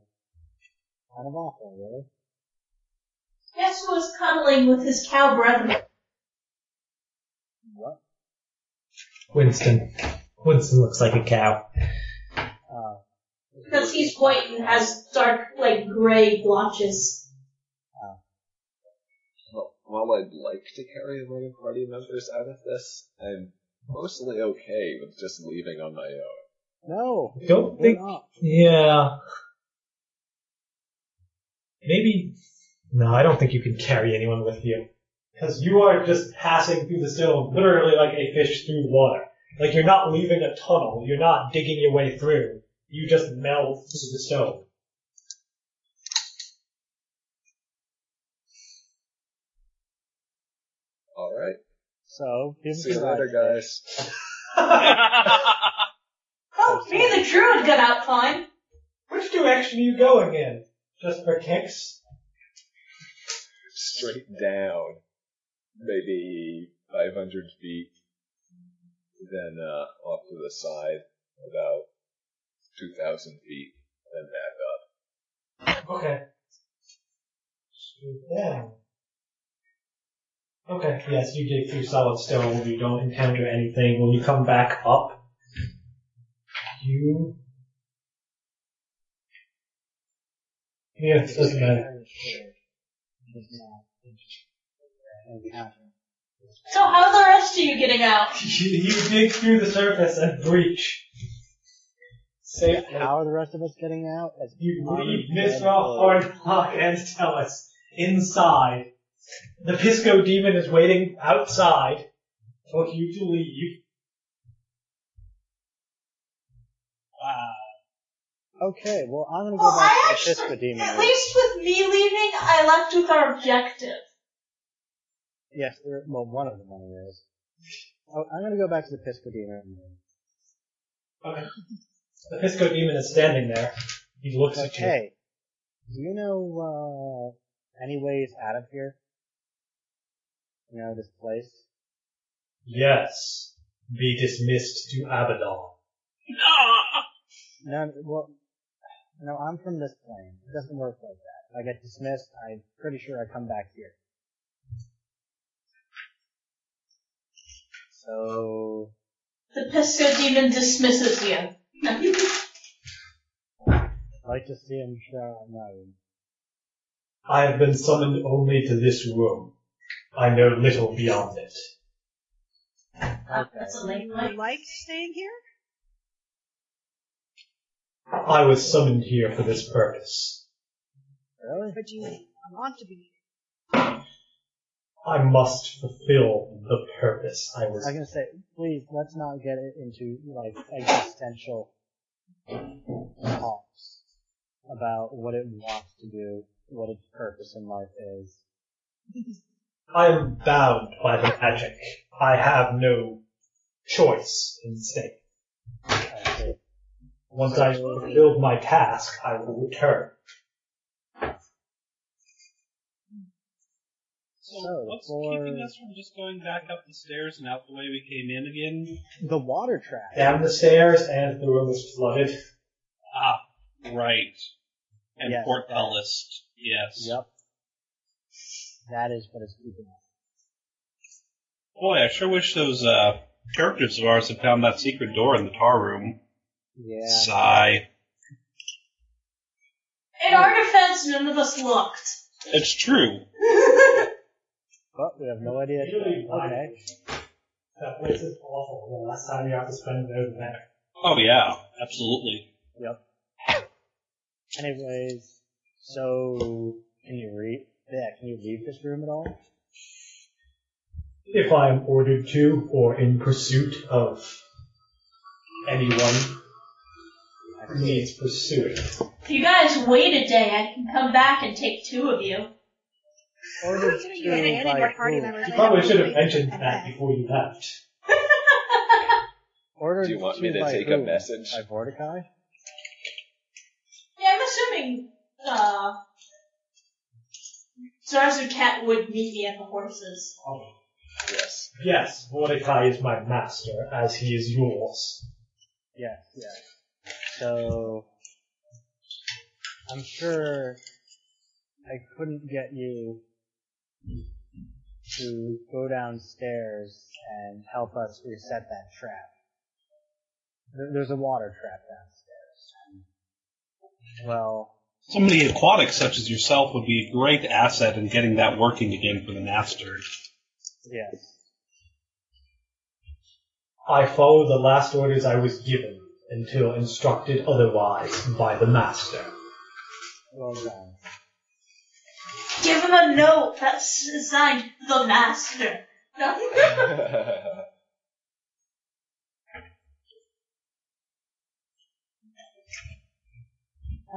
Speaker 5: kind of awful, really.
Speaker 6: Guess who was cuddling with his cow brethren?
Speaker 5: What?
Speaker 3: Winston. Winston looks like a cow.
Speaker 5: Uh,
Speaker 6: Because he's white and has dark, like, gray blotches.
Speaker 8: Well, while I'd like to carry the other party members out of this, I'm mostly okay with just leaving on my own.
Speaker 5: no,
Speaker 3: Don't
Speaker 5: we're
Speaker 3: think.
Speaker 5: not.
Speaker 3: Yeah. Maybe. No, I don't think you can carry anyone with you. Because you are just passing through the still literally like a fish through water. Like you're not leaving a tunnel, you're not digging your way through. You just meld through the stone.
Speaker 8: Alright.
Speaker 5: So, give
Speaker 8: See you
Speaker 5: me
Speaker 8: later,
Speaker 5: that.
Speaker 8: guys.
Speaker 6: Oh, me and the druid got out fine.
Speaker 3: *laughs* Which direction are you going in? Just for kicks?
Speaker 8: Straight down. Maybe 500 feet. Then, uh, off to the side. About 2,000 feet. Then back up.
Speaker 3: Okay. Straight down. Okay, yes, you dig through solid stone, you don't encounter anything. When you come back up, you... Yeah, it doesn't matter. *laughs*
Speaker 6: So how the rest of you getting out?
Speaker 3: You, you dig through the surface and breach. Safe.
Speaker 5: How are the rest of us getting out? As
Speaker 3: You leave
Speaker 5: honored
Speaker 3: Mithra,
Speaker 5: men.
Speaker 3: Hardlock, and Tellus inside. The Pisco demon is waiting outside for you to leave.
Speaker 5: Okay, well I'm gonna go
Speaker 6: Well,
Speaker 5: back
Speaker 6: I
Speaker 5: to the Pispa
Speaker 6: actually,
Speaker 5: demon.
Speaker 6: at least with me leaving, I left with our objective.
Speaker 5: Yes, there, well one of them anyways. Oh, I'm gonna go back to the Pispa demon.
Speaker 3: Okay. The Pisco demon is standing there. He looks
Speaker 5: Like,
Speaker 3: at you.
Speaker 5: hey, do you know uh, any ways out of here? You know this place.
Speaker 3: Yes. be dismissed to Abaddon.
Speaker 5: No, well, no, I'm from this plane. It doesn't work like that. If I get dismissed, I'm pretty sure I come back here. So,
Speaker 6: The Pesco demon dismisses you.
Speaker 5: I'd like to see him show. No,
Speaker 3: I have been summoned only to this room. I know little beyond it.
Speaker 5: okay.
Speaker 6: That's a lame
Speaker 7: I
Speaker 6: line.
Speaker 7: like staying here.
Speaker 3: I was summoned here for this purpose.
Speaker 5: Really?
Speaker 7: But do you want to be?
Speaker 3: I must fulfill the purpose I was.
Speaker 5: I was gonna say, please, let's not get it into like existential talks about what it wants to do, what its purpose in life is.
Speaker 3: I am bound by the magic. I have no choice in staying.
Speaker 5: I say,
Speaker 3: Once I fulfill my task, I will return.
Speaker 10: So,
Speaker 5: So,
Speaker 10: what's
Speaker 5: for-
Speaker 10: keeping us from just going back up the stairs and out the way we came in again?
Speaker 5: The water trap.
Speaker 3: Down the stairs, and the room is flooded.
Speaker 10: Ah, right. And
Speaker 5: Yes.
Speaker 10: portcullis. Yes.
Speaker 5: Yep. That is what is keeping us.
Speaker 10: Boy, I sure wish those uh, characters of ours had found that secret door in the tar room.
Speaker 5: Yeah.
Speaker 10: Sigh.
Speaker 6: *laughs* In our defense, none of us *laughs* looked.
Speaker 10: It's true.
Speaker 5: But we have no idea.
Speaker 3: Really
Speaker 5: Okay.
Speaker 3: That place Uh, is awful. The last time you have to spend it over there.
Speaker 10: Oh yeah, absolutely.
Speaker 5: Anyways, so can you read? Yeah, can you leave this room at all?
Speaker 3: If I am ordered to, or in pursuit of anyone who needs pursuing.
Speaker 6: If you guys wait a day, I can come back and take two of you. *laughs*
Speaker 5: Ordered
Speaker 7: Considering you
Speaker 5: to
Speaker 7: and Andy
Speaker 5: by
Speaker 7: were party
Speaker 5: who?
Speaker 7: members,
Speaker 3: You
Speaker 7: I
Speaker 3: probably
Speaker 7: don't
Speaker 3: should have
Speaker 7: think-
Speaker 3: mentioned that before you left.
Speaker 5: Ordered
Speaker 8: Do you want me to
Speaker 5: by
Speaker 8: take a
Speaker 5: whom?
Speaker 8: message?
Speaker 5: By Mordecai?
Speaker 6: Yeah, I'm assuming, uh, Zarzur Cat would meet me at the horses.
Speaker 8: Yes.
Speaker 3: Yes, Mordecai is my master, as he is yours.
Speaker 5: Yes, yes. So, I'm sure I couldn't get you to go downstairs and help us reset that trap. There- There's a water trap downstairs. Well,
Speaker 10: Somebody aquatic such as yourself would be a great asset in getting that working again for the master.
Speaker 5: yes.
Speaker 3: I follow the last orders I was given until instructed otherwise by the master.
Speaker 5: Well done.
Speaker 6: Give him a note that's signed the master. *laughs*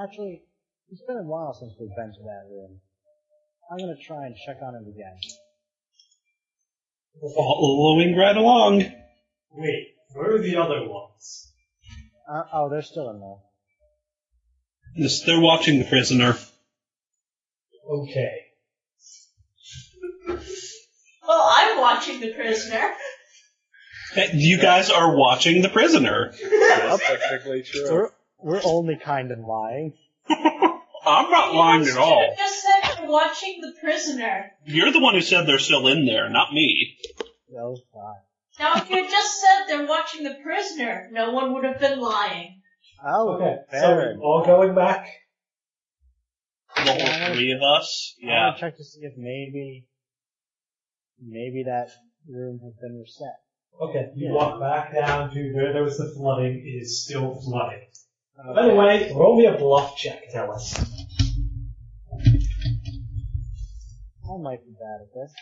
Speaker 5: Actually, it's been a while since we've been to that room. I'm gonna try and check on it again.
Speaker 10: Following right along.
Speaker 3: Wait, where are the other ones?
Speaker 5: Uh, oh, they're still in there.
Speaker 10: Yes, they're watching the prisoner.
Speaker 3: Okay.
Speaker 6: well, I'm watching the prisoner.
Speaker 10: Hey, You guys are watching the prisoner.
Speaker 8: *laughs* That's technically true.
Speaker 5: We're, we're only kind of lying.
Speaker 10: I'm *laughs* not lying at all.
Speaker 6: Just said you're watching the prisoner.
Speaker 10: You're the one who said they're still in there, not me.
Speaker 5: No, God.
Speaker 6: Now, if you just said they're watching the prisoner, no one would have been lying.
Speaker 5: Oh,
Speaker 3: Okay, so
Speaker 5: Baron.
Speaker 3: we're all going back?
Speaker 10: The whole three of us.
Speaker 5: I
Speaker 10: Yeah.
Speaker 5: want to check to see if maybe, maybe that room has been reset.
Speaker 3: Okay, you
Speaker 5: Yeah.
Speaker 3: walk back down to where there was the flooding. It is still flooded. By the way, roll me a bluff check, tell us.
Speaker 5: *laughs* I might be bad at this.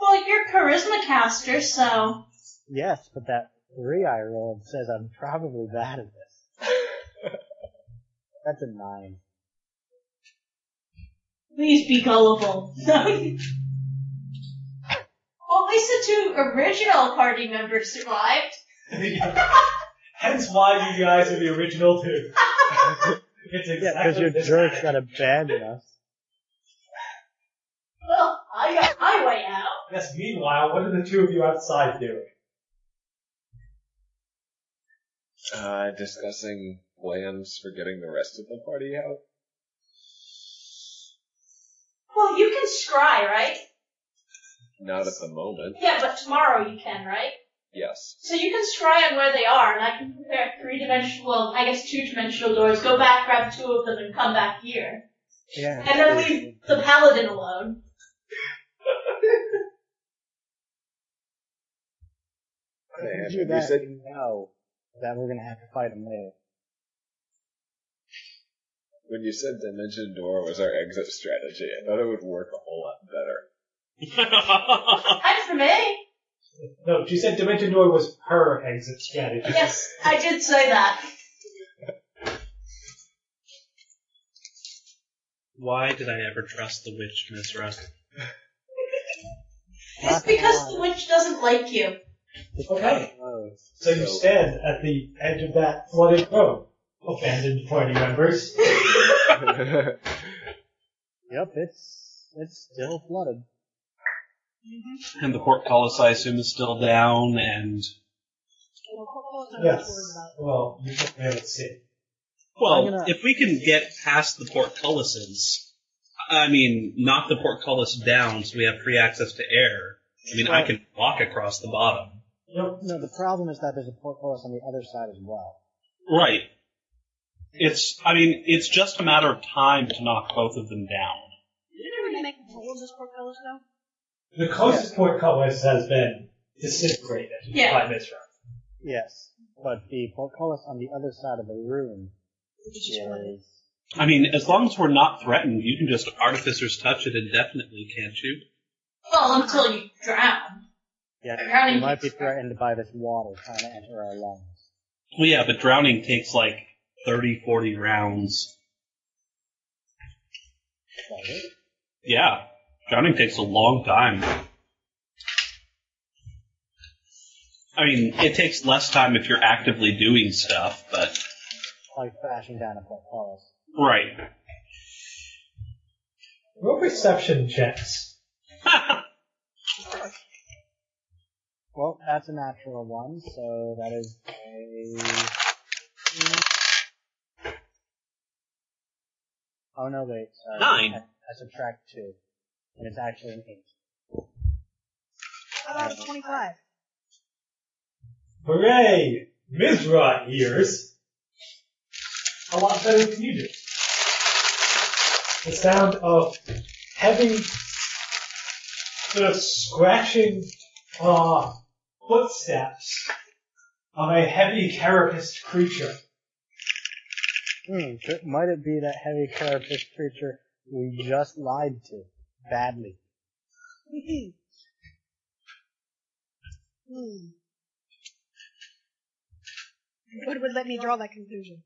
Speaker 6: Well, you're charisma caster, so
Speaker 5: Yes, but that three I rolled says I'm probably bad at this. *laughs* That's a nine.
Speaker 6: please be gullible. *laughs* Only the two original party members survived. *laughs*
Speaker 3: Hence why you guys are the original two. it's exactly
Speaker 5: Yeah, because your
Speaker 3: this
Speaker 5: jerks that abandoned us.
Speaker 6: Well, I got my way out.
Speaker 3: Yes, meanwhile, what are the two of you outside doing?
Speaker 8: Uh, discussing plans for getting the rest of the party out.
Speaker 6: Well, you can scry, right?
Speaker 8: Not at the moment.
Speaker 6: Yeah, but tomorrow you can, right?
Speaker 8: Yes.
Speaker 6: So you can scry on where they are, and I can prepare three-dimensional, well, I guess two-dimensional doors, go back, grab two of them, and come back here.
Speaker 5: Yeah.
Speaker 6: And then leave the paladin alone.
Speaker 8: Hey,
Speaker 5: If
Speaker 8: Andrew,
Speaker 5: you do
Speaker 8: you
Speaker 5: that,
Speaker 8: said-
Speaker 5: you know that we're gonna have to fight him later.
Speaker 8: When you said Dimension Door was our exit strategy, I thought it would work a whole lot better.
Speaker 6: That's for me.
Speaker 3: No, she said Dimension Door was her exit strategy.
Speaker 6: Yes, I did say that.
Speaker 10: *laughs* Why did I ever trust the witch, Miss Rust?
Speaker 6: It's because the witch doesn't like you.
Speaker 3: Okay.
Speaker 5: Rose.
Speaker 3: So you stand at the edge of that flooded road. Abandoned party members.
Speaker 8: *laughs*
Speaker 5: Yep, it's it's still flooded.
Speaker 10: And the portcullis, I assume, is still down, and
Speaker 7: Well, Corporal is not
Speaker 3: Yes.
Speaker 7: worried about.
Speaker 3: Well, you can't really see.
Speaker 10: well,
Speaker 5: I'm gonna-
Speaker 10: if we can get past the portcullises, I mean, knock the portcullis down so we have free access to air. I mean, I can walk across the bottom.
Speaker 3: Nope.
Speaker 5: No, the problem is that there's a portcullis on the other side as well.
Speaker 10: Right. It's, I mean, it's just a matter of time to knock both of them down.
Speaker 7: Didn't everybody make rolls as Corporal though?
Speaker 3: The closest portcullis has been disintegrated
Speaker 6: Yeah.
Speaker 3: by Mizra.
Speaker 5: Yes, but the portcullis on the other side of the room
Speaker 7: Which is just one.
Speaker 5: is
Speaker 10: I mean, as long as we're not threatened, you can just artificers touch it indefinitely, can't you?
Speaker 6: Well, until you drown.
Speaker 5: yeah.
Speaker 6: Drowning
Speaker 5: We might be threatened by this water trying to enter our lungs.
Speaker 10: Well, yeah, but drowning takes like 30, 40 rounds.
Speaker 5: Does it?
Speaker 10: Yeah, drowning takes a long time. I mean, it takes less time if you're actively doing stuff, but.
Speaker 5: Like crashing down a portcullis.
Speaker 10: Right. *laughs*
Speaker 3: Roll perception checks.
Speaker 5: Well, that's a natural one, so that is a. Oh no, wait. Sorry.
Speaker 10: Nine.
Speaker 5: I, I subtract two, and it's actually an eight.
Speaker 7: How about a 25?
Speaker 3: Hooray! Mizra hears. A lot better than you do. The sound of heavy, sort of scratching, uh, footsteps of a heavy carapaced creature.
Speaker 5: Hmm. but Might it be that heavy carapace creature we just lied to badly?
Speaker 7: Hmm. What would let me draw that conclusion?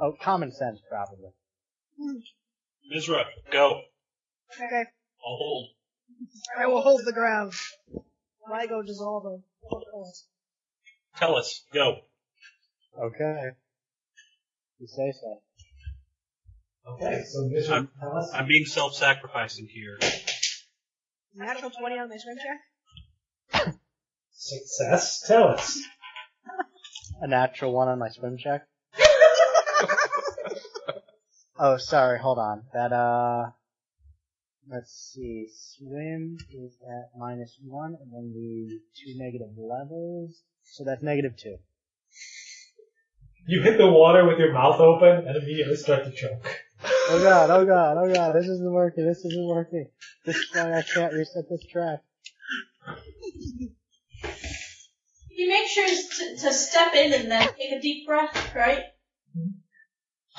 Speaker 5: Oh, common sense probably.
Speaker 10: Mizra, go.
Speaker 7: Okay.
Speaker 10: I'll hold.
Speaker 7: I will hold the ground. Ligo dissolve a portcullis.
Speaker 10: Tell us, go.
Speaker 5: Okay. You say so.
Speaker 3: Okay, so Mizra,
Speaker 10: I'm-
Speaker 3: tell us.
Speaker 10: I'm being self-sacrificing here.
Speaker 7: Natural 20 on my swim check?
Speaker 3: Success, tell us.
Speaker 5: A natural one on my swim
Speaker 3: *laughs*
Speaker 5: check. Oh, sorry. Hold on. That uh, let's see. Swim is at minus one, and then the two negative levels. So that's negative two.
Speaker 3: You hit the water with your mouth open and immediately start to choke.
Speaker 5: Oh god. Oh god. Oh god. This isn't working. This isn't working. This is why I can't reset this track.
Speaker 6: You make sure to, to step in and then take a deep breath, right?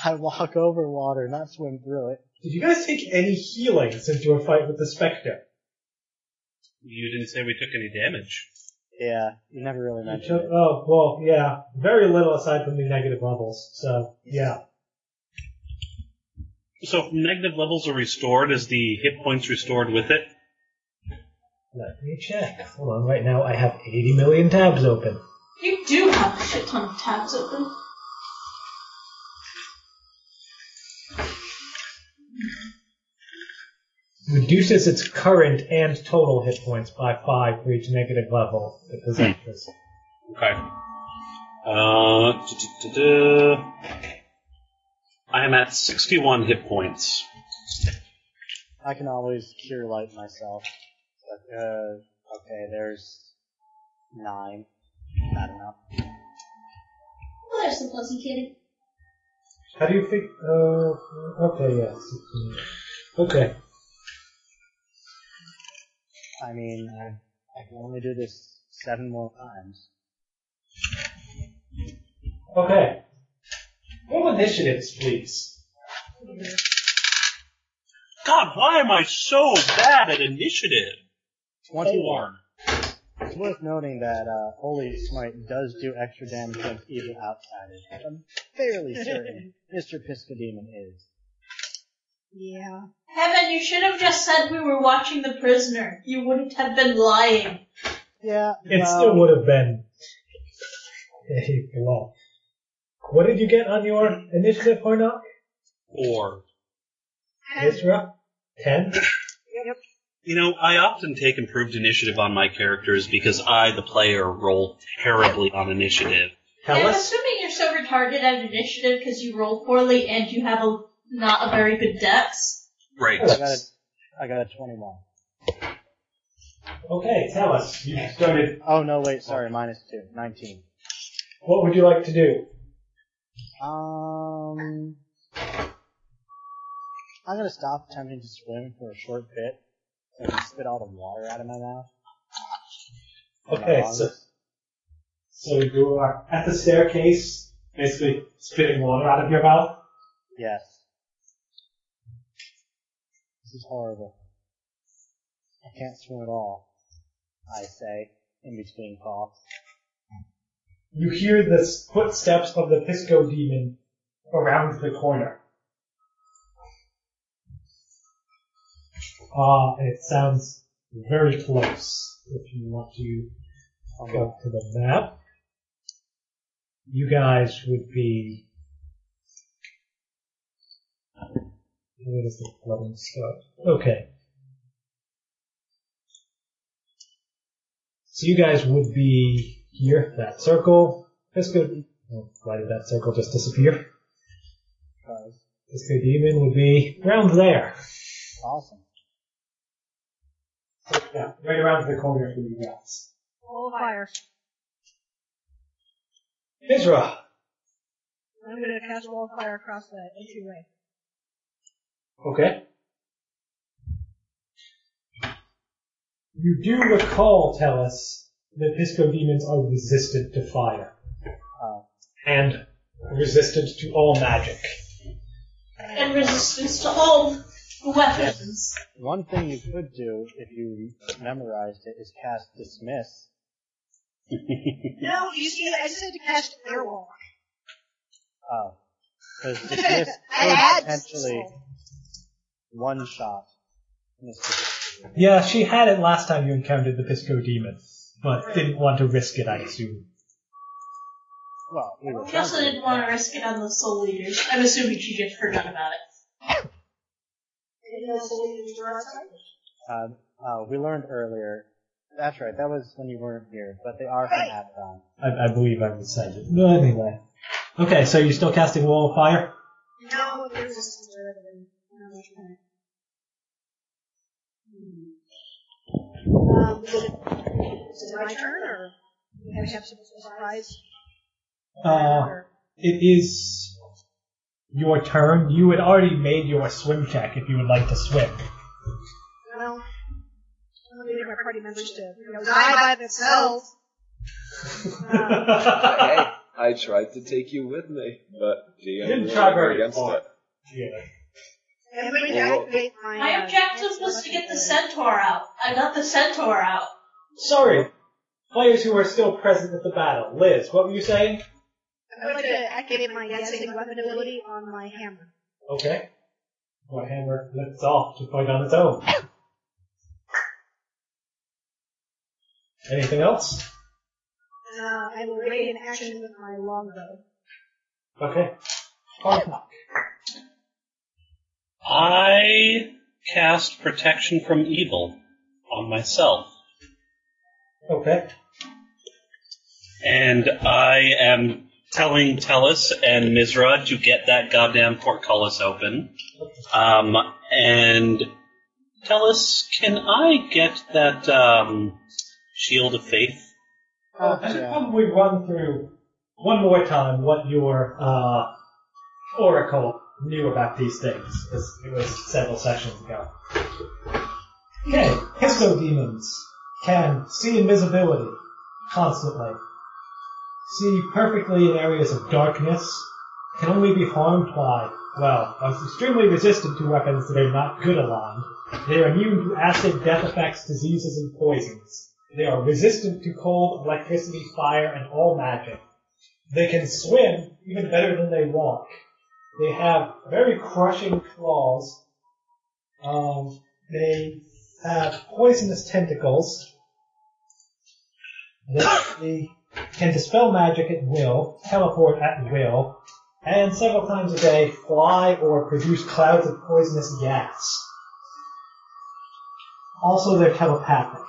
Speaker 5: I walk over water, not swim through it.
Speaker 3: Did you guys take any healing since your fight with the specter?
Speaker 10: You didn't say we took any damage.
Speaker 5: Yeah. You never really
Speaker 3: You
Speaker 5: mentioned
Speaker 3: took,
Speaker 5: it.
Speaker 3: oh, well, yeah. Very little aside from the negative levels, so, yeah.
Speaker 10: So if negative levels are restored, is the hit points restored with it?
Speaker 1: Let me check. Hold on, right now I have 80 million tabs open.
Speaker 6: You do have a shit ton of tabs open.
Speaker 3: Reduces its current and Hmm. total hit points by 5 for each negative level it possesses.
Speaker 10: Okay. Uh, du-du-du-du. I am at 61 hit points.
Speaker 5: I can always cure light myself. But, uh, okay, there's nine. Not enough.
Speaker 6: Well, there's the pleasant kitty.
Speaker 3: How do you think? Uh, okay, yes. Okay.
Speaker 5: I mean, I, I can only do this seven more times.
Speaker 3: Okay. Roll initiatives, please.
Speaker 10: God, why am I so bad at initiative?
Speaker 5: Twenty-one. It's worth noting that uh, Holy Smite does do extra damage against evil outsiders. which I'm fairly certain Mr. Piscademon is.
Speaker 7: Yeah.
Speaker 6: Heaven, you should have just said we were watching The Prisoner. You wouldn't have been lying.
Speaker 5: Yeah.
Speaker 3: It
Speaker 5: well,
Speaker 3: still would have been a blow. What did you get on your initiative, Hornock?
Speaker 10: Or,
Speaker 3: Isra? Ten?
Speaker 10: you know, I often take improved initiative on my characters because I, the player, roll terribly on initiative.
Speaker 6: I'm
Speaker 3: Hellas?
Speaker 6: assuming you're so retarded at initiative because you rolled poorly and you have a not a very good dex.
Speaker 10: Right.
Speaker 5: I got a, I got a twenty-one.
Speaker 3: Okay, tell us. You started.
Speaker 5: Oh no, wait, sorry, minus two. Nineteen.
Speaker 3: What would you like to do?
Speaker 5: Um, I'm gonna stop attempting to swim for a short bit and spit all the water out of my mouth. and my
Speaker 3: Okay,
Speaker 5: lungs.
Speaker 3: so so you are at the staircase, basically spitting water out of your mouth.
Speaker 5: Yes. This is horrible. I can't swim at all, I say, in between coughs.
Speaker 3: You hear the s- footsteps of the Pisco demon around the corner. Ah, and it sounds very close. If you want to go to the map, you guys would be. Where does the flooding start? Okay. So you guys would be here, that circle. Pisco. well, Why did that circle just disappear? Uh,
Speaker 5: Because,
Speaker 3: Pisco Demon would be around there.
Speaker 5: awesome.
Speaker 3: So, yeah, right around the corner for you guys.
Speaker 7: Roll fire.
Speaker 3: Isra,
Speaker 7: I'm gonna cast roll of fire across the entryway.
Speaker 3: Okay. You do recall, tell us, that Pisco demons are resistant to fire. Uh,
Speaker 5: Oh.
Speaker 3: And resistant to all magic.
Speaker 6: And resistance to all weapons.
Speaker 5: One thing you could do, if you memorized it, is cast Dismiss.
Speaker 7: No, you see, I just had to cast airwalk.
Speaker 5: Oh.
Speaker 7: *laughs*
Speaker 5: Because
Speaker 7: I
Speaker 5: Dismiss
Speaker 7: had
Speaker 5: could potentially one-shot Mr. Demon.
Speaker 3: Yeah, she had it last time you encountered the Pisco demon, but didn't want to risk it, I assume.
Speaker 5: Well, we were
Speaker 6: She also
Speaker 5: trying
Speaker 6: didn't want to risk it on the soul leaders. I'm assuming she just forgot about it.
Speaker 5: Um, uh, we learned earlier. That's right. That was when you weren't here, but they are from Abaddon.
Speaker 3: I, I believe I recited. No, anyway. Okay, so you're still casting Wall of Fire?
Speaker 7: No, there's just a Um, is it my turn or do I have some surprise?
Speaker 3: Uh,
Speaker 7: Or-
Speaker 3: it is your turn. You had already made your swim check if you would like to swim. *laughs*
Speaker 7: well, I'm gonna leave my party members to you know, die by themselves. Um,
Speaker 8: hey, I tried to take you with me, but GM
Speaker 3: Didn't
Speaker 8: really
Speaker 3: try
Speaker 8: went
Speaker 3: very
Speaker 8: against
Speaker 3: hard.
Speaker 8: it.
Speaker 3: Yeah.
Speaker 7: I'm going to activate my.
Speaker 6: My
Speaker 7: uh,
Speaker 6: objective was to get the centaur out. I got the centaur out.
Speaker 3: Sorry, players who are still present at the battle. Liz, what were you saying?
Speaker 7: I'm going to activate my dancing weapon ability on my hammer.
Speaker 3: Okay. My hammer lifts off to fight on its own. Anything else?
Speaker 7: Uh, I will wait in action with my longbow.
Speaker 3: Okay.
Speaker 10: I cast protection from evil on myself.
Speaker 3: Okay.
Speaker 4: And I am telling Tellus and Mizra to get that goddamn portcullis open. Um, and Tellus, can I get that um, shield of faith? *laughs*
Speaker 5: Oh,
Speaker 3: I should
Speaker 5: yeah.
Speaker 3: probably run through one more time what your uh, oracle knew about these things, because it was several sessions ago. Okay, histo demons can see invisibility constantly, see perfectly in areas of darkness, can only be harmed by, well, are extremely resistant to weapons that are not good aligned. They are immune to acid, death effects, diseases, and poisons. They are resistant to cold, electricity, fire, and all magic. They can swim even better than they walk. They have very crushing claws. Um, they have poisonous tentacles. They, they can dispel magic at will, teleport at will, and several times a day fly or produce clouds of poisonous gas. Also, they're telepathic.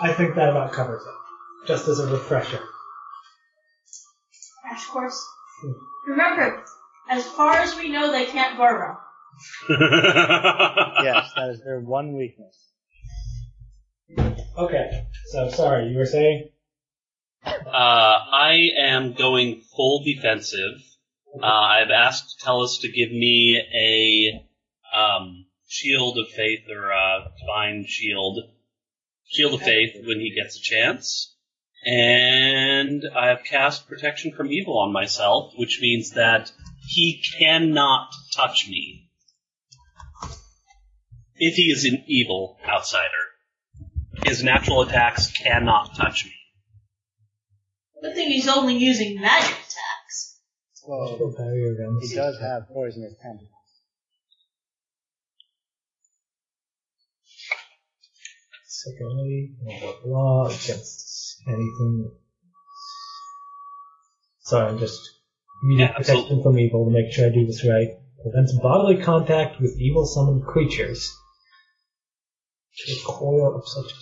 Speaker 3: I think that about covers it. Just as a refresher.
Speaker 6: Crash course.
Speaker 3: Hmm.
Speaker 6: Remember, as far as we know, they can't burrow.
Speaker 5: yes, that is their one weakness.
Speaker 3: Okay, so sorry, you were saying?
Speaker 4: Uh, I am going full defensive. Uh, I've asked Tellus to give me a um, shield of faith or a divine shield, shield of faith when he gets a chance. And I have cast protection from evil on myself, which means that he cannot touch me if he is an evil outsider. His natural attacks cannot touch me.
Speaker 6: Good thing he's only using magic attacks.
Speaker 5: Well, he does have poisonous tentacles.
Speaker 1: Secondly, blah blah blah against anything. Sorry, I'm just reading
Speaker 4: Yeah,
Speaker 1: protection
Speaker 4: absolutely.
Speaker 1: from evil to make sure I do this right. Prevents bodily contact with evil summoned creatures. Recoil of such.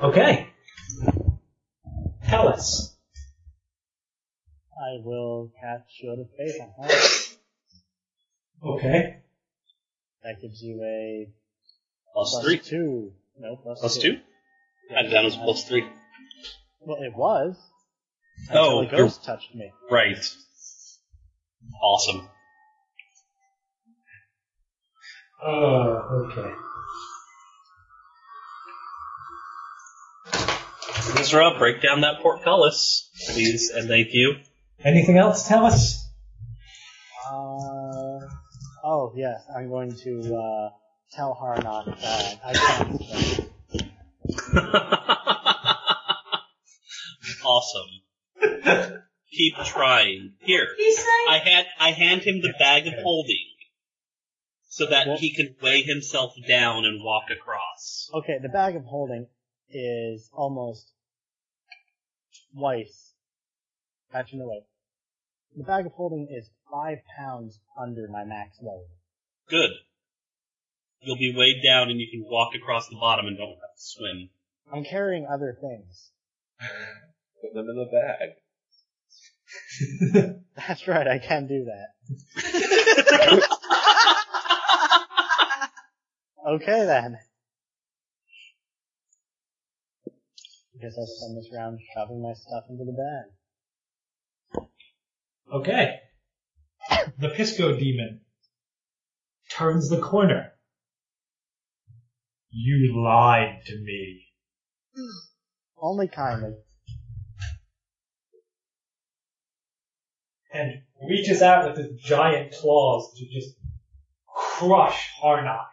Speaker 3: Okay. Tell us.
Speaker 5: I will cast Shield of
Speaker 4: *laughs*
Speaker 5: Faith on him.
Speaker 3: Okay.
Speaker 5: That gives you a
Speaker 4: Plus three.
Speaker 5: two. No, plus,
Speaker 4: Plus two? I'm down as plus three.
Speaker 5: Well, it was.
Speaker 4: Oh,
Speaker 5: Until a ghost touched me.
Speaker 4: Right. Awesome.
Speaker 3: Uh, okay.
Speaker 4: Mizra, break down that portcullis, please, and thank you. *laughs*
Speaker 3: Anything else, tell us?
Speaker 5: Uh, oh yes, I'm going to uh, tell Harnot that I can't. That.
Speaker 4: awesome. Keep trying. Here,
Speaker 6: He's saying,
Speaker 4: I had I hand him the bag of holding, so that he can weigh himself down and walk across.
Speaker 5: Okay, the bag of holding is almost twice. Actually, no wait. The bag of holding is five pounds under my max load.
Speaker 4: Good. You'll be weighed down and you can walk across the bottom and don't have to swim.
Speaker 5: I'm carrying other things.
Speaker 8: Put them in the bag.
Speaker 5: *laughs* That's right, I can do that. Okay then. I guess I'll spend this round shoving my stuff into the bag.
Speaker 3: Okay. The Pisco demon turns the corner. You lied to me.
Speaker 5: Only kindly.
Speaker 3: And reaches out with his giant claws to just crush Harnock.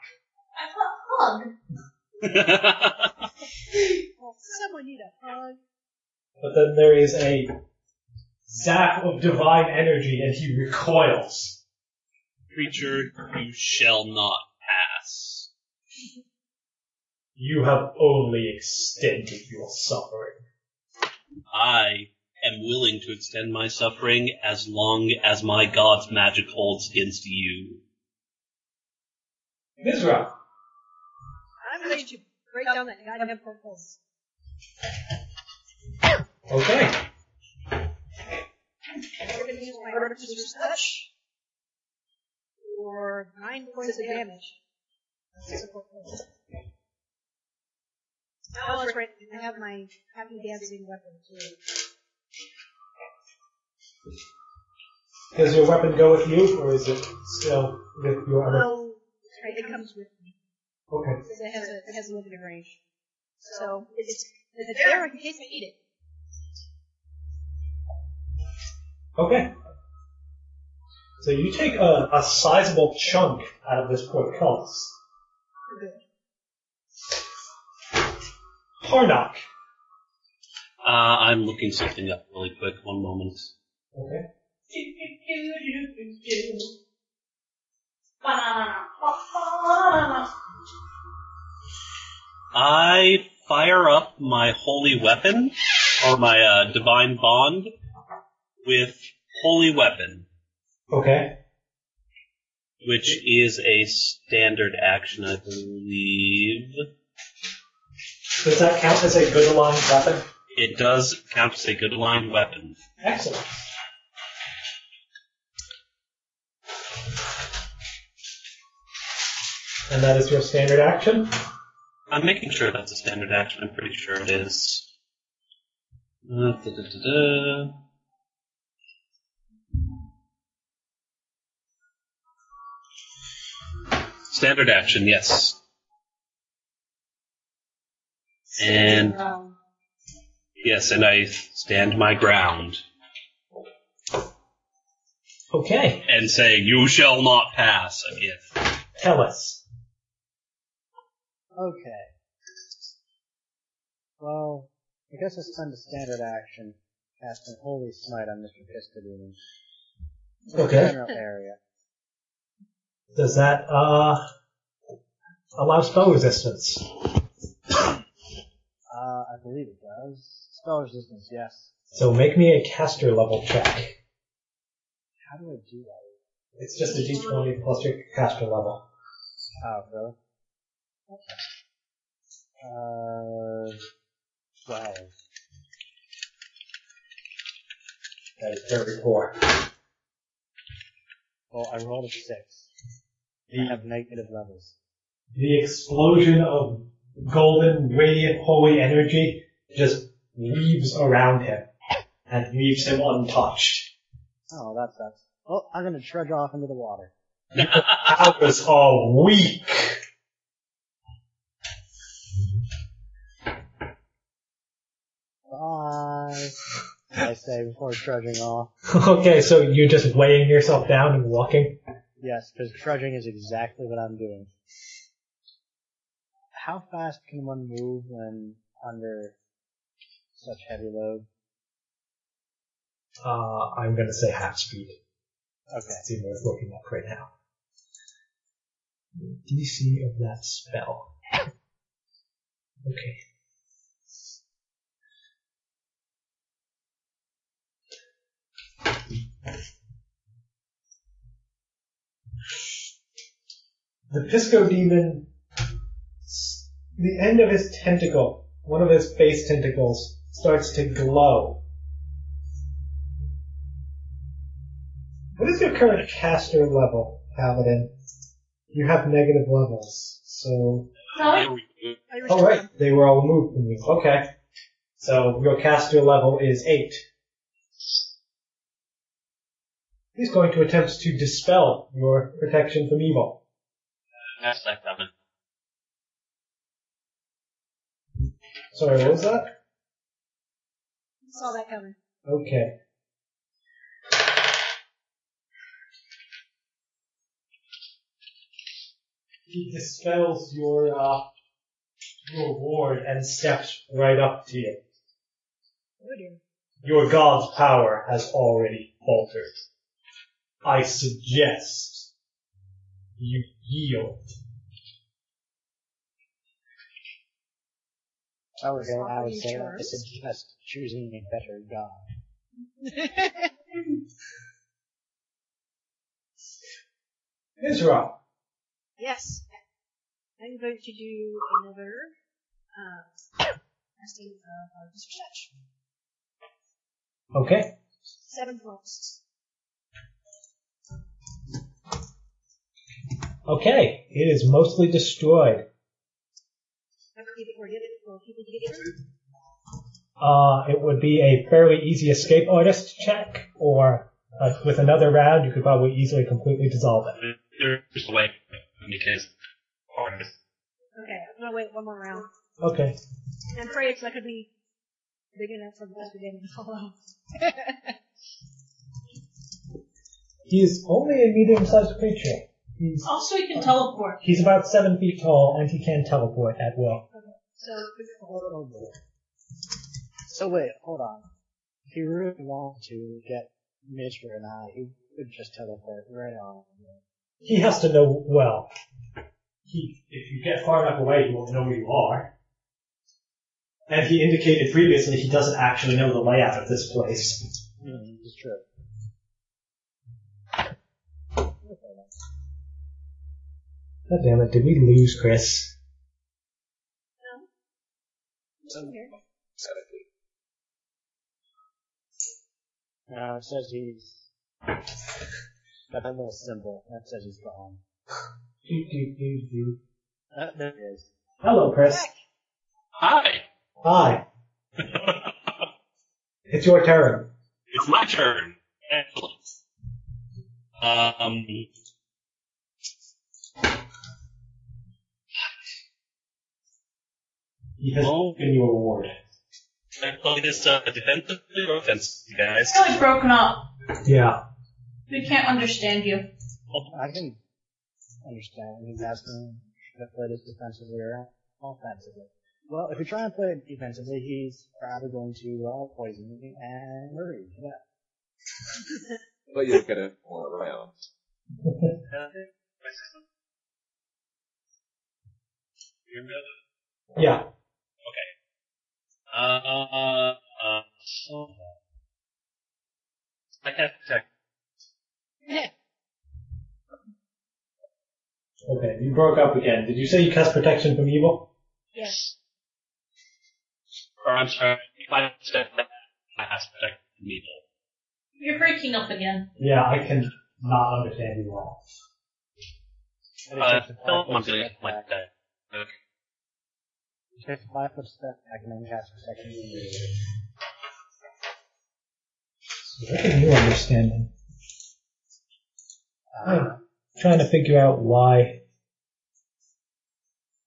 Speaker 6: I *laughs* want a hug.
Speaker 7: Well, someone need a hug.
Speaker 3: But then there is a zap of divine energy and he recoils.
Speaker 4: Creature, you shall not pass.
Speaker 3: You have only extended your suffering.
Speaker 4: I am willing to extend my suffering as long as my god's magic holds against you.
Speaker 3: Mizra,
Speaker 7: I'm going to break down that goddamn portal.
Speaker 3: okay.
Speaker 7: I'm going to use my artificer's touch for nine points of damage. Six of portals. Now it's right. I have my happy dancing weapon too.
Speaker 3: Does your weapon go with you, or is it still with your other?
Speaker 7: Well, right, it comes with me.
Speaker 3: Okay.
Speaker 7: because It has a it has a limited range. So it's it's there in case I need it.
Speaker 3: Okay. So you take a, a sizable chunk out of this portcullis. Harnock.
Speaker 4: Uh, I'm looking something up really quick. One moment.
Speaker 3: Okay.
Speaker 6: Banana. Banana.
Speaker 4: I fire up my holy weapon, or my uh, divine bond, with holy weapon,
Speaker 3: Okay.
Speaker 4: which is a standard action, I believe.
Speaker 3: Does that count as a good aligned weapon?
Speaker 4: It does count as a good line weapon.
Speaker 3: Excellent. And that is your standard action?
Speaker 4: I'm making sure that's a standard action. I'm pretty sure it is. Uh, da, da, da, da. Standard action, yes. And
Speaker 7: Um,
Speaker 4: yes, and I stand my ground
Speaker 3: Okay.
Speaker 4: and say, "You shall not pass." Again,
Speaker 3: Tell us.
Speaker 5: Okay. Well, I guess I'll spend a standard action casting Holy Smite on Mr. Pistolini.
Speaker 3: Okay.
Speaker 5: General area.
Speaker 3: Does that uh allow spell resistance?
Speaker 5: Uh, I believe it does. Spell resistance, yes.
Speaker 3: So make me a caster level check.
Speaker 5: How do I do that?
Speaker 3: It's just a d20 plus your caster level.
Speaker 5: Oh, really? Uh, twelve.
Speaker 3: That is very poor.
Speaker 5: Well, I rolled a six. I have negative levels.
Speaker 3: The explosion of golden, radiant, holy energy just weaves around him and leaves him untouched.
Speaker 5: Oh, that sucks. Well, I'm gonna trudge off into the water.
Speaker 3: Powers are weak.
Speaker 5: Bye. I say before trudging off.
Speaker 3: *laughs* okay, so you're just weighing yourself down and walking.
Speaker 5: Yes, because trudging is exactly what I'm doing. How fast can one move when under such heavy load?
Speaker 3: Uh, I'm gonna say half speed.
Speaker 5: Okay.
Speaker 3: That's even worth looking up right now. The DC of that spell. Okay. The Pisco Demon, the end of his tentacle, one of his face tentacles, starts to glow. What is your current caster level, Paladin? You have negative levels, so.
Speaker 6: No,
Speaker 7: I reach
Speaker 3: Oh, right, they were all removed from you. Okay. So your caster level is 8. He's going to attempt to dispel your protection from evil.
Speaker 4: that's like that.
Speaker 3: Sorry, what was that?
Speaker 7: saw that coming.
Speaker 3: Okay. He dispels your, uh, your ward and steps right up to you.
Speaker 7: Oh dear.
Speaker 3: Your god's power has already faltered. I suggest you yield.
Speaker 5: I was, I
Speaker 7: Offer
Speaker 5: was
Speaker 7: you
Speaker 5: saying I
Speaker 7: chores?
Speaker 5: suggest choosing a better god.
Speaker 3: Israel.
Speaker 7: yes. I'm going to do another um, testing of uh, research.
Speaker 3: Okay.
Speaker 7: Seven points.
Speaker 3: Okay. It is mostly destroyed.
Speaker 7: I believe it or give it or people to get it.
Speaker 3: Uh, it would be a fairly easy escape artist check, or uh, with another round, you could probably easily completely dissolve it.
Speaker 10: There's a way because
Speaker 7: Okay, I'm gonna wait one more round.
Speaker 3: Okay.
Speaker 7: And pray it's not gonna be big enough for both of them to follow.
Speaker 3: He is only a medium-sized creature. He's
Speaker 6: Also, you can teleport.
Speaker 3: he's about seven feet tall, and he can teleport at will.
Speaker 7: *laughs* So,
Speaker 5: Hold on. So wait, hold on. If you really want to get Mr. and I, you could just teleport right on.
Speaker 3: He has to know well. He, if you get far enough away, he won't know where you are. And he indicated previously he doesn't actually know the layout of this place.
Speaker 5: Mm, it's true.
Speaker 3: God damn it! Did we lose Chris?
Speaker 7: I'm here.
Speaker 5: Uh, it says he's got that little symbol. That says he's gone.
Speaker 3: Do, do, do, do.
Speaker 5: Uh, there he is.
Speaker 3: Hello, Chris.
Speaker 7: Back.
Speaker 9: Hi.
Speaker 3: Hi. *laughs* It's your turn.
Speaker 9: It's my turn. Excellent. Um.
Speaker 3: He has
Speaker 9: Oh.
Speaker 3: given you a reward.
Speaker 9: Can I play this uh, defensive or offensive, you guys?
Speaker 6: It's really broken up.
Speaker 3: Yeah.
Speaker 6: We can't understand you.
Speaker 5: I can understand. He's asking if I play this defensively or offensively. Well, if we try and play it defensively, he's probably going to uh, poison me and murder you. Yeah.
Speaker 8: But you'll get it all around.
Speaker 3: Yeah.
Speaker 9: Uh, uh, uh, so- I have to
Speaker 3: Okay, you broke up again. Did you say you cast protection from evil?
Speaker 7: Yes.
Speaker 9: or I'm sorry, if I step back, I have to protect from evil.
Speaker 6: You're breaking up again.
Speaker 3: Yeah, I can not understand you all.
Speaker 5: And it
Speaker 9: Uh,
Speaker 5: takes a
Speaker 9: tell him I'm
Speaker 5: five-foot
Speaker 9: gonna
Speaker 5: step
Speaker 9: like
Speaker 5: back.
Speaker 9: that.
Speaker 5: It takes a five foot step back and then cast protection. immediately.
Speaker 3: What are you understanding?
Speaker 5: Uh,
Speaker 3: Trying to figure out why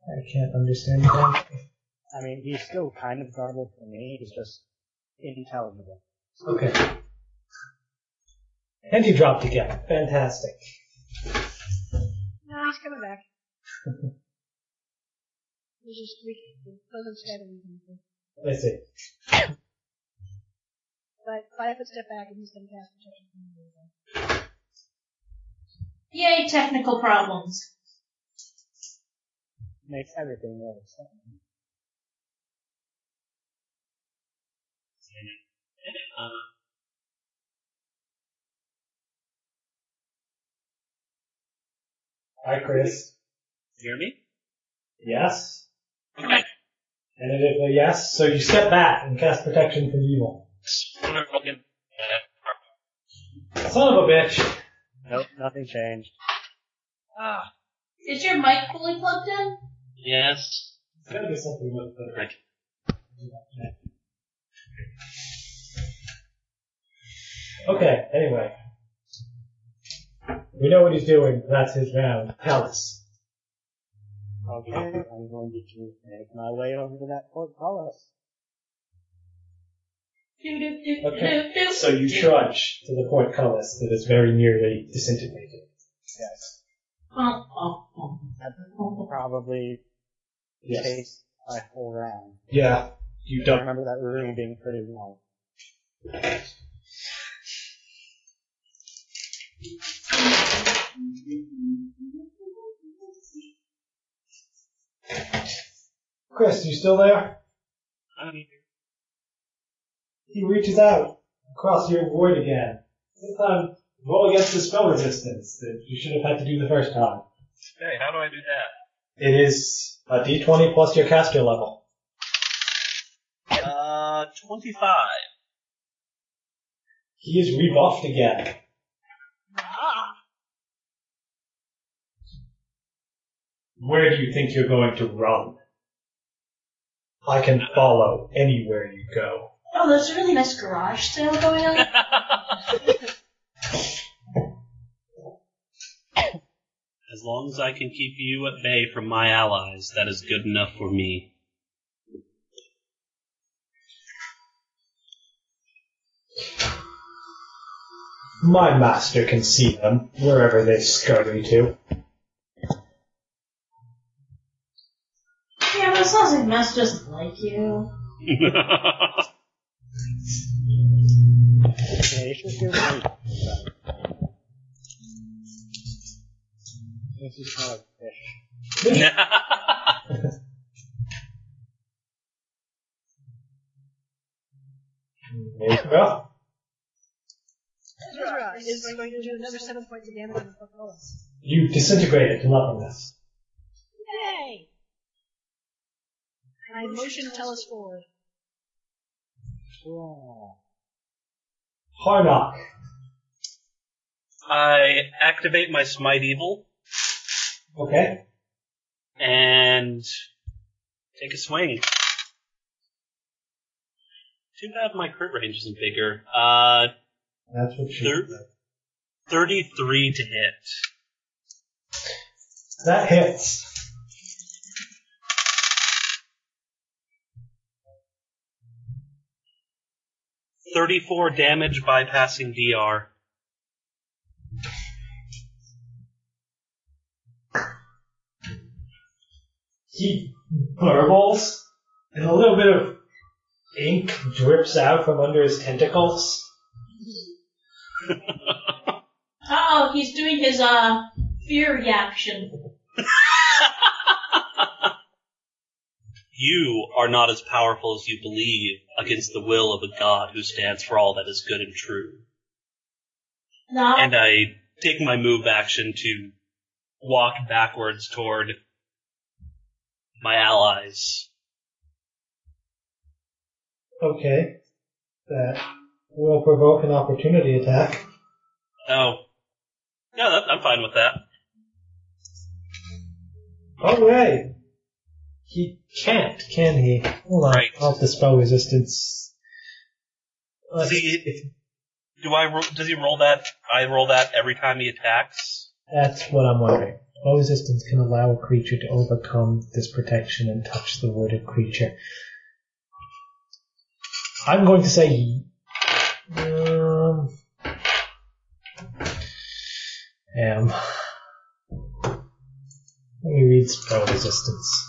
Speaker 3: I can't understand that.
Speaker 5: I mean, he's still kind of guardable for me. He's just intelligible.
Speaker 3: Okay. And you dropped again. Fantastic.
Speaker 7: No, he's coming back. *laughs* We'll just we can close his head and we can-
Speaker 3: I see.
Speaker 7: But five foot step back and he's gonna cast protection from me. again.
Speaker 6: Yay, technical problems.
Speaker 5: Makes everything worse.
Speaker 3: Hi, Chris.
Speaker 9: You hear me?
Speaker 3: Yes?
Speaker 9: Okay.
Speaker 3: And it is a yes, so you step back and cast protection from evil. Son of a bitch!
Speaker 5: Nope, nothing changed.
Speaker 9: Ah,
Speaker 6: Is your mic fully plugged in?
Speaker 9: yes.
Speaker 3: It's gotta be something with the...
Speaker 9: Like,
Speaker 3: Okay, anyway. We know what he's doing. That's his round. Palace.
Speaker 5: Okay, I'm going to make my way over to that portcullis.
Speaker 6: Do, do, do,
Speaker 3: Okay.
Speaker 6: do, do.
Speaker 3: So you trudge to the portcullis that is very nearly disintegrated.
Speaker 5: Yes.
Speaker 6: Oh, oh, oh.
Speaker 5: That probably
Speaker 3: Yes.
Speaker 5: takes my whole round.
Speaker 3: Yeah. You
Speaker 5: I
Speaker 3: don't.
Speaker 5: remember that room being pretty long.
Speaker 3: Chris, you still there?
Speaker 9: I'm here.
Speaker 3: He reaches out, across your void again. This time, roll against the spell resistance that you should have had to do the first time.
Speaker 9: Hey, how do I do that?
Speaker 3: It is a d20 plus your caster level.
Speaker 10: Uh, 25.
Speaker 3: He is rebuffed again. Ah. Where do you think you're going to run? I can follow anywhere you go.
Speaker 6: Oh, there's a really nice garage sale going *laughs* on.
Speaker 10: As long as I can keep you at bay from my allies, that is good enough
Speaker 9: *laughs*
Speaker 10: for me.
Speaker 3: My master can see them wherever they scurry to.
Speaker 6: Yeah, but it sounds like Mass doesn't like you.
Speaker 5: Yeah, you should do one. This is kind of fish.
Speaker 3: There you go.
Speaker 7: Ezra is going to do another seven points of damage on the portcullis.
Speaker 3: You disintegrate it to nothingness.
Speaker 7: Yay! I motion tell us forward.
Speaker 3: Harnock.
Speaker 10: I activate my Smite Evil
Speaker 3: Okay.
Speaker 10: and take a swing. Too bad my crit range isn't bigger. Uh,
Speaker 3: That's what she
Speaker 10: Third. 33 to hit.
Speaker 3: That hits.
Speaker 10: Thirty-four damage bypassing DR.
Speaker 3: He burbles, and a little bit of ink drips out from under his tentacles.
Speaker 6: Uh oh, he's doing his uh fear reaction.
Speaker 10: You are not as powerful as you believe against the will of a god who stands for all that is good and true.
Speaker 6: No.
Speaker 10: And I take my move action to walk backwards toward my allies.
Speaker 3: Okay. That will provoke an opportunity attack.
Speaker 10: Oh. No, that, I'm fine with that.
Speaker 3: Alright. He can't, can he? Hold on.
Speaker 10: Right.
Speaker 3: I'll dispel resistance. Let's
Speaker 10: See-
Speaker 3: see.
Speaker 10: Do I, ro- does he roll that? I roll that every time he attacks?
Speaker 3: That's what I'm wondering. Spell resistance can allow a creature to overcome this protection and touch the wounded creature. I'm going to say. Um, um, let me read spell resistance.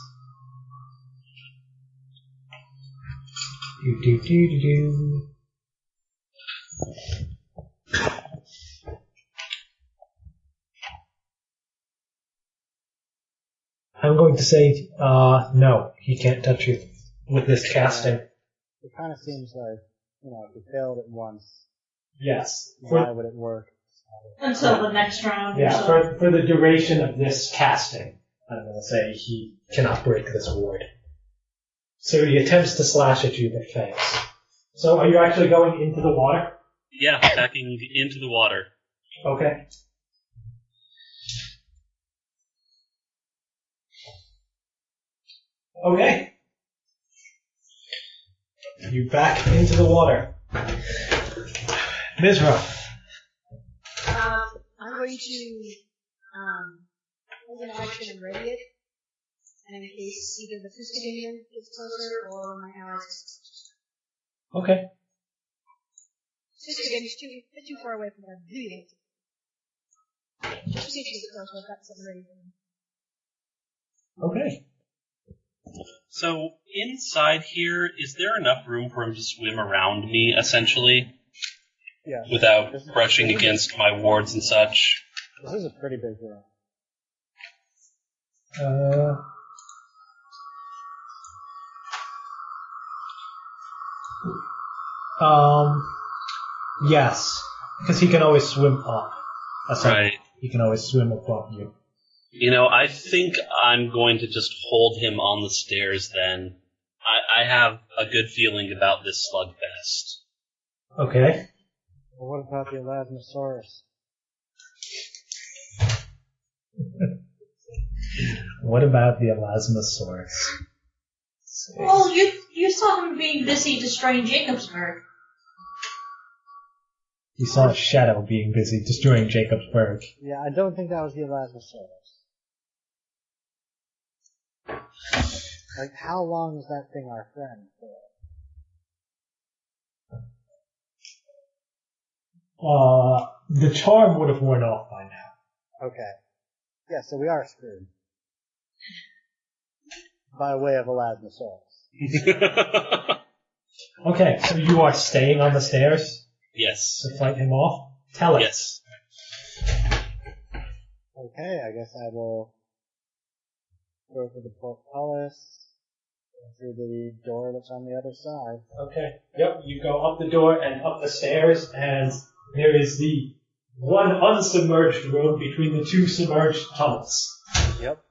Speaker 3: Do, do, do, do, do. I'm going to say, uh, no, he can't touch you with this casting.
Speaker 5: It kind of seems like, you know, if you failed at once,
Speaker 3: Yes. For-
Speaker 5: why would it work?
Speaker 6: Until the next round.
Speaker 3: Yeah,
Speaker 6: so.
Speaker 3: for, for the duration of this casting, I'm going to say he cannot break this ward. So he attempts to slash at you, but fails. So are you actually going into the water?
Speaker 10: Yeah, attacking into the water.
Speaker 3: Okay. Okay. You back into the water. Mizra.
Speaker 7: Um, I'm going to um, hold an action and ready it, and in case either the Fustiganian gets closer or my allies.
Speaker 3: Okay.
Speaker 7: Fustiganian's too bit too far away from what I'm doing. Just in case it goes, I've got something ready for them.
Speaker 3: Okay.
Speaker 10: So inside here, is there enough room for him to swim around me, essentially,
Speaker 5: Yeah.
Speaker 10: without
Speaker 5: This is-
Speaker 10: brushing against my wards and such?
Speaker 5: This is a pretty big room.
Speaker 3: Uh, um, Yes, because he can always swim up. That's right.
Speaker 4: Right.
Speaker 3: He can always swim above you.
Speaker 4: You know, I think I'm going to just hold him on the stairs then. I, I have a good feeling about this slugfest.
Speaker 3: Okay.
Speaker 5: Well, what about the Elasmosaurus?
Speaker 3: What about the Elasmosaurus?
Speaker 6: Well, you you saw him being busy destroying Jacobsburg.
Speaker 3: You saw a shadow being busy destroying Jacobsburg.
Speaker 5: Yeah, I don't think that was the Elasmosaurus. Like, how long is that thing our friend for?
Speaker 3: Uh, the charm would have worn off by now.
Speaker 5: Okay. Yeah, so we are screwed. By way of Elasmosaurus.
Speaker 3: Okay, so you are staying on the stairs
Speaker 4: yes.
Speaker 3: to fight him off? Tell us.
Speaker 4: Yes.
Speaker 5: Okay, I guess I will go through the portcullis, go through the door that's on the other side.
Speaker 3: Okay. Yep. You go up the door and up the stairs, and there is the one unsubmerged room between the two submerged tunnels.
Speaker 5: Yep.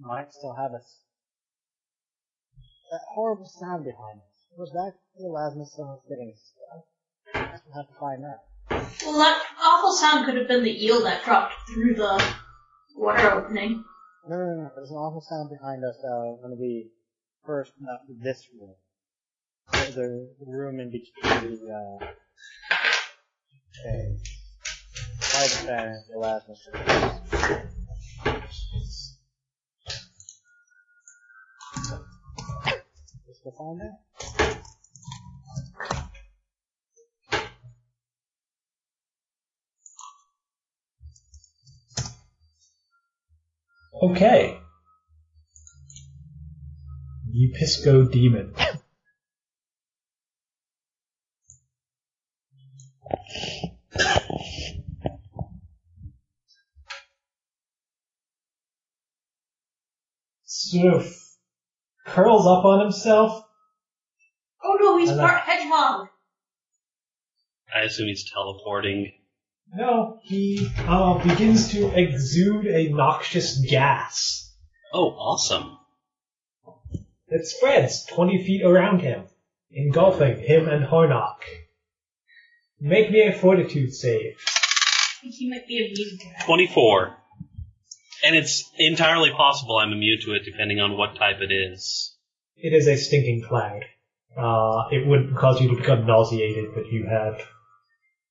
Speaker 5: Might still have us. That horrible sound behind us. Was that the Elasmosaurus getting stuck? We'll have to find out.
Speaker 6: Well, that awful sound could have been the eel that dropped through the water opening.
Speaker 5: No, no, no, no. There's an awful sound behind us uh, when we first left this room. The, the room in between the, uh, okay. Private band, the Elasmosaurus. Let's go find out.
Speaker 3: Okay. You Pisco demon. Sort of curls up on himself.
Speaker 6: Oh no, he's
Speaker 3: I like-
Speaker 6: part hedgehog.
Speaker 4: I assume he's teleporting.
Speaker 3: No, he uh, begins to exude a noxious gas
Speaker 4: Oh, awesome.
Speaker 3: that spreads 20 feet around him, engulfing him and Harnock. Make me a fortitude save.
Speaker 6: I think he might be immune to that.
Speaker 4: 24. And it's entirely possible I'm immune to it depending on what type it is.
Speaker 3: It is a stinking cloud. Uh, it would cause you to become nauseated, but you have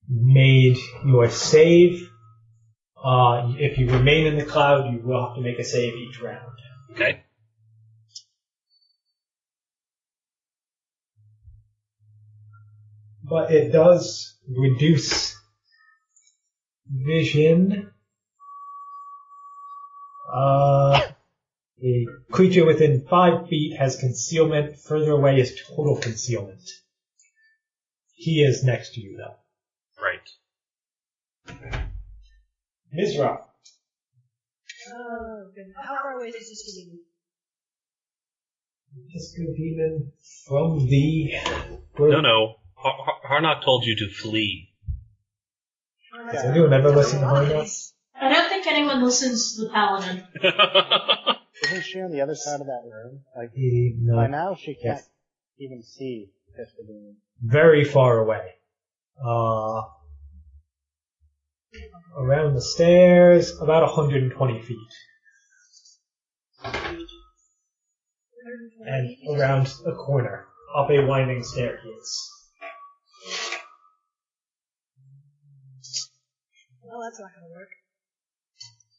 Speaker 3: made your save. Uh, if you remain in the cloud, you will have to make a save each round.
Speaker 4: Okay.
Speaker 3: but it does reduce vision. Uh, a creature within five feet has concealment. Further away is total concealment. He is next to you, though.
Speaker 4: Right.
Speaker 3: Mizra.
Speaker 7: Oh, goodness. How far away is this getting?
Speaker 3: Disco demon from the.
Speaker 4: No, no. Har- Har- Harnock told you to flee.
Speaker 3: Does anyone ever listen to Harnock?
Speaker 6: I don't think anyone listens to the paladin.
Speaker 5: Isn't she on the other side of that room? Like,
Speaker 3: He-
Speaker 5: by
Speaker 3: no.
Speaker 5: now she can't
Speaker 3: Uh, Yes.
Speaker 5: even see Piscadine.
Speaker 3: very far away. Uh, around the stairs, about 120 feet. And around a corner, up a winding staircase.
Speaker 7: Well, that's not going to work.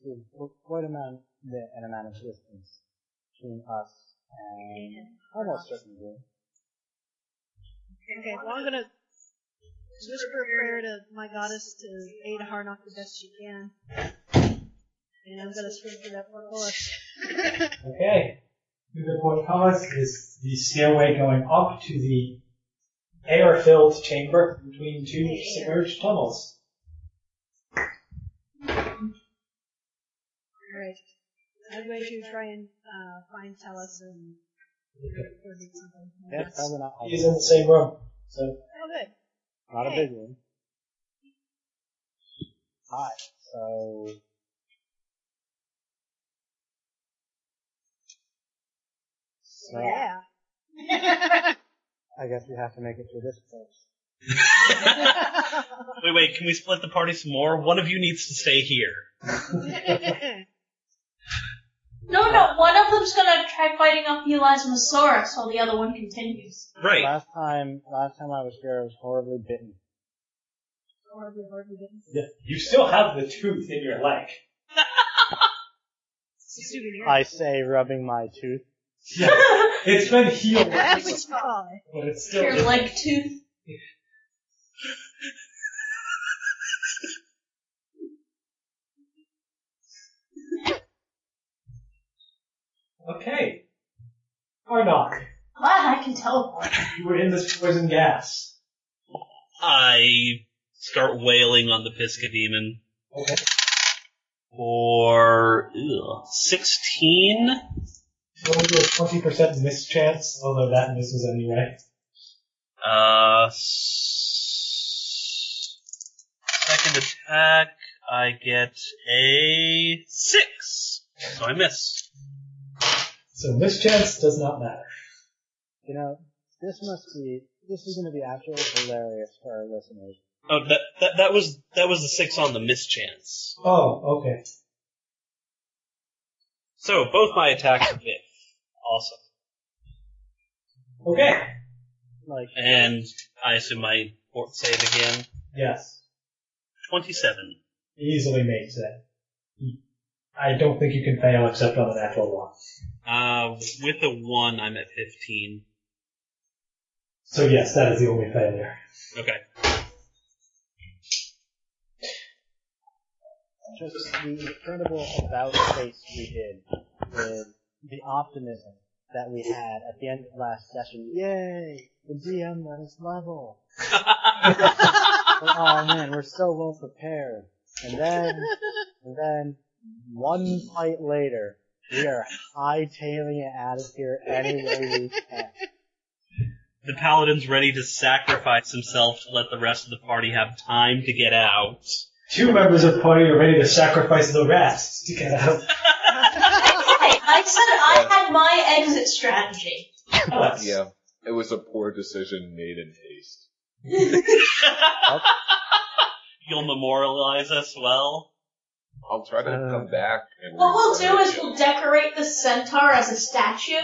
Speaker 5: There's quite a man, the, an amount of distance between us and almost certainly.
Speaker 7: Okay, well, I'm going to whisper a prayer to my goddess to aid Harnock the best she can. And I'm going to swim through that portcullis.
Speaker 3: Okay. Through the portcullis is the stairway going up to the air-filled chamber between two submerged tunnels.
Speaker 7: Alright. I'm going to try and uh, find Talus and Or did something.
Speaker 5: Yeah, probably not.
Speaker 3: He's in the same room. So
Speaker 7: Oh, good.
Speaker 5: Not a
Speaker 7: Hey.
Speaker 5: big one. Hi. So. So
Speaker 7: Yeah. *laughs*
Speaker 5: I guess we have to make it through this place.
Speaker 10: Wait, wait, can we split the party some more? One of you needs to stay here.
Speaker 6: No, no, one of them's gonna try fighting off the Elasmosaurus while the other one continues. *laughs*
Speaker 10: Right.
Speaker 5: Last time, last time I was here, I was horribly bitten.
Speaker 7: Or we already didn't.
Speaker 3: you still have the tooth in your leg.
Speaker 7: Souvenir.
Speaker 5: I say, rubbing my tooth.
Speaker 3: Yeah, it's been
Speaker 7: *laughs*
Speaker 3: healed,
Speaker 7: That's *laughs* what you call it.
Speaker 3: but it's still.
Speaker 6: Your leg tooth.
Speaker 3: Okay. Arnok,
Speaker 6: Glad I can teleport.
Speaker 3: you were in this poison gas.
Speaker 10: I start wailing on the Pisca demon.
Speaker 3: Okay.
Speaker 10: For ugh, 16?
Speaker 3: Roll to a 20% mischance, although that misses anyway.
Speaker 10: Uh, s- second attack, I get a 6. So I miss.
Speaker 3: So mischance does not matter.
Speaker 5: You know, this must be, this is going to be absolutely hilarious for our listeners.
Speaker 10: Oh, that, that, that was, that was the 6 on the mischance.
Speaker 3: Oh, okay.
Speaker 10: So both my attacks hit. Awesome.
Speaker 3: Okay.
Speaker 5: Like,
Speaker 10: And I assume my fort save again.
Speaker 3: Yes.
Speaker 10: 27.
Speaker 3: He easily makes it. He- I don't think you can fail except on a natural one.
Speaker 10: Uh, with a 1, I'm at 15.
Speaker 3: So yes, that is the only failure.
Speaker 10: Okay.
Speaker 5: just the incredible about face we did with the optimism that we had at the end of last session. Yay! The DM let us level. We're- oh man, we're so well prepared. And then, and then, one fight later, we are hightailing it out of here any way we can.
Speaker 10: The paladin's ready to sacrifice himself to let the rest of the party have time to get out.
Speaker 3: Two members of the party are ready to sacrifice the rest to get out.
Speaker 6: Okay, I said I had my exit strategy.
Speaker 3: Yes.
Speaker 8: Yeah, it was a poor decision made in haste.
Speaker 10: You'll memorialize us well.
Speaker 8: I'll try to
Speaker 5: Uh,
Speaker 8: come back and.
Speaker 6: What we'll do
Speaker 8: replay
Speaker 6: is
Speaker 8: it.
Speaker 6: we'll decorate the centaur as a statue.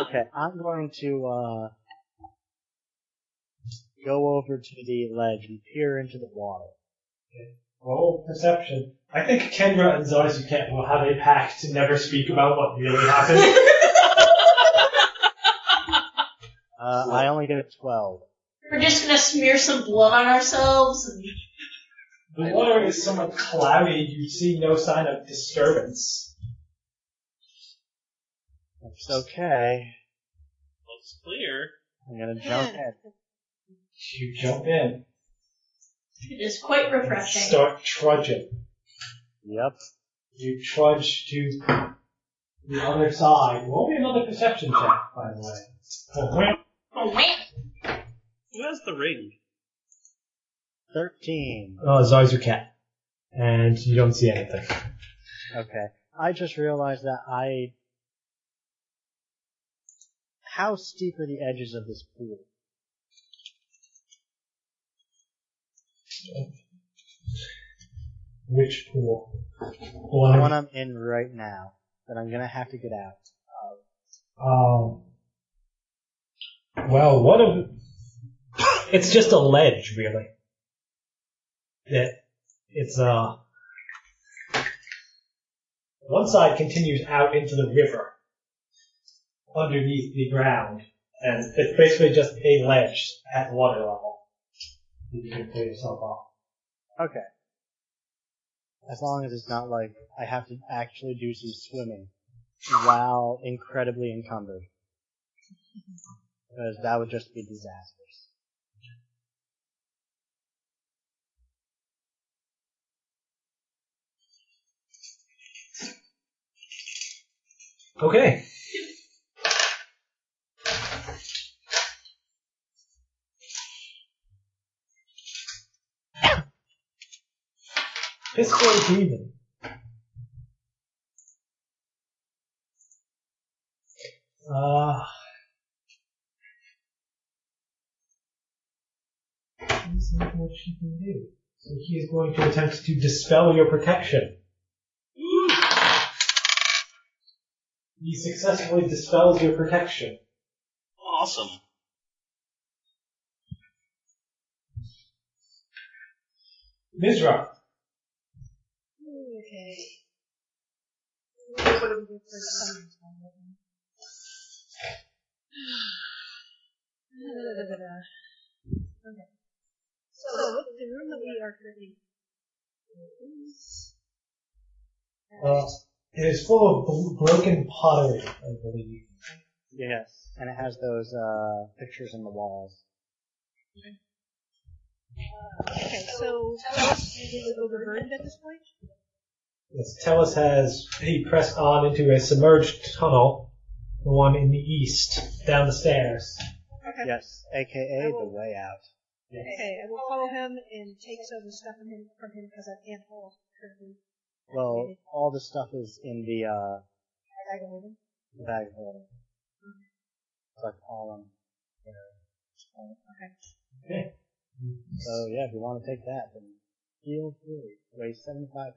Speaker 5: Okay, I'm going to, uh, go over to the ledge and peer into the water.
Speaker 3: Roll perception. I think Kenra and Zarzu Ket will have a pact to never speak about what really
Speaker 6: *laughs*
Speaker 3: happened.
Speaker 5: Uh, I only get a 12.
Speaker 6: We're just gonna smear some blood on ourselves and
Speaker 3: the water is somewhat cloudy. You see no sign of disturbance.
Speaker 5: It's okay.
Speaker 10: Looks clear.
Speaker 5: I'm gonna jump in.
Speaker 3: You jump in
Speaker 6: it is quite
Speaker 3: and
Speaker 6: refreshing.
Speaker 3: start trudging.
Speaker 5: Yep.
Speaker 3: You trudge to the other side. Roll me another perception check, by the way. Oh, wait.
Speaker 6: Oh man.
Speaker 10: Who has the ring?
Speaker 5: 13.
Speaker 3: Uh, Zarzu Cat. And you don't see anything.
Speaker 5: Okay. I just realized that I... How steep are the edges of this pool?
Speaker 3: Which pool?
Speaker 5: The
Speaker 3: One.
Speaker 5: one I'm in right now, that I'm gonna have to get out.
Speaker 3: Um, well, one of it's just a ledge, really. That it's uh one side continues out into the river underneath the ground, and it's basically just a ledge at water level. that You can pull yourself off.
Speaker 5: Okay. As long as it's not like I have to actually do some swimming while incredibly encumbered. Because that would just be disastrous.
Speaker 3: Okay. This core is breathing. Uh, this is what she can do. So he is going to attempt to dispel your protection. He successfully dispels your protection.
Speaker 10: Awesome.
Speaker 3: Mizra,
Speaker 7: Okay. What do we do for some Okay. So, the room that we are currently
Speaker 3: uh, it is full of bl- broken pottery, I believe.
Speaker 5: Yes, and it has those uh, pictures on the walls.
Speaker 7: Okay, so tell us if it was overburned at this point.
Speaker 3: Yes, Tellus has he pressed on into a submerged tunnel, the one in the east, down the stairs.
Speaker 7: Okay.
Speaker 5: Yes, aka the way out.
Speaker 7: Okay, I will follow him and take some stuff from him from him because I can't hold currently.
Speaker 5: Well, all the stuff is in the uh,
Speaker 7: I can hold him.
Speaker 5: bag of holding. It's like all on there.
Speaker 7: Okay.
Speaker 5: So yeah, if you want to take that, then feel free. Weighs 75 pounds.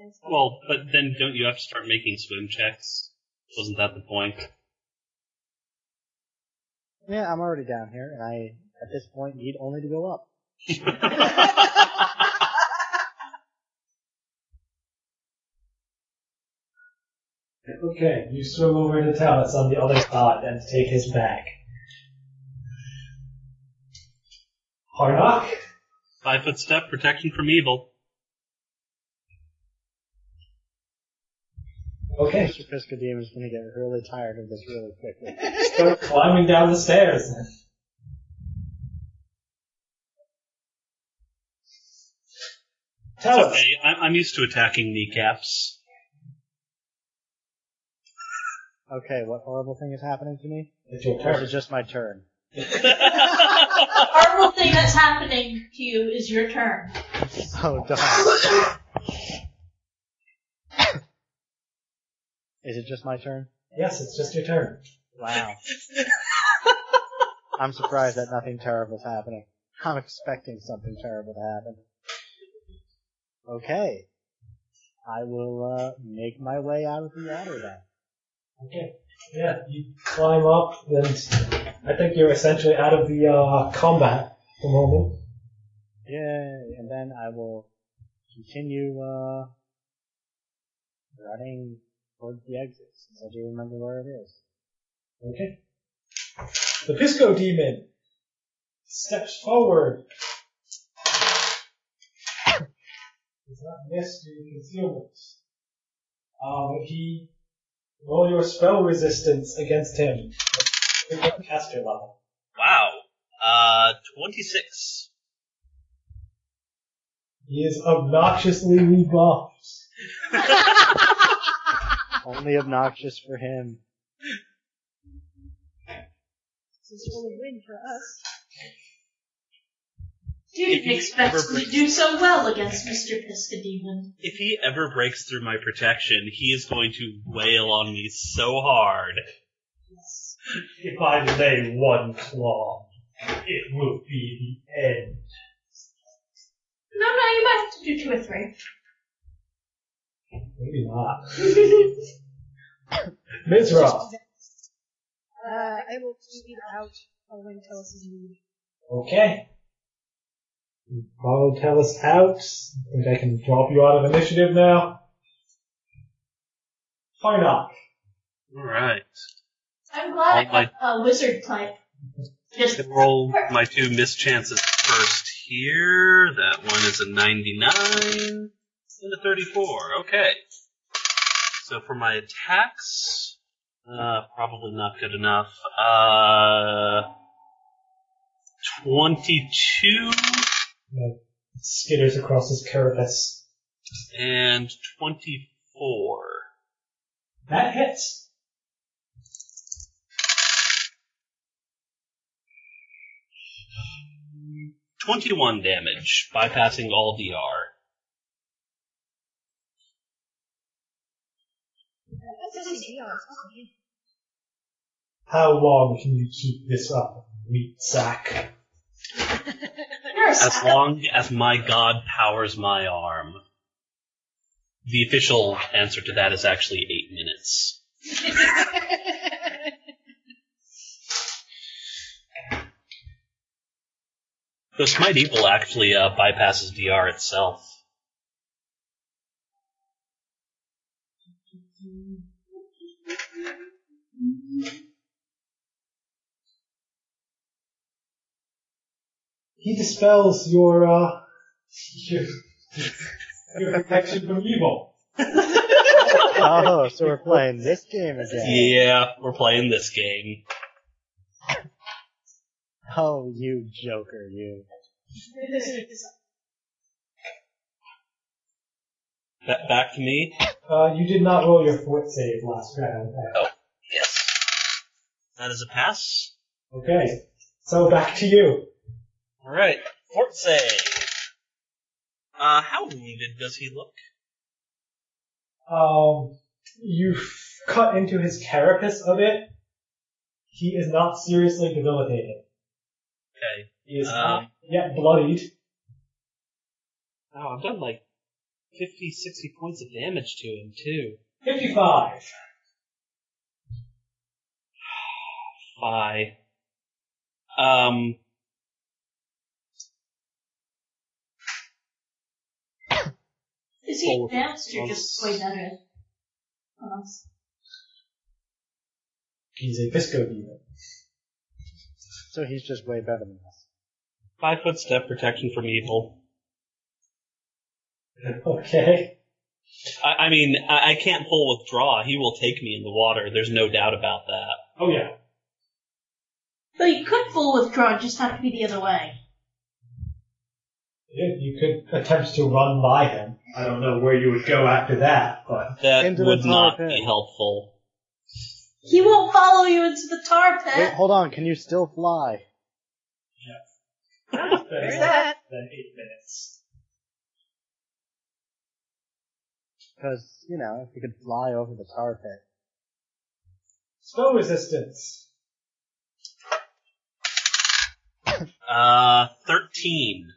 Speaker 7: Yes.
Speaker 10: Well, but then don't you have to start making swim checks? Wasn't that the point?
Speaker 5: Yeah, I'm already down here, and I, at this point, need only to go up.
Speaker 3: Uh, Okay, you swim over to Tellus on the other side and take his bag. Harnock,
Speaker 10: Five foot step, protection from evil.
Speaker 3: okay,
Speaker 5: Mr. Piscadine is going to get really tired of this really quickly.
Speaker 3: start climbing down the stairs.
Speaker 10: It's
Speaker 3: Tellus,
Speaker 10: okay. I'm, I'm used to attacking kneecaps.
Speaker 5: Okay, what horrible thing is happening to me?
Speaker 3: it's your
Speaker 5: Or is it
Speaker 3: turn.
Speaker 5: just my turn?
Speaker 6: The horrible thing that's happening to you is your turn.
Speaker 5: Oh, darn. is it just my turn?
Speaker 3: Yes, it's just your turn.
Speaker 5: Wow. I'm surprised that nothing terrible's happening. I'm expecting something terrible to happen. Okay. I will uh, make my way out of the water then.
Speaker 3: Okay. Yeah, you climb up, then I think you're essentially out of the uh, combat at the moment.
Speaker 5: Yay! And then I will continue uh, running towards the exit since I do remember where it is.
Speaker 3: Okay. The Pisco Demon steps forward. Does not miss due to concealment. Um, he roll your spell resistance against him. Pick up caster level.
Speaker 10: Wow. Uh, 26.
Speaker 3: He is obnoxiously rebuffed.
Speaker 5: Only obnoxious for him.
Speaker 7: This is only win for us.
Speaker 6: Didn't expect
Speaker 10: ever
Speaker 6: me
Speaker 10: break-
Speaker 6: to do so well against Mr. Piscademon.
Speaker 10: If he ever breaks through my protection, he is going to wail on me so hard.
Speaker 3: If I lay one claw, it will be the end.
Speaker 6: No, no, you might have to do two or three.
Speaker 3: Maybe *laughs* not. Mizra.
Speaker 7: Uh, I will speed out following Tellus's lead.
Speaker 3: Okay. Follow Tellus out. I think I can drop you out of initiative now. Harnock.
Speaker 10: Alright.
Speaker 6: I'm glad
Speaker 10: Oh
Speaker 6: I got a wizard type. Just
Speaker 10: To roll my two mischances first here. That one is a 99 and a 34. Okay. So for my attacks, uh, probably not good enough. Uh, 22
Speaker 3: Skitters across his carapace.
Speaker 10: and 24.
Speaker 3: That hits.
Speaker 10: Twenty-one damage, bypassing all DR.
Speaker 7: CD on.
Speaker 3: How long can you keep this up, meat sack?
Speaker 6: You're a
Speaker 10: As
Speaker 6: sack of-
Speaker 10: long as my god powers my arm. The official answer to that is actually eight minutes. So Smite Evil actually uh, bypasses DR itself.
Speaker 3: He dispels your, uh, your, your protection from evil.
Speaker 5: Oh, so we're playing this game again.
Speaker 10: Yeah, we're playing this game.
Speaker 5: Oh, you joker, you.
Speaker 10: Ba- back to me.
Speaker 3: Uh, you did not roll your fort save last round.
Speaker 10: Yes. That is a pass.
Speaker 3: Okay, so back to you.
Speaker 10: All right. Fort save. Uh, how wounded does he look?
Speaker 3: Um, you cut into his carapace a bit. He is not seriously debilitated.
Speaker 10: Okay.
Speaker 3: He is
Speaker 10: Um,
Speaker 3: not yet bloodied.
Speaker 10: Oh, I've done like 50, 60 points of damage to him too.
Speaker 3: 55.
Speaker 10: Bye. Um.
Speaker 6: Is he
Speaker 10: Full of
Speaker 6: advanced or
Speaker 10: months.
Speaker 6: just way better? than us?
Speaker 3: He's a Visco demon.
Speaker 5: So he's just way better than us.
Speaker 10: Five foot step protection from evil.
Speaker 3: Okay.
Speaker 10: I, I mean, I, I can't pull withdraw. He will take me in the water. There's no doubt about that.
Speaker 3: Oh yeah.
Speaker 6: Though you could full withdraw, just have to be the other way.
Speaker 3: Yeah, You could attempt to run by him. I don't know where you would go after that, but
Speaker 10: That
Speaker 5: Into the
Speaker 10: would
Speaker 5: tar
Speaker 10: not
Speaker 5: pit.
Speaker 10: be helpful.
Speaker 6: He won't follow you into the tar pit.
Speaker 5: Wait, hold on, can you still fly?
Speaker 7: There's
Speaker 3: Better
Speaker 7: that.
Speaker 3: than eight minutes.
Speaker 5: Because, you know, if you could fly over the tar pit.
Speaker 3: Spell resistance.
Speaker 10: Uh, thirteen.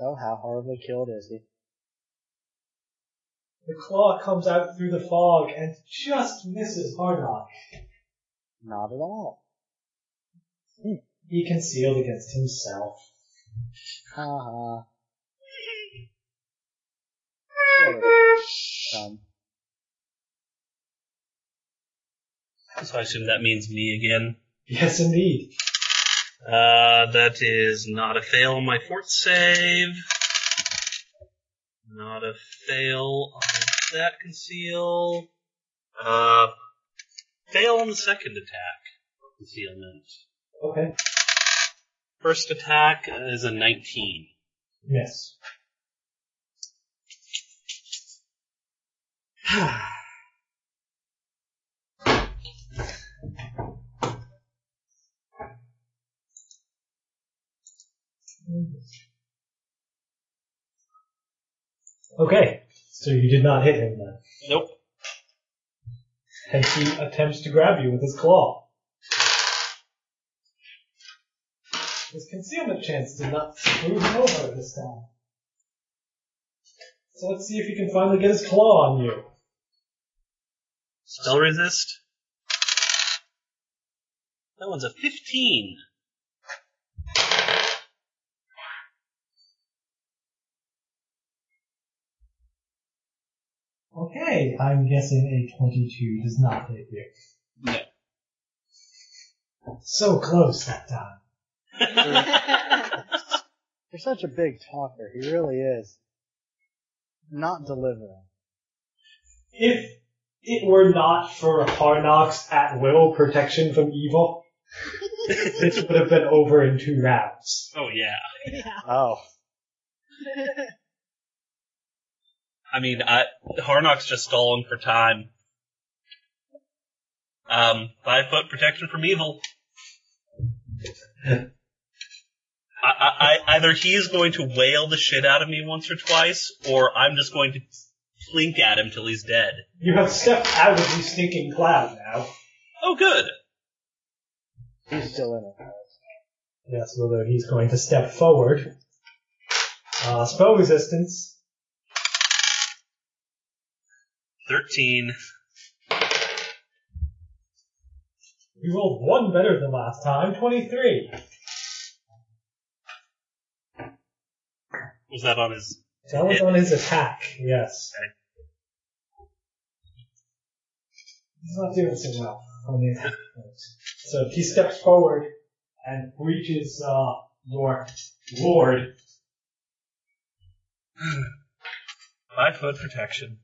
Speaker 5: Oh, how horribly killed is he?
Speaker 3: The claw comes out through the fog and just misses Harnock.
Speaker 5: Not at all.
Speaker 3: He concealed against himself.
Speaker 5: Haha. Um,
Speaker 10: So I assume that means me again.
Speaker 3: Yes, indeed.
Speaker 10: Uh, that is not a fail on my fort save. Not a fail on that conceal. Uh, fail on the second attack. Concealment.
Speaker 3: Okay.
Speaker 10: First attack is a 19.
Speaker 3: Miss. *sighs* Okay, so you did not hit him then.
Speaker 10: Nope.
Speaker 3: And he attempts to grab you with his claw. His concealment chance did not screw him over this time. So let's see if he can finally get his claw on you.
Speaker 10: Spell resist. That one's a 15.
Speaker 3: Okay, I'm guessing a 22 does not hit you.
Speaker 10: No.
Speaker 3: So close that time.
Speaker 5: you're such a big talker. He really is. Not delivering.
Speaker 3: If it were not for Harnock's at will protection from evil, *laughs* this would have been over in two rounds.
Speaker 10: Oh yeah.
Speaker 7: Yeah.
Speaker 5: Oh.
Speaker 10: I mean, I, Harnock's just stalling for time. Um, five foot protection from evil.
Speaker 4: I, I, either he's going to wail the shit out of me once or twice, or I'm just going to plink at him till he's dead.
Speaker 3: You have stepped out of the stinking cloud now.
Speaker 4: Oh, good.
Speaker 5: He's still in it.
Speaker 3: Yes, although he's going to step forward. Uh, spell resistance.
Speaker 10: 13.
Speaker 3: You rolled one better than last time, 23.
Speaker 10: Was that on his?
Speaker 3: That was on his attack, yes. He's not doing so well on the attack. So he steps forward and reaches uh, your lord.
Speaker 10: Five foot protection.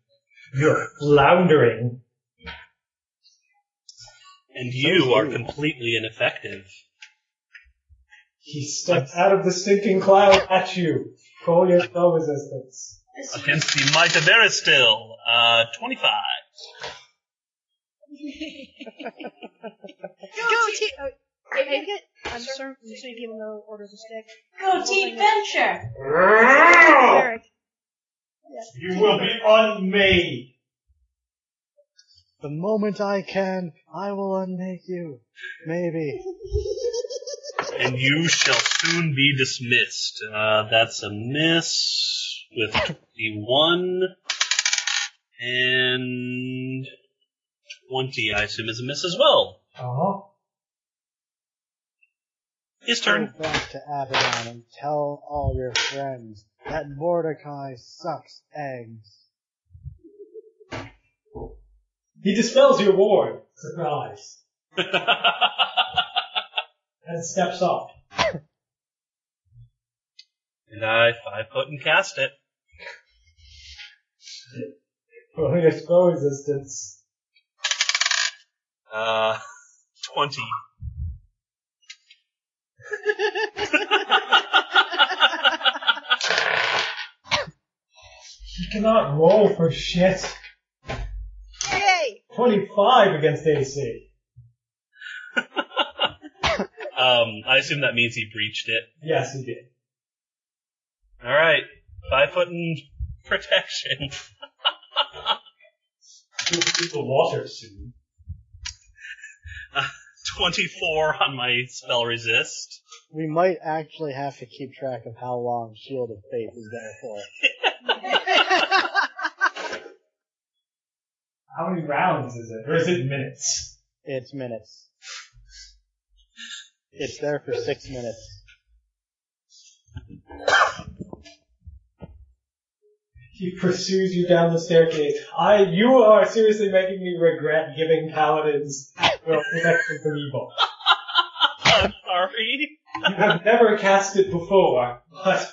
Speaker 3: You're floundering.
Speaker 4: And you are completely ineffective.
Speaker 3: He steps out of the stinking cloud at you. Roll your spell resistance.
Speaker 10: Against the might of Eristil, uh, 25.
Speaker 7: Go, T. Oh, I I get. I'm certain you should give him no order to stick.
Speaker 6: Go Team Venture!
Speaker 7: Eric.
Speaker 1: You will be unmade.
Speaker 5: The moment I can, I will unmake you. Maybe.
Speaker 10: And you shall soon be dismissed. Uh, that's a miss with 21. And 20, I assume, is a miss as well.
Speaker 3: Uh-huh.
Speaker 10: His
Speaker 5: Go
Speaker 10: turn. *laughs*
Speaker 5: back to Abaddon and tell all your friends that Mordecai sucks eggs.
Speaker 3: He dispels your ward. Surprise. And steps up.
Speaker 10: and I five foot and cast it.
Speaker 3: Roll your spell resistance.
Speaker 10: Uh, *laughs* 20.
Speaker 3: He cannot roll for shit.
Speaker 7: Hey!
Speaker 3: 25 against AC.
Speaker 10: Um, I assume that means he breached it.
Speaker 3: Yes, he did.
Speaker 10: Alright. Five foot and protection.
Speaker 3: He'll be the water
Speaker 10: *laughs*
Speaker 3: soon.
Speaker 10: 24 on my spell resist.
Speaker 5: We might actually have to keep track of how long Shield of Faith is there for.
Speaker 3: How many rounds is it? Or is it minutes?
Speaker 5: It's minutes. It's there for six minutes.
Speaker 3: He pursues you down the staircase. I, you are seriously making me regret giving paladins well, protection from evil.
Speaker 10: I'm sorry.
Speaker 3: You have never cast it before, but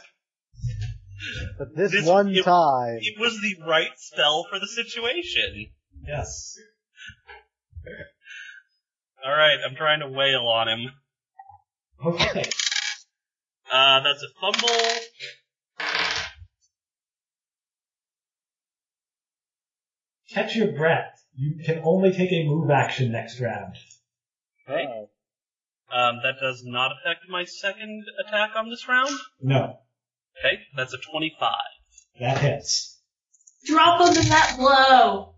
Speaker 5: But this,
Speaker 10: This-
Speaker 5: one
Speaker 10: it-
Speaker 5: time,
Speaker 10: It was the right spell for the situation.
Speaker 3: yes.
Speaker 10: Alright, I'm trying to wail on him.
Speaker 3: Okay.
Speaker 10: Uh, that's a fumble.
Speaker 3: Catch your breath. You can only take a move action next round.
Speaker 5: Uh-oh.
Speaker 10: Um, that does not affect my second attack on this round.
Speaker 3: No,
Speaker 10: Okay, that's a 25.
Speaker 3: that hits.
Speaker 6: Drop them in that blow!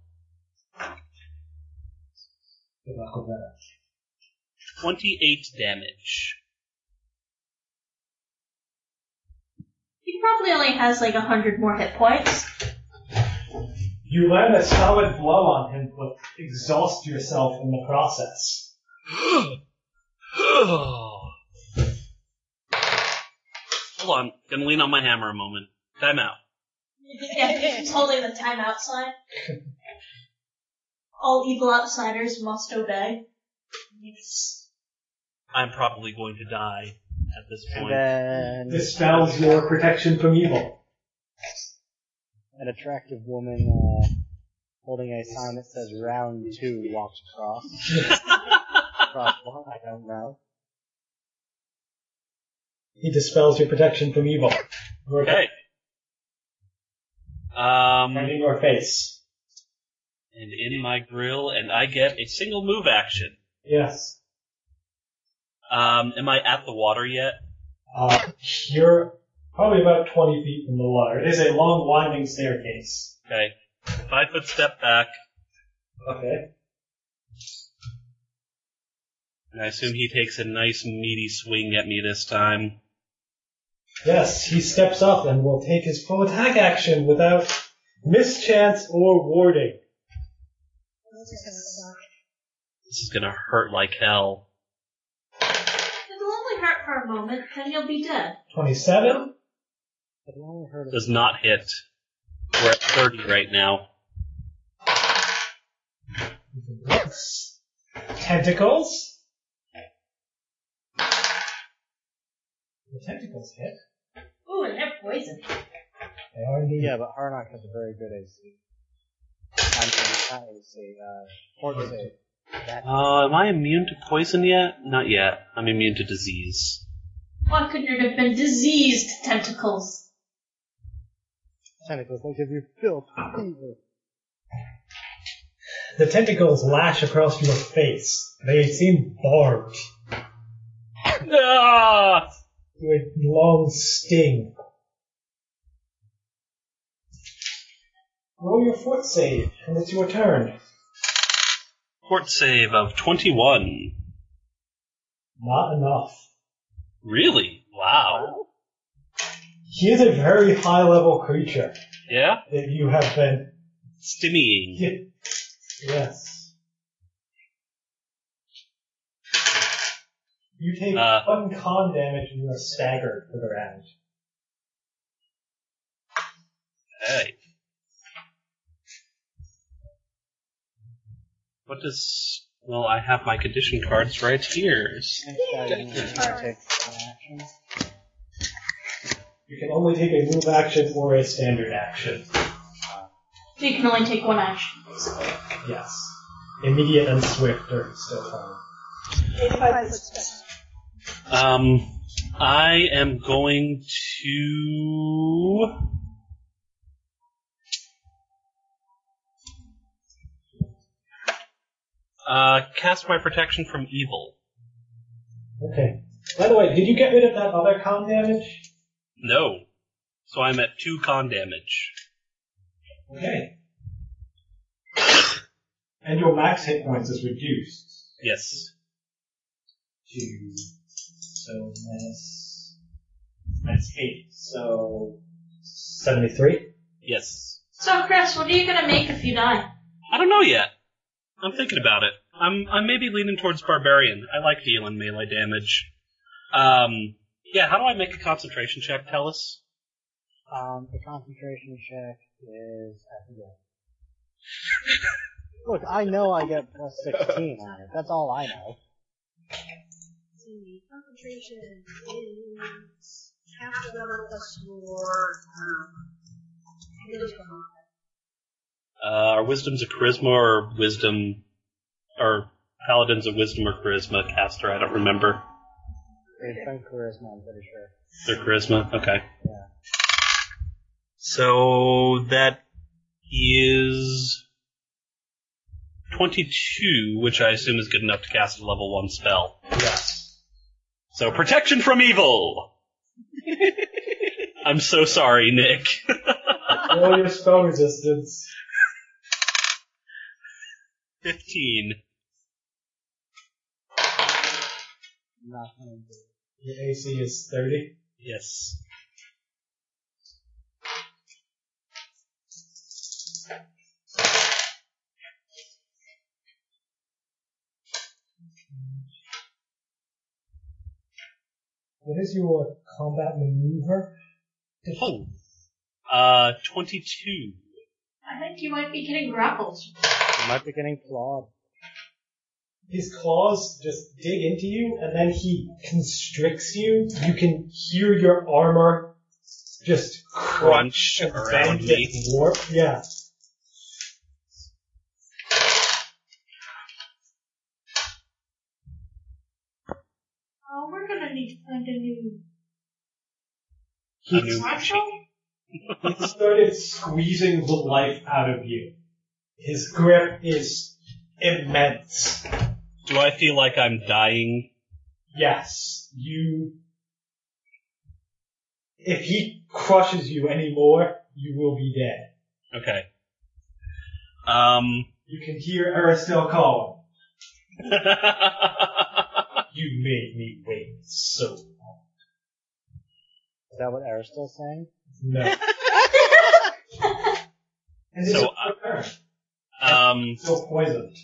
Speaker 3: Good luck with that.
Speaker 10: 28 damage.
Speaker 6: He probably only has like a hundred more hit points.
Speaker 3: You land a solid blow on him, but exhaust yourself in the process.
Speaker 10: *sighs* Hold on, gonna lean on my hammer a moment. Time out.
Speaker 6: Yeah, he's holding the timeout sign. All evil outsiders must obey.
Speaker 10: I'm probably going to die at this
Speaker 5: and
Speaker 10: point.
Speaker 5: then
Speaker 3: Dispels your protection from evil.
Speaker 5: an attractive woman uh, holding a sign that says "Round Two" walks
Speaker 10: *laughs*
Speaker 5: across. across what? I don't know.
Speaker 3: He dispels your protection from evil. Your
Speaker 10: Okay. Um,
Speaker 3: And in your face.
Speaker 10: and in my grill, and I get a single move action.
Speaker 3: Yes.
Speaker 10: Um, am I at the water yet?
Speaker 3: Uh, you're probably about 20 feet from the water. It is a long, winding staircase.
Speaker 10: Okay. Five foot step back,
Speaker 3: Okay.
Speaker 10: and I assume he takes a nice meaty swing at me this time.
Speaker 3: Yes, he steps up and will take his full attack action without mischance or warding.
Speaker 7: Those are kind of suck.
Speaker 10: This is gonna hurt like hell.
Speaker 6: It'll only hurt for a moment, then you'll be dead.
Speaker 3: 27?
Speaker 5: I've only heard of
Speaker 10: Does not hit. We're at 30 right now.
Speaker 3: Tentacles? The tentacles hit.
Speaker 6: Ooh, and they're poison.
Speaker 3: They are uh, indeed.
Speaker 5: Yeah, but Harnock has a very good AC. I mean, not AC, uh, Fort save.
Speaker 10: Uh, am I immune to poison yet? Not yet. I'm immune to disease.
Speaker 6: Why couldn't it have been diseased tentacles?
Speaker 5: Tentacles that give you filth. fever.
Speaker 3: The tentacles lash across your face. They seem barbed
Speaker 10: Ah!
Speaker 3: to a long sting. Roll your fort save, and it's your turn.
Speaker 10: Court save of 21.
Speaker 3: Not enough.
Speaker 10: Really? Wow.
Speaker 3: He is a very high level creature
Speaker 10: Yeah?
Speaker 3: that you have been.
Speaker 10: Stimmying.
Speaker 3: Ye- Yes. You take
Speaker 10: Uh.
Speaker 3: one con damage and you are staggered for the round.
Speaker 10: Hey. What does... Well, I have my condition cards right here.
Speaker 5: Next guy you need to take an action.
Speaker 3: You can only take a move action or a standard action.
Speaker 6: So you can only take one action, basically.
Speaker 3: Yes. Immediate and swift are still fine.
Speaker 7: Eighty-five foot step.
Speaker 10: Um, I am going to. Uh, cast my protection from evil.
Speaker 3: Okay. By the way, did you get rid of that other con damage?
Speaker 10: No. So I'm at two con damage.
Speaker 3: Okay. And your max hit points is reduced
Speaker 10: Yes.
Speaker 3: to so minus minus eight, so seventy-three.
Speaker 10: Yes.
Speaker 6: So, Chris, what are you gonna make if you die?
Speaker 10: I don't know yet. I'm thinking about it. I'm, I'm maybe leaning towards barbarian. I like dealing melee damage. Um, yeah, how do I make a concentration check? Tell us.
Speaker 5: Um, the concentration check is, I forget. Look, I know I get plus 16 on it. That's all I know.
Speaker 7: Let's see, concentration is half the level plus your um, wisdom.
Speaker 10: Uh, our wisdom's a charisma or wisdom, or paladin's a wisdom or charisma caster. I don't remember.
Speaker 5: It's been charisma, I'm pretty sure.
Speaker 10: Their charisma. Okay.
Speaker 5: Yeah.
Speaker 10: So that is twenty-two, which I assume is good enough to cast a level one spell.
Speaker 3: Yes.
Speaker 10: So protection from *laughs* evil. I'm so sorry, Nick.
Speaker 3: *laughs* Roll your spell resistance.
Speaker 10: Fifteen.
Speaker 5: Not gonna do it.
Speaker 3: Your AC is thirty.
Speaker 10: Yes.
Speaker 3: What is your combat maneuver?
Speaker 10: Oh. Uh, twenty-two.
Speaker 6: I think you might be getting grappled.
Speaker 5: You might be getting clawed.
Speaker 3: His claws just dig into you, and then he constricts you. You can hear your armor just crunch,
Speaker 10: Crunch
Speaker 3: and
Speaker 10: around
Speaker 3: bend
Speaker 10: me.
Speaker 3: and warp. Yeah.
Speaker 6: Oh, we're gonna need to find a new
Speaker 10: A new
Speaker 6: satchel?
Speaker 10: *laughs*
Speaker 3: He started squeezing the life out of you. His grip is immense.
Speaker 10: Do I feel like I'm dying?
Speaker 3: yes, you. If he crushes you anymore, you will be dead.
Speaker 10: Okay. Um. *laughs*
Speaker 3: You can hear Aristel calling. You made me wait so long.
Speaker 5: Is that what Aristotle's saying?
Speaker 3: No. and it's
Speaker 10: So,
Speaker 3: her turn.
Speaker 10: um.
Speaker 3: still poisoned.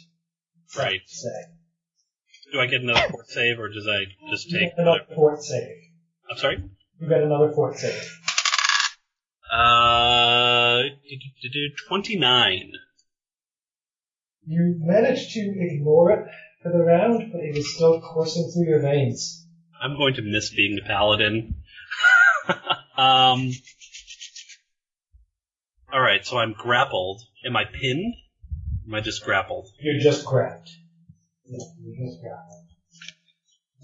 Speaker 10: Right.
Speaker 3: Say.
Speaker 10: Do I get another port save, or does I just
Speaker 3: You
Speaker 10: take?
Speaker 3: get another
Speaker 10: Whatever?
Speaker 3: fort save.
Speaker 10: I'm sorry.
Speaker 3: You got another fort save.
Speaker 10: Uh, twenty nine.
Speaker 3: You managed to ignore it for the round, but it is still coursing through your veins.
Speaker 10: I'm going to miss being a paladin. um. All right, so I'm grappled. Am I pinned? Am I just grappled?
Speaker 3: You're just grabbed. Yeah, You're just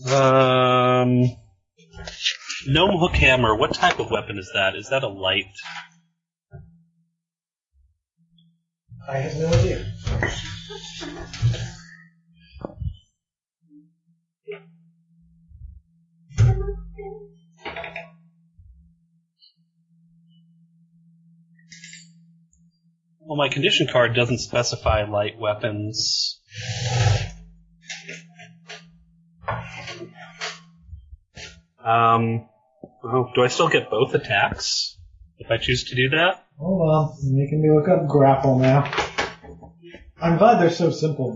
Speaker 3: grabbed.
Speaker 10: Um. Gnome hook hammer. What type of weapon is that? Is that a light?
Speaker 3: I have no idea.
Speaker 10: Well, my condition card doesn't specify light weapons. Um, oh, do I still get both attacks if I choose to do that?
Speaker 3: Hold on, you're making me look up grapple now. I'm glad they're so simple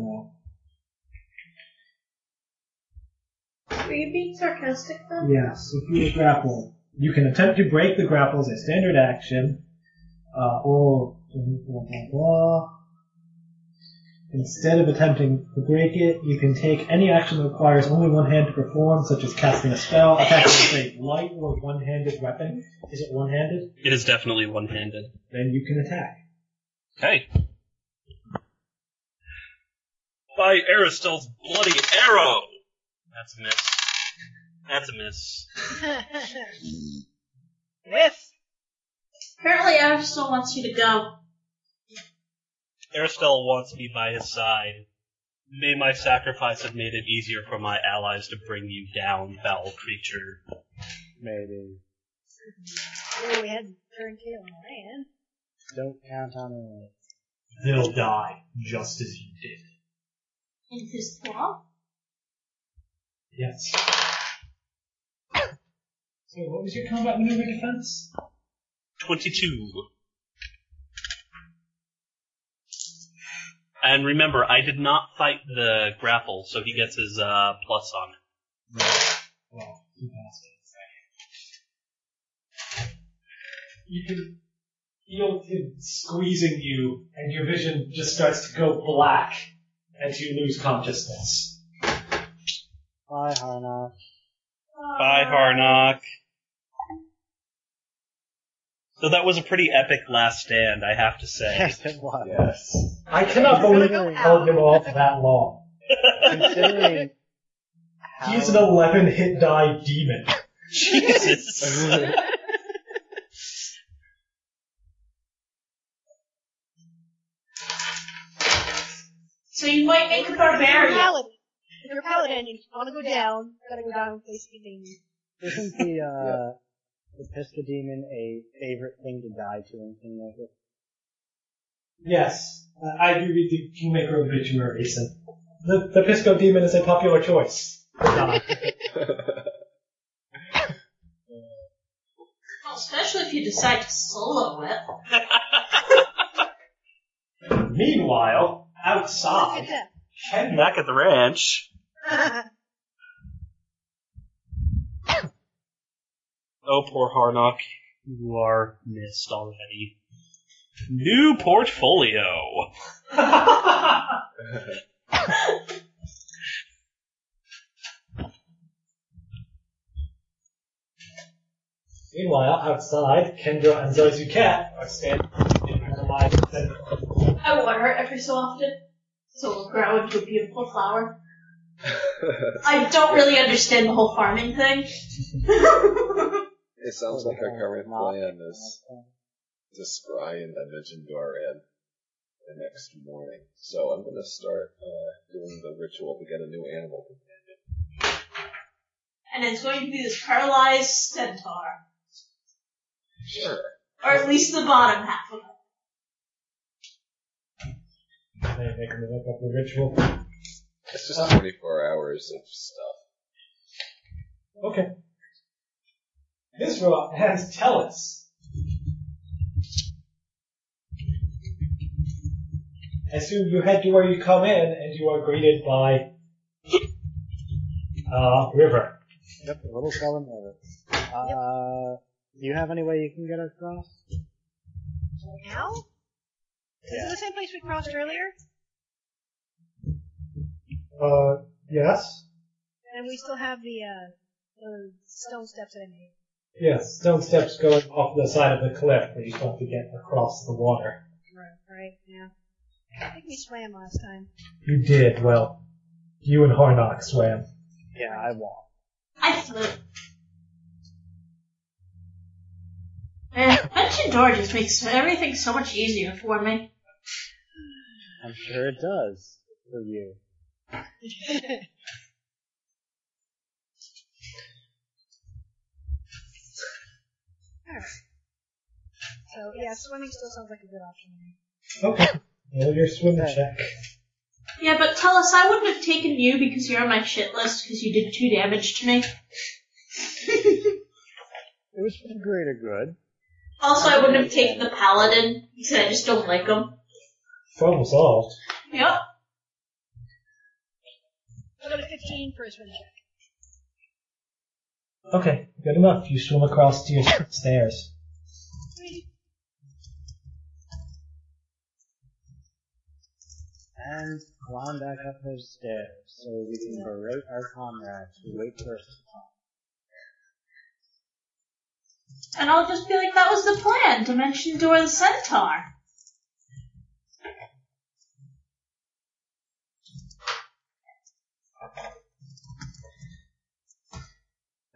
Speaker 3: now.
Speaker 6: Were you being sarcastic
Speaker 7: *laughs*
Speaker 6: then?
Speaker 3: Yes, if you grapple, you can attempt to break the grapple as a standard action, uh, or blah blah blah. Instead of attempting to break it, you can take any action that requires only one hand to perform, such as casting a spell, attacking with a light or one-handed weapon. Is it one-handed?
Speaker 10: It is definitely one-handed.
Speaker 3: Then you can attack.
Speaker 10: Okay. By Aristel's bloody arrow! That's a miss. That's a miss.
Speaker 7: Whiff.
Speaker 6: Apparently, Ash still wants you to go.
Speaker 10: Aristel wants me by his side. May my sacrifice have made it easier for my allies to bring you down, foul creature.
Speaker 5: Maybe.
Speaker 7: Oh, we had to turn tail on Ryan.
Speaker 5: Don't count on it.
Speaker 3: They'll die just as you did.
Speaker 6: Is his claw?
Speaker 3: Yes. *coughs* So what was your combat maneuver defense?
Speaker 10: 22. And remember, I did not fight the grapple, so he gets his uh, plus on it.
Speaker 3: Well, you passed it. You can feel him squeezing you, and your vision just starts to go black as you lose consciousness.
Speaker 5: Hi, Harnock. *laughs*
Speaker 10: Bye, Harnock. So that was a pretty epic last stand, I have to say.
Speaker 5: Yes, it was.
Speaker 8: Yes.
Speaker 3: I cannot believe you held him off that long.
Speaker 5: Considering how,
Speaker 3: He's an 11 hit die demon.
Speaker 10: Jesus.
Speaker 6: So you might make a
Speaker 7: You're a
Speaker 6: barbarian.
Speaker 7: paladin. If you're a paladin and you want to go down, you gotta go down and face the demon.
Speaker 5: *laughs* isn't the uh, the Piscademon a favorite thing to die to in Kingmaker?
Speaker 3: Yes, uh, I do read the Kingmaker obituaries, and the, the Pisco Demon is a popular choice. for die.
Speaker 6: Well, especially if you decide to solo it.
Speaker 3: Meanwhile,
Speaker 7: Look at
Speaker 3: outside,
Speaker 7: that.
Speaker 3: Henry
Speaker 10: *laughs* Back at the ranch. Oh, poor Harnock. You are missed already. New portfolio.
Speaker 3: *laughs* Meanwhile, outside, Kendra and Zoe Cat are standing in her line.
Speaker 6: I water it every so often, so it'll grow into a beautiful flower. I don't really understand the whole farming thing. *laughs*
Speaker 8: *laughs* it sounds like our current plan is to scry in Dimension Door in the next morning. So I'm gonna start uh, doing the ritual to get a new animal companion.
Speaker 6: and it's going to be this paralyzed centaur.
Speaker 8: Sure.
Speaker 6: Or at least the bottom half of it.
Speaker 3: They make me look up the ritual.
Speaker 8: It's just 24 hours of stuff.
Speaker 3: Okay. This rock has Tellus. As soon as you head to where you come in, and you are greeted by uh, River.
Speaker 5: Yep, a little seven minutes. Uh, do you have any way you can get across?
Speaker 7: *laughs* Now? Is it the same place we crossed earlier?
Speaker 3: Uh, yes?
Speaker 7: And we still have the, uh, the stone steps that I made.
Speaker 3: Yes, stone steps going off the side of the cliff, but you still have to get across the water.
Speaker 7: Right, right, yeah. I think we swam last time.
Speaker 3: You did, well, you and Harnock swam.
Speaker 5: Yeah, I walk.
Speaker 6: I float. Man, Dungeon Door just makes everything so much easier for me.
Speaker 5: I'm sure it does for you.
Speaker 7: So, yeah, swimming still sounds like a good option to me.
Speaker 3: Okay. Roll your swim check.
Speaker 6: Yeah, but tell us, I wouldn't have taken you because you're on my shit list because you did two damage to me.
Speaker 5: It was for the greater good.
Speaker 6: Also, I wouldn't have taken the paladin because I just don't like him.
Speaker 3: Problem solved.
Speaker 6: Yep.
Speaker 7: I'll go to 15 for a swim check.
Speaker 3: Okay, good enough. You swim across to your *laughs* stairs.
Speaker 5: And climb back up those stairs so we can berate our comrades who wait for us to come.
Speaker 6: And I'll just be like, that was the plan, Dimension Door the Centaur.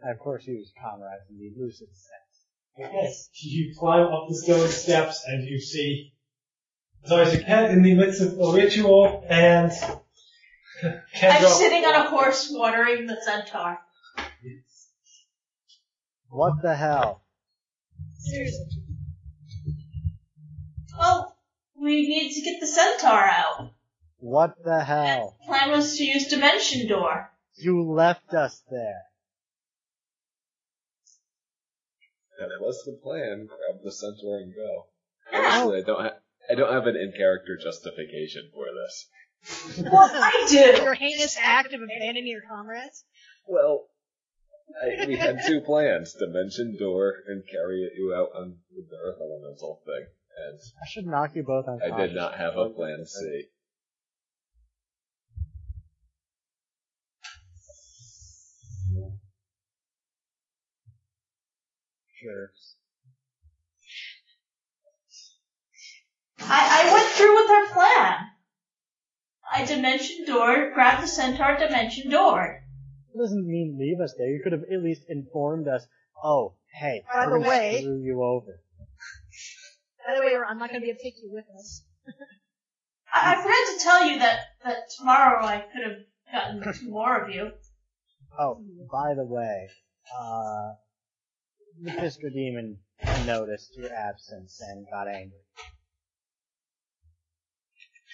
Speaker 5: And of course use comrades in the lucid sense.
Speaker 3: Okay, you climb up the stone steps and you see Zarzik Cat in the midst of a ritual and *laughs*
Speaker 6: I'm
Speaker 3: Kendra.
Speaker 6: sitting on a horse watering the centaur.
Speaker 5: What the hell?
Speaker 7: Seriously.
Speaker 6: Well, Oh, we need to get the centaur out.
Speaker 5: What the hell?
Speaker 6: Plan was to use Dimension Door.
Speaker 5: You left us there.
Speaker 8: That was the plan. Grab the center and go.
Speaker 6: Yeah.
Speaker 8: Actually, I don't ha- I don't have an in-character justification for this.
Speaker 6: Well, I do.
Speaker 7: Your heinous act of abandoning your comrades?
Speaker 8: Well, I, we had two plans: dimension door and carry you out on the earth elemental thing. And
Speaker 5: I should knock you both unconscious.
Speaker 8: I did not have a plan C.
Speaker 5: Jerks.
Speaker 6: I, I went through with our plan. I Dimension Door, grab the centaur, Dimension Door.
Speaker 5: That doesn't mean leave us there. You could have at least informed us, oh, hey,
Speaker 7: By
Speaker 5: we're
Speaker 7: the
Speaker 5: gonna
Speaker 7: way-
Speaker 5: screw you over.
Speaker 7: By the way, I'm not going to be able to take you with us.
Speaker 6: I, I forgot to tell you that, that tomorrow I could have gotten two more of you.
Speaker 5: Oh, by the way, uh, the Pisker Demon noticed your absence and got angry.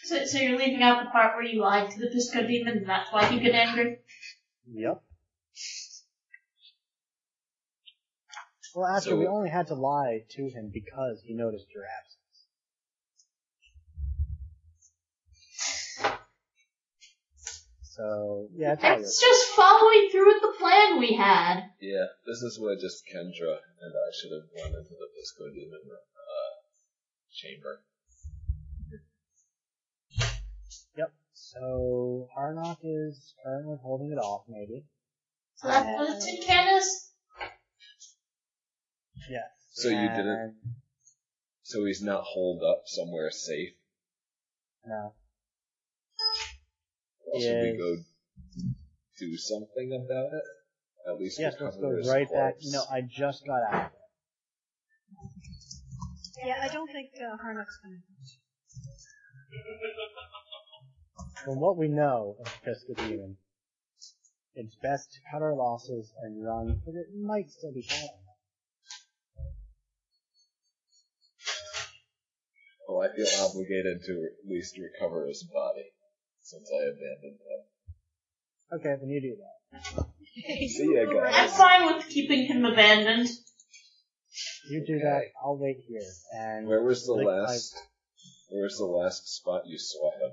Speaker 6: So, so you're leaving out the part where you lied to the Pisco Demon, and that's why he got angry?
Speaker 5: Yep. Well, actually,
Speaker 8: So-
Speaker 5: we only had to lie to him because he noticed your absence. So, yeah, it's all good.
Speaker 6: It's just following through with the plan we had.
Speaker 8: Yeah, this is where just Kendra and I should have gone into the Disco Demon uh, chamber.
Speaker 5: Yep. So, Harnock is currently holding it off, maybe.
Speaker 6: So that's what the tin can is?
Speaker 5: Yes.
Speaker 8: So you didn't-
Speaker 5: And-
Speaker 8: So he's not holed up somewhere safe.
Speaker 5: No.
Speaker 8: Well, Should we
Speaker 5: Yes.
Speaker 8: go do something about it? At least
Speaker 5: Yes, let's go
Speaker 8: recover his
Speaker 5: right back.
Speaker 8: corpse.
Speaker 5: No, I just got out. of there.
Speaker 7: Yeah, I don't think uh, Harnock's *laughs* coming.
Speaker 5: From what we know of Piska Demon, It's best to cut our losses and run, but it might still be fine.
Speaker 8: Well, Oh, I feel obligated to at least recover his body since I abandoned him.
Speaker 5: Okay, then you do that.
Speaker 8: See ya,
Speaker 6: I'm
Speaker 8: guys.
Speaker 6: fine with keeping him abandoned.
Speaker 5: You do that, I'll wait here. And
Speaker 8: Where was the
Speaker 5: like,
Speaker 8: last? Where was the last spot you saw him?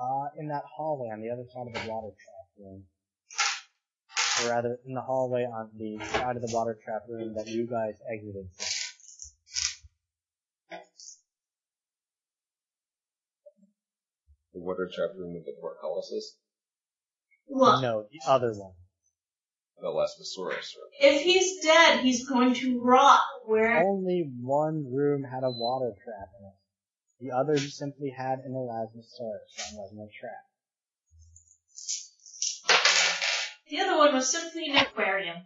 Speaker 5: Uh, in that hallway on the other side of the water trap room. Or rather, in the hallway on the side of the water trap room that you guys exited from.
Speaker 8: The water trap room with the portcullises.
Speaker 6: Look,
Speaker 5: No, the other one.
Speaker 8: The last Vesaurus room.
Speaker 6: if he's dead, he's going to rot where
Speaker 5: Only one room had a water trap in it. The other simply had an Elasmosaurus. That wasn't a trap.
Speaker 6: the other one was simply an aquarium.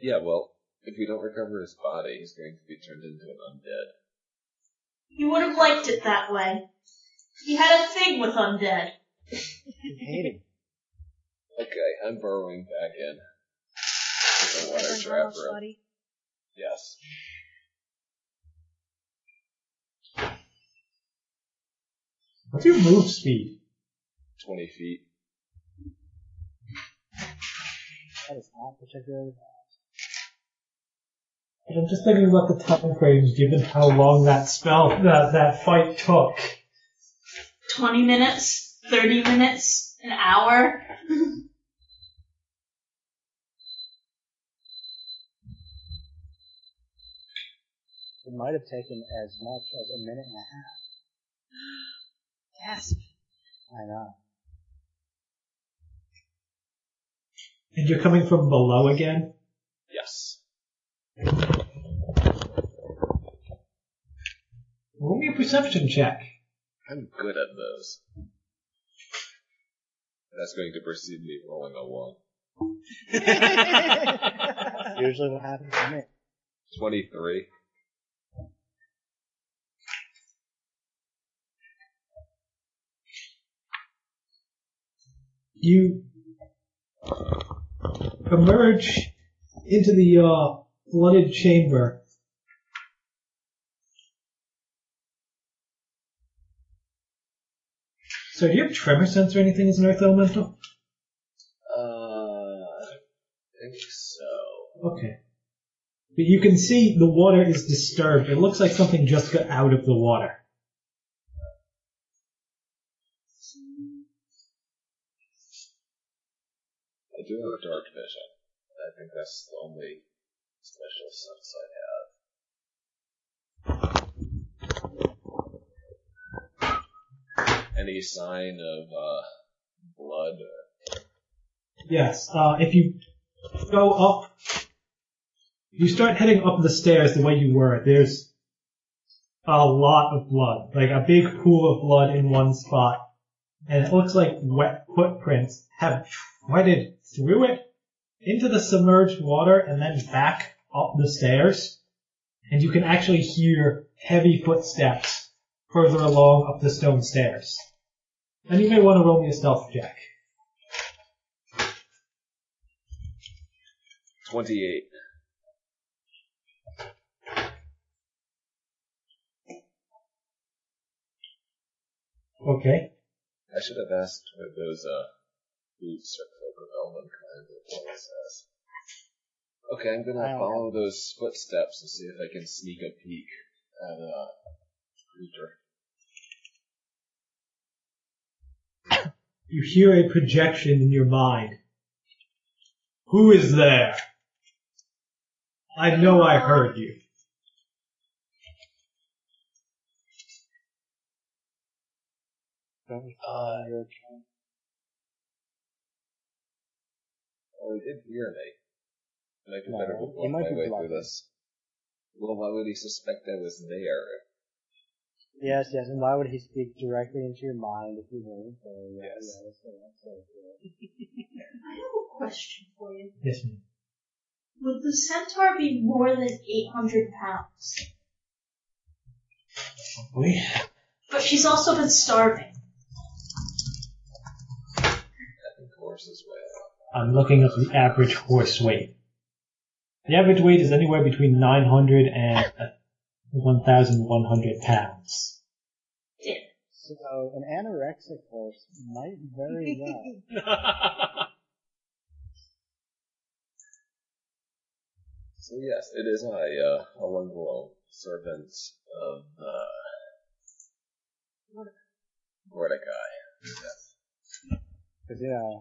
Speaker 8: Yeah, well, if we don't recover his body, he's going to be turned into an undead.
Speaker 6: You would have liked it that way. He had a thing with undead.
Speaker 5: You hated it.
Speaker 8: Okay, I'm burrowing back in. To the water
Speaker 7: Reverend
Speaker 8: trap
Speaker 7: Olaf's
Speaker 8: room.
Speaker 7: body.
Speaker 8: Yes.
Speaker 3: What's your move speed?
Speaker 8: Twenty feet.
Speaker 5: That is not particularly
Speaker 3: And I'm just thinking about the time frames, given how long that spell, that, that fight took.
Speaker 6: 20 minutes, 30 minutes, an hour.
Speaker 5: It might have taken as much as a minute and a half.
Speaker 7: Yes.
Speaker 5: I know.
Speaker 3: And you're coming from below again?
Speaker 8: Yes.
Speaker 3: Roll me a perception check.
Speaker 8: I'm good at those. That's going to precede me rolling a one.
Speaker 5: Usually what happens to me.
Speaker 8: Twenty-three.
Speaker 3: You emerge into the uh, flooded chamber. So do you have tremor sense or anything as an earth elemental?
Speaker 8: Uh, I think so.
Speaker 3: Okay. But you can see the water is disturbed. It looks like something just got out of the water.
Speaker 8: I do have dark vision. I think that's the only special sense I have. Any sign of uh, blood or
Speaker 3: Yes. Uh, if you go up, you start heading up the stairs the way you were. There's a lot of blood, like a big pool of blood in one spot, and it looks like wet footprints have treaded through it into the submerged water and then back up the stairs. And you can actually hear heavy footsteps further along up the stone stairs. And you may want to roll me a stealth check.
Speaker 8: 28.
Speaker 3: Okay.
Speaker 8: I should have asked what those uh, boots are for development kind of what it says. Okay, I'm
Speaker 5: I
Speaker 8: gonna
Speaker 5: don't
Speaker 8: follow those footsteps and see if I can sneak a peek at uh creature.
Speaker 3: You hear a projection in your mind. Who is there? I know I heard you.
Speaker 5: Don't uh, your account.
Speaker 8: Oh, he did hear me. Might be
Speaker 5: No,
Speaker 8: better to
Speaker 5: he
Speaker 8: bluff
Speaker 5: might
Speaker 8: my
Speaker 5: be
Speaker 8: way
Speaker 5: bluffing.
Speaker 8: through this. Well, why would he suspect I was there?
Speaker 5: Yes, yes, and why would he speak directly into your mind if you weren't there? Yeah,
Speaker 8: Yes.
Speaker 5: yeah, that's the answer.
Speaker 6: I have a question for you.
Speaker 3: Yes, ma'am.
Speaker 6: Would the centaur be more than 800 pounds? But she's also been starving.
Speaker 8: I think horses way
Speaker 3: I'm looking up the average horse weight. The average weight is anywhere between 900 and uh, 1,100 pounds.
Speaker 5: So an anorexic horse might
Speaker 7: *laughs*
Speaker 5: very well.
Speaker 8: So yes, it is I, uh, Alungalo, servant of, uh, Mordecai.
Speaker 5: Cause yeah,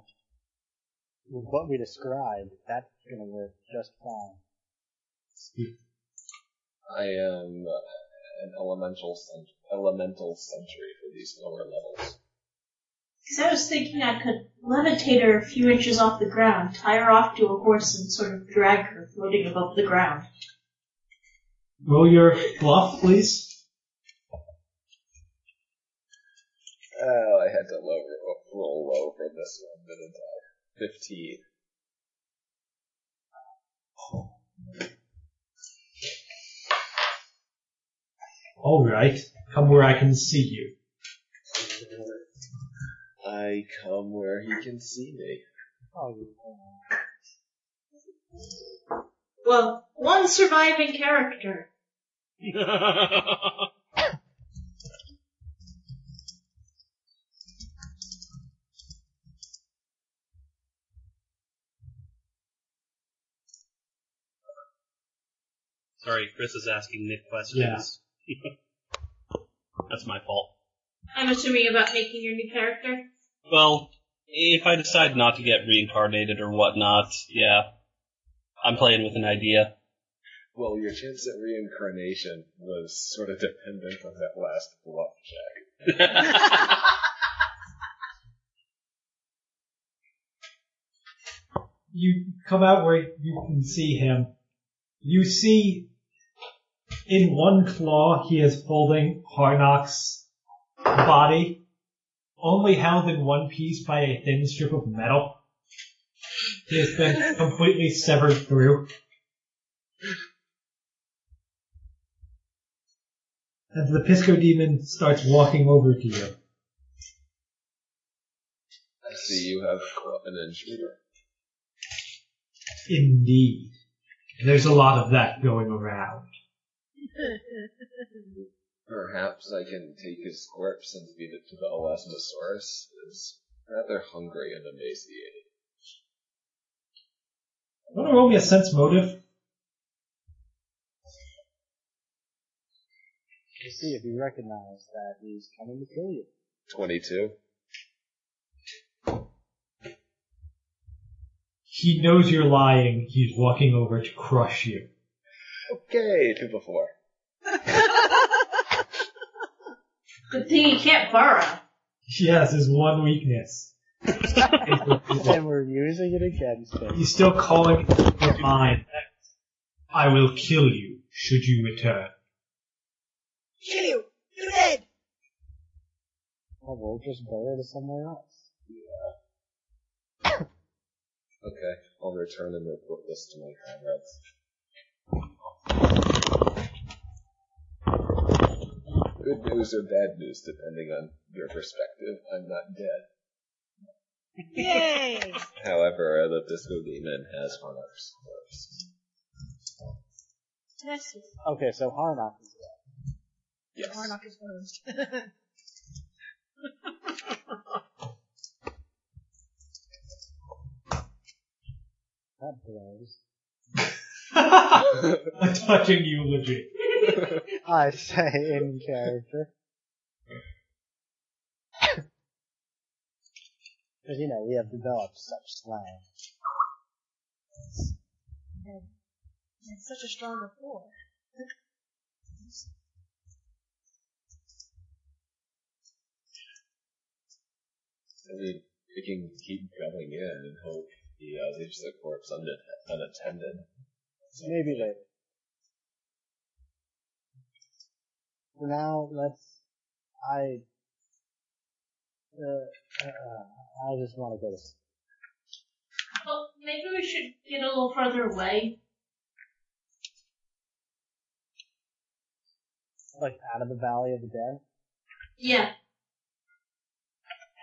Speaker 5: with what we described, that's gonna work just fine.
Speaker 8: I am uh, an elemental cent- elemental sentry for these lower levels.
Speaker 6: Because I was thinking I could levitate her a few inches off the ground, tie her off to a horse, and sort of drag her floating above the ground.
Speaker 3: Roll your bluff, please.
Speaker 8: Oh, I had to lower, roll low for this one, didn't I? Fifteen.
Speaker 3: Alright, come where I can see you.
Speaker 8: I come where he can see me.
Speaker 5: Oh, you
Speaker 6: Well, one surviving character.
Speaker 10: *laughs* Sorry, Chris is asking Nick questions. That's my fault.
Speaker 6: I'm assuming about making your new character.
Speaker 10: Well, if I decide not to get reincarnated or whatnot, yeah. I'm playing with an idea. *laughs*
Speaker 8: Well, your chance at reincarnation was sort of dependent on that last bluff check.
Speaker 3: You come out where you can see him. You see in one claw he is holding Harnock's body, only held in one piece by a thin strip of metal. He has been completely severed through. And the Pisco demon starts walking over to you.
Speaker 8: I see you have an intruder.
Speaker 3: Indeed. There's a lot of that going around.
Speaker 8: Perhaps I can take his corpse and feed it to the Elastosaurus. It's rather hungry and emaciated.
Speaker 3: Want to roll me a sense motive?
Speaker 5: can see if you recognize that he's coming to kill you.
Speaker 8: 22.
Speaker 3: He knows you're lying. He's walking over to crush you.
Speaker 8: Okay, two before.
Speaker 6: Good thing you can't burrow.
Speaker 3: Yes, his one weakness.
Speaker 5: and we're using it against him.
Speaker 3: He's still calling in your mind. I will kill you should you return.
Speaker 7: Kill you! You dead!
Speaker 5: Well, Oh, we'll just bury it somewhere else.
Speaker 8: Okay, I'll return and report this to my comrades. Good news or bad news, depending on your perspective. I'm not dead.
Speaker 7: Yay!
Speaker 8: *laughs* However, uh, the disco demon has one of his corpse.
Speaker 7: That's
Speaker 5: Okay, so Harnock is dead.
Speaker 8: Yes.
Speaker 7: Warnock is closed.
Speaker 5: That blows.
Speaker 3: A touching eulogy.
Speaker 5: *laughs* I say in character. Because, you know, we have developed such slang.
Speaker 7: It's such a strong rapport.
Speaker 8: I mean, it can keep going in and hope he uh, leaves the corpse un- unattended.
Speaker 5: Maybe later. For now, let's. I. Uh, uh, I just want to go to sleep.
Speaker 6: Well, maybe we should get a little further away.
Speaker 5: Like, out of the Valley of the Dead.
Speaker 6: Yeah.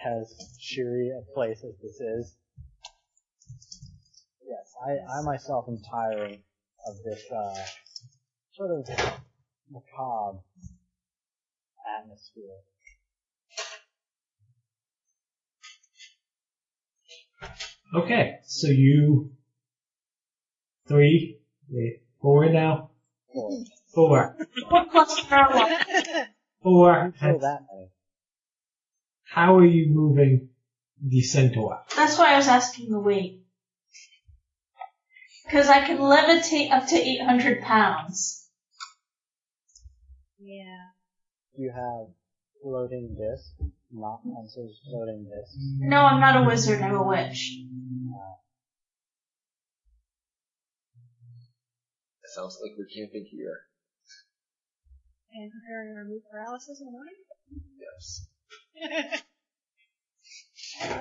Speaker 5: As cheery a place as this is. I, I myself am tired of this uh, sort of macabre atmosphere.
Speaker 3: Okay, so you three, wait, four now,
Speaker 5: Or
Speaker 3: four,
Speaker 6: What plus Sherlock?
Speaker 3: four.
Speaker 5: kill that many.
Speaker 3: How are you moving the centaur?
Speaker 6: That's why I was asking the weight. Because I can levitate up to 800 pounds.
Speaker 7: Yeah.
Speaker 5: You have floating disc, not pencils, floating disc.
Speaker 6: No, I'm not a wizard, I'm a witch.
Speaker 8: It sounds like we're camping here.
Speaker 7: And preparing to remove paralysis in the morning?
Speaker 8: Yes.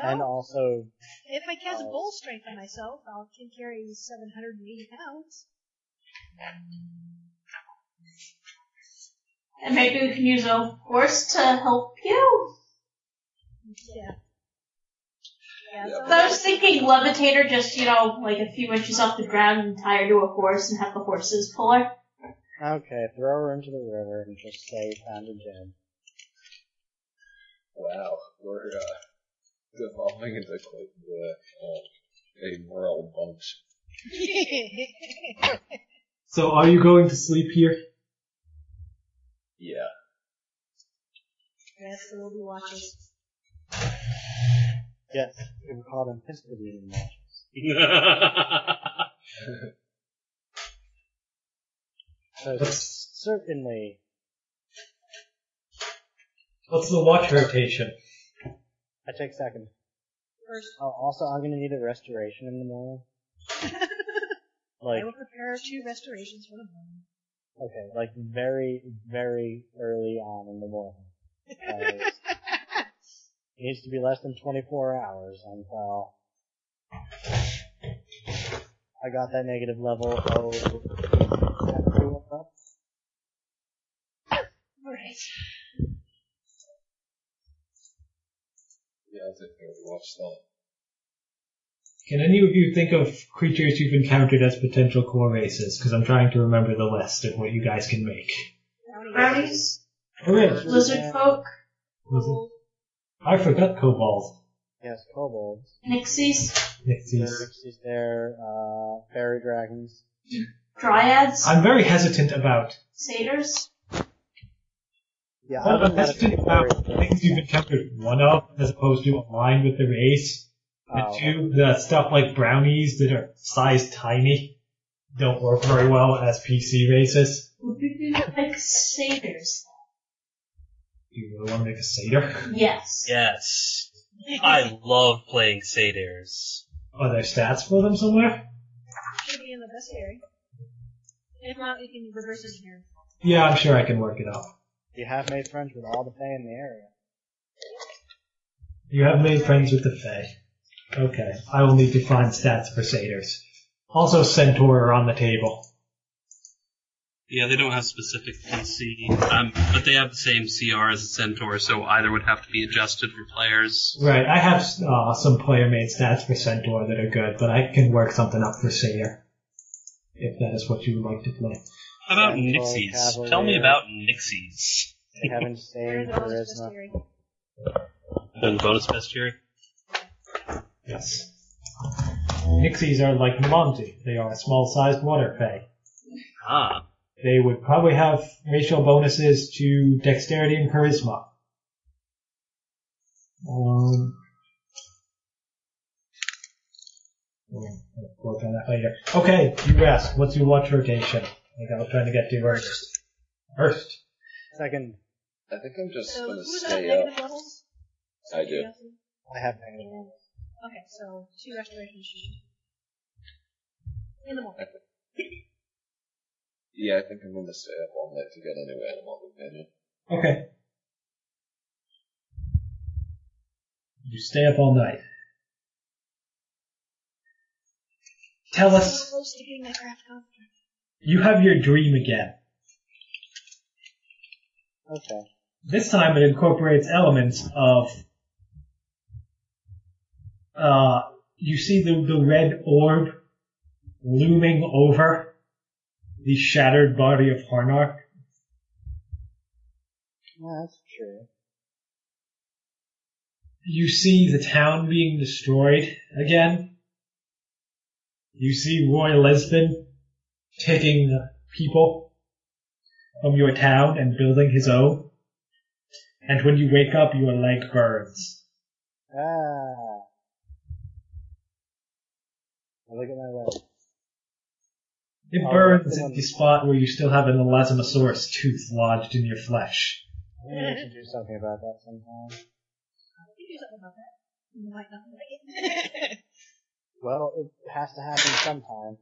Speaker 5: And
Speaker 7: well,
Speaker 5: also,
Speaker 7: if I cast bull strength on myself, I can carry 780 pounds.
Speaker 6: And maybe we can use a horse to help you?
Speaker 7: Yeah. Yeah,
Speaker 8: Yeah,
Speaker 7: so
Speaker 6: So I was thinking levitator, just, you know, like a few inches off the ground and tie her to a horse and have the horses pull her.
Speaker 5: okay, throw her into the river and just say you found a gem.
Speaker 8: Wow, we're uh, devolving into quite the um, a moral bunch.
Speaker 3: So are you going to sleep here?
Speaker 8: Yeah.
Speaker 7: *laughs* yes, there will be watches.
Speaker 5: Yes, we call them Pispity anymore. So certainly,
Speaker 3: What's the watch rotation?
Speaker 5: I take second.
Speaker 7: First,
Speaker 5: Oh, also, I'm gonna need a restoration in the morning. like,
Speaker 7: I will prepare two restorations for the morning.
Speaker 5: okay, like very, very early on in the
Speaker 7: *laughs*
Speaker 5: morning. 'Cause it needs to be less than 24 hours until I got that negative level of...
Speaker 7: Alright.
Speaker 8: Yeah, I'll take care of the watch then.
Speaker 3: Can any of you think of creatures you've encountered as potential core races? Because I'm trying to remember the list of what you guys can make.
Speaker 6: Brownies?
Speaker 3: Alright,
Speaker 6: Lizard folk?
Speaker 7: Gold.
Speaker 3: I forgot kobold.
Speaker 5: Yes, kobolds.
Speaker 6: Nixies?
Speaker 3: Nixies.
Speaker 5: Xerxes there, uh, fairy dragons.
Speaker 6: Dryads?
Speaker 3: I'm very hesitant about.
Speaker 6: Satyrs?
Speaker 5: Yeah, I
Speaker 3: I'm
Speaker 5: don't know
Speaker 3: hesitant about things you've encountered one of as opposed to aligned with the race. And
Speaker 5: Oh.
Speaker 3: two, the stuff like brownies that are sized tiny don't work very well as PC races.
Speaker 6: Would we do like satyrs?
Speaker 3: Do you really want to make a satyr?
Speaker 6: Yes.
Speaker 4: Yes. I love playing satyrs.
Speaker 3: Are there stats for them somewhere?
Speaker 7: Should be in the best area. If not, we can reverse engineer.
Speaker 3: Yeah, I'm sure I can work it out.
Speaker 5: You have made friends with all the fae in the area.
Speaker 3: You have made friends with the Fae. Okay, I will need to find stats for satyrs. Also, centaur are on the table.
Speaker 10: Yeah, they don't have specific PC, um, but they have the same CR as a centaur, so either would have to be adjusted for players.
Speaker 3: Right, I have uh, some player-made stats for centaur that are good, but I can work something up for satyr. If that is what you would like to play.
Speaker 10: How about
Speaker 5: Centaur,
Speaker 10: Nixies?
Speaker 5: Cavalier.
Speaker 10: Tell me about Nixies.
Speaker 5: They
Speaker 7: *laughs*
Speaker 5: haven't
Speaker 7: Where
Speaker 5: stayed
Speaker 7: are the most best
Speaker 5: charisma.
Speaker 7: area?
Speaker 10: Then bonus bestiary.
Speaker 3: Yes. Nixies are like Namanti. They are a small-sized water fae.
Speaker 10: Ah,
Speaker 3: They would probably have racial bonuses to dexterity and charisma. Um, oh, we'll work on that later. Okay, you rest. What's your watch rotation? I think I was trying to get to first. First.
Speaker 5: Second,
Speaker 8: I think I'm just
Speaker 7: So
Speaker 8: gonna
Speaker 7: who's on
Speaker 8: stay up.
Speaker 7: negative levels?
Speaker 8: I do.
Speaker 5: I have negative.
Speaker 7: And- Okay, so two restorations should be- in the morning.
Speaker 8: Yeah, I think I'm gonna stay up all night to get a new animal companion.
Speaker 3: Okay. You stay up all night. Tell us,
Speaker 7: Close to getting my craft on.
Speaker 3: you have your dream again.
Speaker 5: Okay.
Speaker 3: This time it incorporates elements of. Uh, you see the, the red orb looming over the shattered body of Harnark.
Speaker 5: Yeah, that's true.
Speaker 3: You see the town being destroyed again. You see Roy Lesbon taking people from your town and building his own. And when you wake up, your leg burns.
Speaker 5: Ah. I look at my leg.
Speaker 3: It
Speaker 5: Oh,
Speaker 3: burns
Speaker 5: come on.
Speaker 3: at the spot where you still have an elasmosaurus tooth lodged in your flesh.
Speaker 5: Maybe we should do something about that sometime.
Speaker 7: You do something about that. You might not like
Speaker 5: *laughs*
Speaker 7: it.
Speaker 5: Well, it has to happen sometime.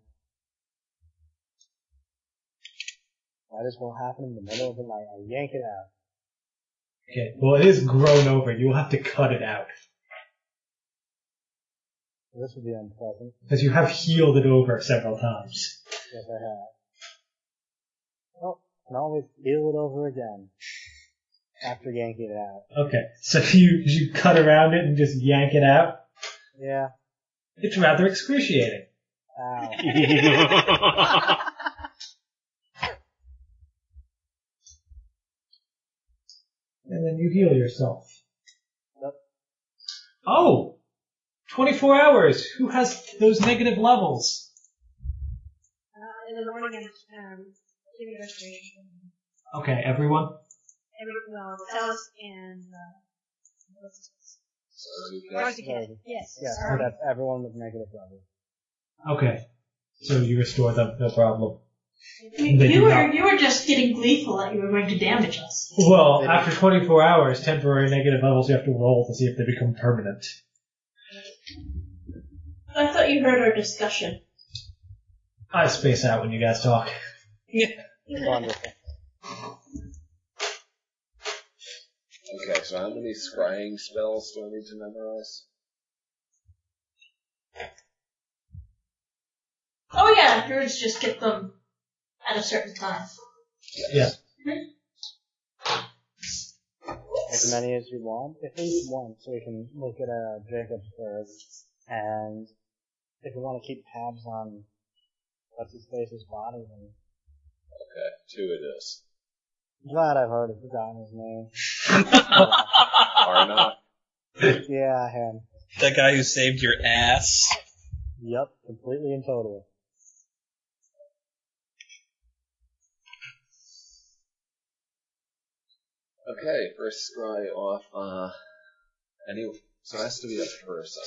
Speaker 5: Might as well happen in the middle of the night. I yank it out.
Speaker 3: Okay, well it is grown over. You'll have to cut it out.
Speaker 5: This would be unpleasant.
Speaker 3: Because you have healed it over several times.
Speaker 5: Yes, I have. Well, can always deal it over again. After yanking it out.
Speaker 3: Okay, so *laughs* you, you cut around it and just yank it out.
Speaker 5: Yeah.
Speaker 3: It's rather excruciating.
Speaker 5: Ow.
Speaker 3: And then you heal yourself.
Speaker 5: Yep.
Speaker 3: Oh! 24 hours! Who has those negative levels?
Speaker 7: uh, in the morning, um, give me restoration.
Speaker 3: Okay, everyone.
Speaker 7: Every, well, Alice and, uh, what's his face?
Speaker 8: Sorry, you guys.
Speaker 7: Dorothy Kennedy. Yes.
Speaker 5: Yeah, so
Speaker 7: sorry.
Speaker 5: that's everyone with negative level.
Speaker 3: Okay. So you restore them, no problem.
Speaker 6: You,
Speaker 3: They
Speaker 6: you
Speaker 3: do
Speaker 6: were
Speaker 3: not.
Speaker 6: you were just getting gleeful that you were going to damage us.
Speaker 3: Well, after 24 hours, temporary negative levels you have to roll to see if they become permanent.
Speaker 6: I thought you heard our discussion.
Speaker 3: I space out when you guys talk.
Speaker 5: Wonderful.
Speaker 8: Okay, so how many scrying spells do I need to memorize?
Speaker 6: Oh yeah, druids just get them at a certain time.
Speaker 3: Yeah.
Speaker 5: As many as you want. At least one, so we can look at uh, Jacob's bird. And if we want to keep tabs on what's his face's body, then
Speaker 8: Okay, two it is.
Speaker 5: glad I've already forgotten his name.
Speaker 8: Are not.
Speaker 5: yeah, him.
Speaker 4: That guy who saved your ass.
Speaker 5: Yep, completely and totally.
Speaker 8: Okay, first scry off, uh, any, so it has to be a person.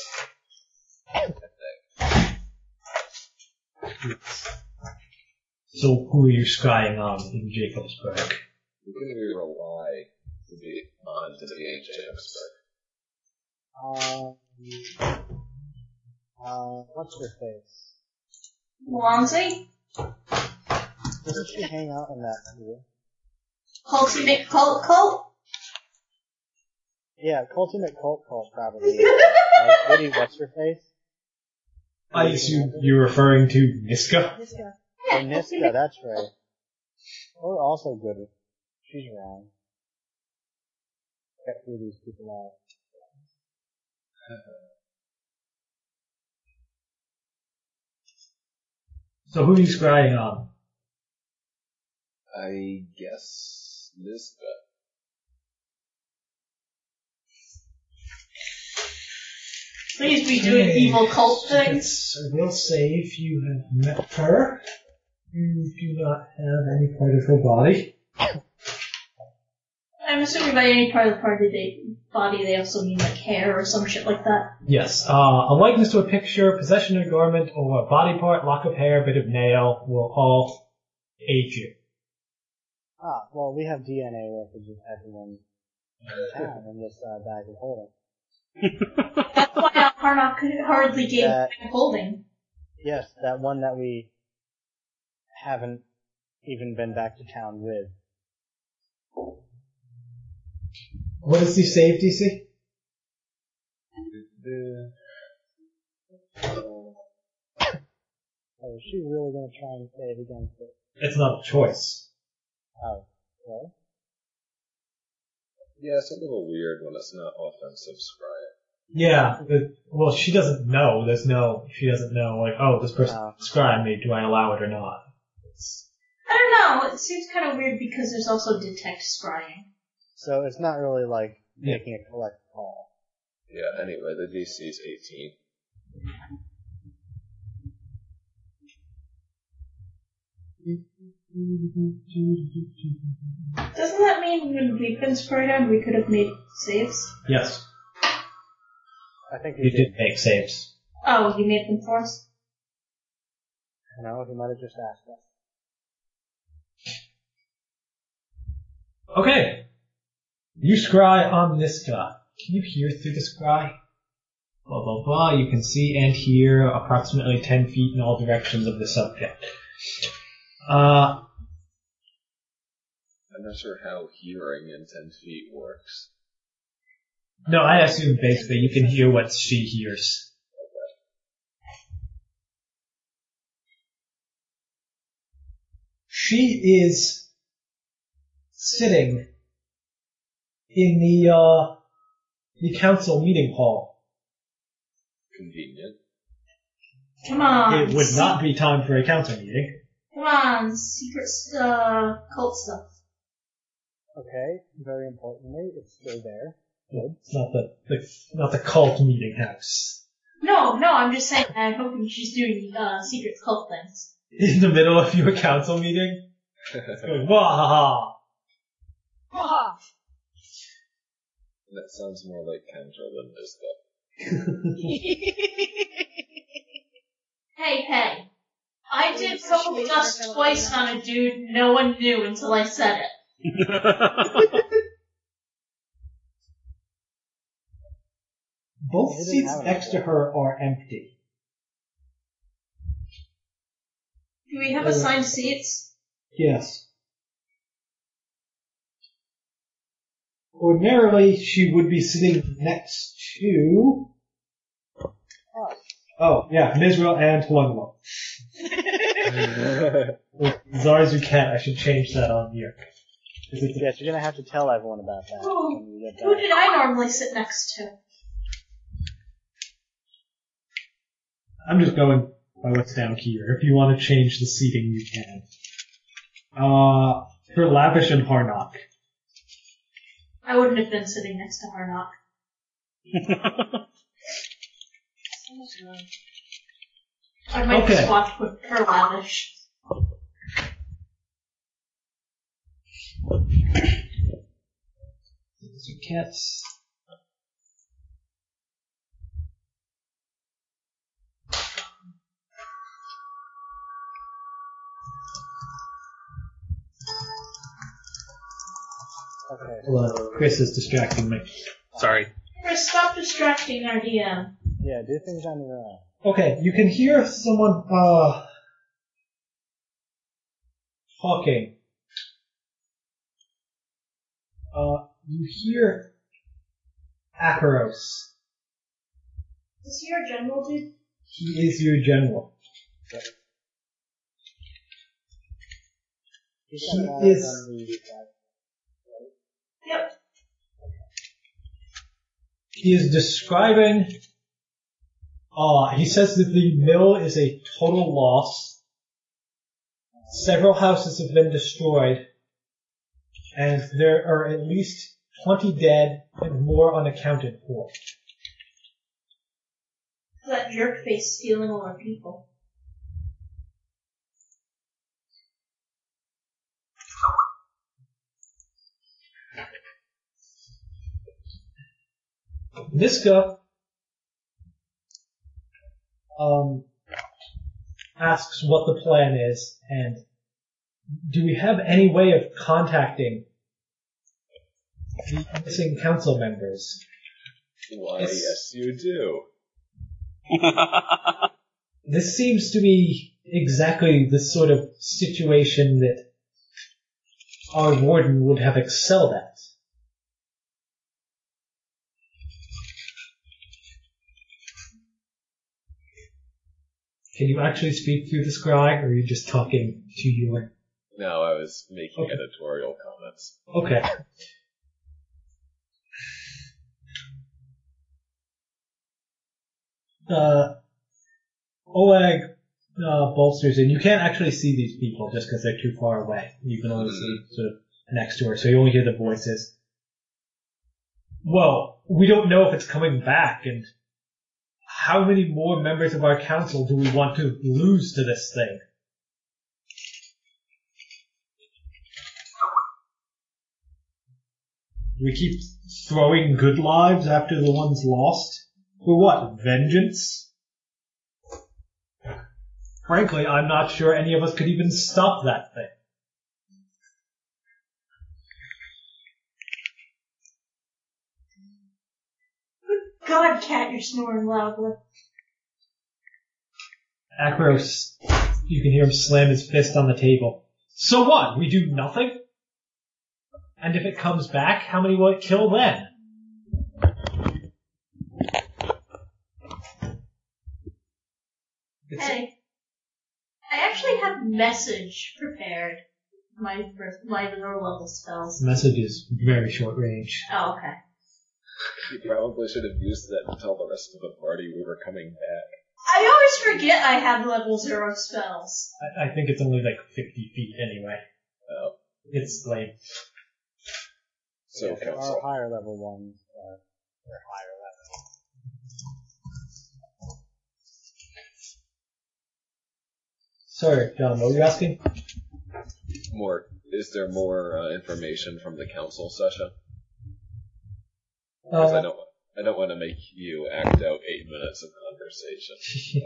Speaker 3: So who are you scrying on in Jacobsburg?
Speaker 8: Who can we rely to be on to the HMs,
Speaker 5: Um, uh, what's her face?
Speaker 6: Walmsley,
Speaker 5: Doesn't she hang out in that pool?
Speaker 6: Colty McCult, Colt. *laughs*
Speaker 5: Yeah, Colton at Cult Cult probably. like, Woody, what's her face?
Speaker 3: I assume you're referring to Niska?
Speaker 7: This guy.
Speaker 5: Oh, Niska, that's right. Or also Goody. She's around. Got through these people out.
Speaker 3: So who are you scrying on?
Speaker 8: but I guess this, uh,
Speaker 6: Please be doing evil cult things.
Speaker 3: Yes, I will say if you have met her, you do not have any part of her body.
Speaker 6: I'm assuming by any part of the part of the body, they also mean like hair or some shit like that.
Speaker 3: Yes, uh, a likeness to a picture, possession of garment, or a body part, lock of hair, bit of nail will all aid you.
Speaker 5: Ah, well, we have DNA records of everyone in town in this uh, bag of holding.
Speaker 6: That's why Harnock could hardly gave
Speaker 5: That-
Speaker 6: back holding.
Speaker 5: Yes, that one that we haven't even been back to town with. *coughs*
Speaker 3: What is the save DC?
Speaker 8: the,
Speaker 5: Oh, is she really gonna try and save against it?
Speaker 3: It's not a choice.
Speaker 5: Oh, well,
Speaker 8: yeah, it's a little weird when it's not offensive scry.
Speaker 3: Yeah. the- well, she doesn't know. There's no. She doesn't know. Like, oh, this person
Speaker 5: Uh,
Speaker 3: described me. Do I allow it or not? It's,
Speaker 6: I don't know. It seems kind of weird because there's also detect scrying.
Speaker 5: so it's not really like
Speaker 3: Yeah.
Speaker 5: making a collect call.
Speaker 8: Yeah, anyway, the DC is 18.
Speaker 6: Doesn't that mean when we've been scryed on, we could have made saves?
Speaker 3: yes,
Speaker 5: I think he
Speaker 3: you
Speaker 5: did.
Speaker 3: did make saves.
Speaker 6: Oh, you made them for us.
Speaker 5: I know he might have just asked us.
Speaker 3: Okay. You scry on this guy. Can you hear through the scry? Blah blah blah. You can see and hear approximately ten feet in all directions of the subject. Uh,
Speaker 8: I'm not sure how hearing in 10 feet works.
Speaker 3: no, I assume basically you can hear what she hears. She is sitting in the uh, the council meeting hall.
Speaker 8: Convenient.
Speaker 6: Come on.
Speaker 3: It would not be time for a council meeting.
Speaker 6: Come on, secret st- uh, cult stuff.
Speaker 5: Okay, very importantly, it's still there.
Speaker 3: It's not the, the not the cult meeting house.
Speaker 6: No, no, I'm just saying. I'm hoping she's doing uh, secret cult things.
Speaker 3: *laughs* In the middle of your council meeting, going wah ha ha.
Speaker 8: *laughs* that sounds more like Kendra than this stuff.
Speaker 6: Hey, hey. I did couple dust twice on a dude no one knew until I said it.
Speaker 3: Both
Speaker 5: They didn't
Speaker 3: seats
Speaker 5: have it.
Speaker 3: next to her are empty.
Speaker 6: Do we have assigned seats?
Speaker 3: Yes. Ordinarily, she would be sitting next to. Oh yeah, Misrael and Huanlo. Or Zarzuket. I should change that on here. 'Cause it's a
Speaker 5: Yes, you're gonna have to tell everyone about that when you get
Speaker 6: Who
Speaker 5: back.
Speaker 6: did I normally sit next to?
Speaker 3: I'm just going by what's down here. If you want to change the seating, you can. Uh, for Lavish and Harnock.
Speaker 6: I wouldn't have been sitting next to Harnock. I might
Speaker 3: Okay.
Speaker 6: have swapped with her lavish.
Speaker 3: Those are cats. Oh.
Speaker 5: Okay.
Speaker 3: Hello. Chris is distracting me.
Speaker 10: Sorry.
Speaker 6: Chris, stop distracting our DM.
Speaker 5: Yeah, do things on your own.
Speaker 3: Okay, you can hear someone, uh, talking. Uh, you hear Acheros.
Speaker 6: Is he our general dude?
Speaker 3: He is your general.
Speaker 5: He's
Speaker 3: He
Speaker 5: got eyes
Speaker 3: is-
Speaker 5: on the-
Speaker 6: Yep.
Speaker 3: He is describing. Uh, he says that the mill is a total loss. Several houses have been destroyed, and there are at least 20 dead and more unaccounted for.
Speaker 6: That jerk face stealing all our people.
Speaker 3: Niska um, asks what the plan is, and do we have any way of contacting the missing council members?
Speaker 8: Why,
Speaker 3: It's-
Speaker 8: yes, you do.
Speaker 3: this seems to be exactly the sort of situation that our warden would have excelled at. Can you actually speak through the scry, or are you just talking to you?
Speaker 8: No, I was making
Speaker 3: Okay.
Speaker 8: editorial comments.
Speaker 3: Okay. uh, Oleg uh, bolsters in. You can't actually see these people just because they're too far away. You can only see sort of next to her, so you only hear the voices. Well, we don't know if it's coming back, and how many more members of our council do we want to lose to this thing? We keep throwing good lives after the ones lost? For what? Vengeance? Frankly, I'm not sure any of us could even stop that thing.
Speaker 6: God, cat, you're snoring loudly.
Speaker 3: Akros, you can hear him slam his fist on the table. So what? We do nothing? And if it comes back, how many will it kill then? It's-
Speaker 6: Hey, I actually have message prepared. My first, my lower level spells.
Speaker 3: message is very short range.
Speaker 6: Oh, okay.
Speaker 8: You probably should have used that to tell the rest of the party we were coming back.
Speaker 6: I always forget I have level zero spells.
Speaker 3: I, I think it's only like 50 feet anyway. Uh,
Speaker 8: Oh.
Speaker 3: It's lame.
Speaker 8: So,
Speaker 5: There
Speaker 8: council.
Speaker 5: are higher level ones, uh, but they're higher level.
Speaker 3: Sorry, John, what were you asking?
Speaker 8: More, is there more uh, information from the council session? Because I
Speaker 3: Uh,
Speaker 8: don't, I don't want to make you act out eight minutes of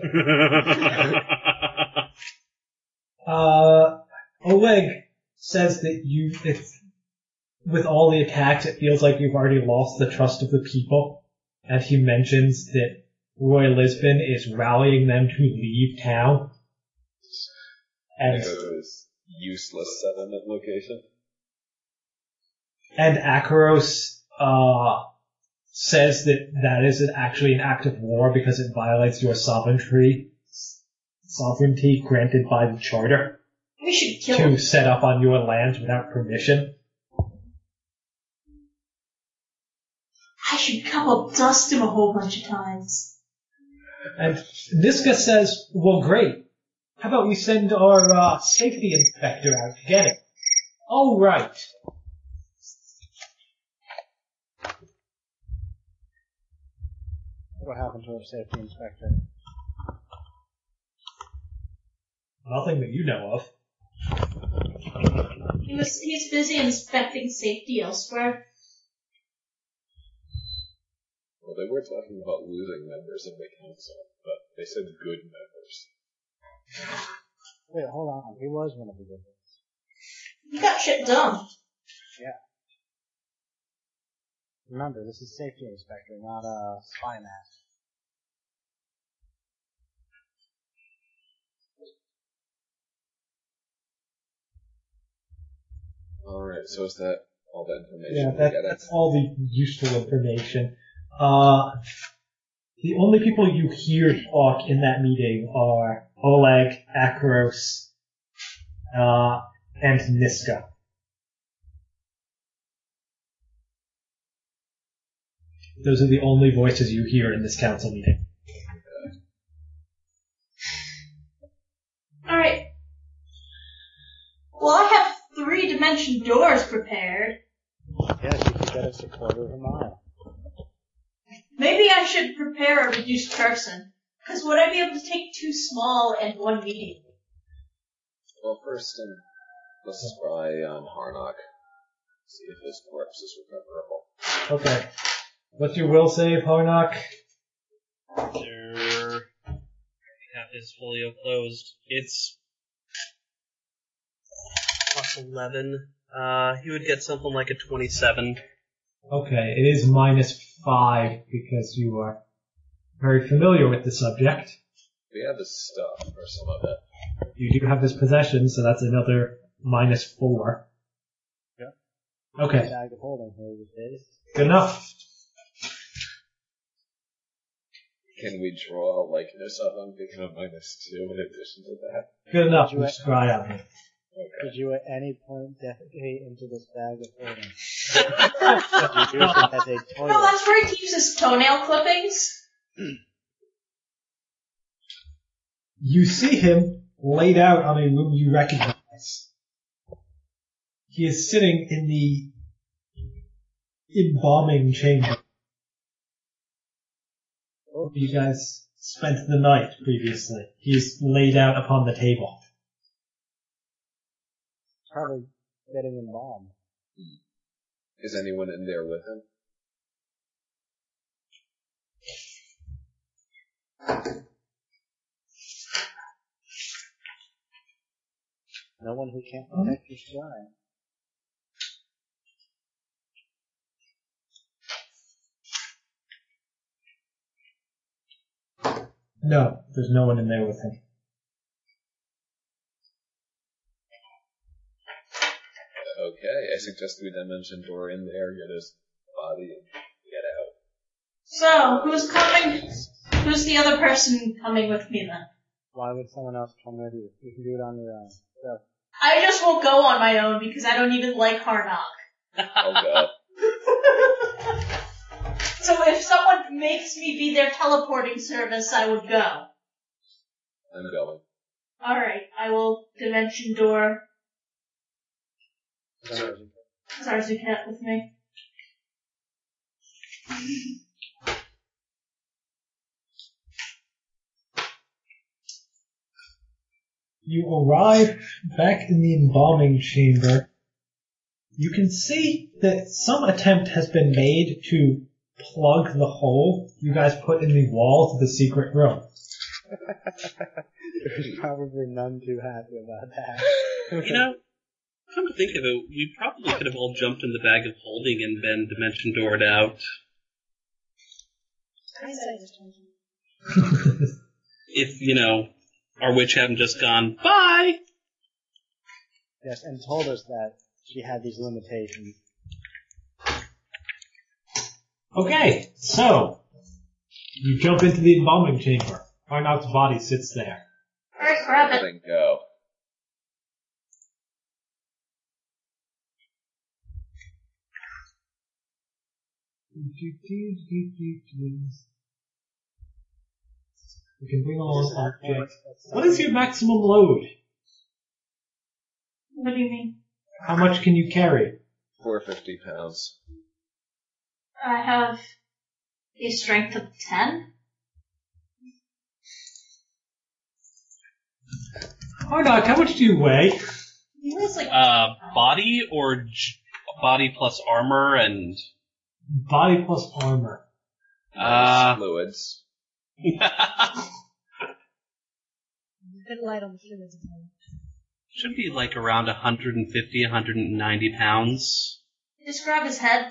Speaker 8: conversation.
Speaker 3: *laughs* uh, Oleg says that you, it's, with all the attacks, it feels like you've already lost the trust of the people. And he mentions that Roy Lisbon is rallying them to leave town. And,
Speaker 8: Because it was useless settlement location.
Speaker 3: and Akaros, uh, says that that is an- actually an act of war because it violates your sovereignty, sovereignty granted by the charter.
Speaker 6: We should kill
Speaker 3: to
Speaker 6: him.
Speaker 3: set up on your land without permission.
Speaker 6: I should couple dust him a whole bunch of times.
Speaker 3: And Niska says, well, great. How about we send our uh, safety inspector out to get it? Oh, right.
Speaker 5: What happened to our safety inspector?
Speaker 3: Nothing that you know of.
Speaker 6: He was he's busy inspecting safety elsewhere.
Speaker 8: Well, they were talking about losing members of the council, but they said good members.
Speaker 5: Wait, hold on. He was one of the good ones.
Speaker 6: He got shit done.
Speaker 5: Remember, this is safety inspector, not a spy master.
Speaker 8: Alright, so is that all the information
Speaker 3: Yeah,
Speaker 8: we
Speaker 3: that,
Speaker 8: get?
Speaker 3: that's all the useful information. Uh, the only people you hear talk in that meeting are Oleg, Akros, uh, and Niska. Those are the only voices you hear in this council meeting.
Speaker 6: Alright. Well, I have three dimension doors prepared.
Speaker 5: Yes, you could get us a quarter of a mile.
Speaker 6: Maybe I should prepare a reduced person. Because would I be able to take two small and one medium?
Speaker 8: Well, first, um, let's spy on Harnock. See if his corpse is recoverable.
Speaker 3: Okay. What's your will save, Harnock?
Speaker 4: Their cap is fully closed. It's plus eleven. Uh, he would get something like a twenty-seven.
Speaker 3: Okay, it is minus five because you are very familiar with the subject.
Speaker 8: We have his stuff, or some of it.
Speaker 3: You do have his possession, so that's another minus four. Yeah. Okay,
Speaker 5: Bag of holding here these days.
Speaker 3: good enough.
Speaker 8: Can we draw a likeness of him? Because I'm minus two in addition to that.
Speaker 3: Good enough. You scry on me.
Speaker 5: Did you at any point defecate into this bag of
Speaker 3: *laughs*
Speaker 5: holding? Did you use it as a
Speaker 6: No,
Speaker 5: toilet?
Speaker 6: that's where he keeps his toenail clippings.
Speaker 3: You see him laid out on a room you recognize. He is sitting in the embalming chamber. Where you guys spent the night previously. He's laid out upon the table.
Speaker 5: Probably getting involved.
Speaker 8: Is anyone in there with him?
Speaker 5: No one who can't protect his giant.
Speaker 3: No, there's no one in there with him.
Speaker 8: Okay, I suggest we dimension door in there, get his body, and get out.
Speaker 6: So, who's coming? Who's the other person coming with me then?
Speaker 5: Why would someone else come with you? You can do it on your own. So,
Speaker 6: I just won't go on my own because I don't even like Harnock. *laughs*
Speaker 8: I'll go.
Speaker 6: so if someone makes me be their teleporting service, I would go.
Speaker 8: I'm going.
Speaker 6: Alright, I will dimension door Sarzucat with me.
Speaker 3: You arrive back in the embalming chamber. You can see that some attempt has been made to plug the hole you guys put in the wall to the secret room.
Speaker 5: there's *laughs* probably none too happy about that.
Speaker 4: *laughs* You know, come to think of it, we probably could have all jumped in the bag of holding and been dimension doored out.
Speaker 7: Hindsight is twenty.
Speaker 4: If, you know, our witch hadn't just gone, bye!
Speaker 5: Yes, and told us that she had these limitations.
Speaker 3: Okay, so you jump into the embalming chamber. Arnott's body sits there.
Speaker 6: Alright, grab it.
Speaker 8: Then go.
Speaker 3: You can bring along objects. What is your maximum load?
Speaker 6: What do you mean?
Speaker 3: How much can you carry?
Speaker 8: 450 pounds.
Speaker 6: I have a strength of 10.
Speaker 3: Arnott, how much do you weigh?
Speaker 6: He was like,
Speaker 4: Uh, body or j- body plus armor and,
Speaker 3: Body plus armor.
Speaker 8: Minus
Speaker 4: uh,
Speaker 8: Fluids.
Speaker 7: Good light on the humans. again.
Speaker 4: should be like around 150, 190 pounds.
Speaker 6: just grab
Speaker 4: *laughs*
Speaker 6: his head.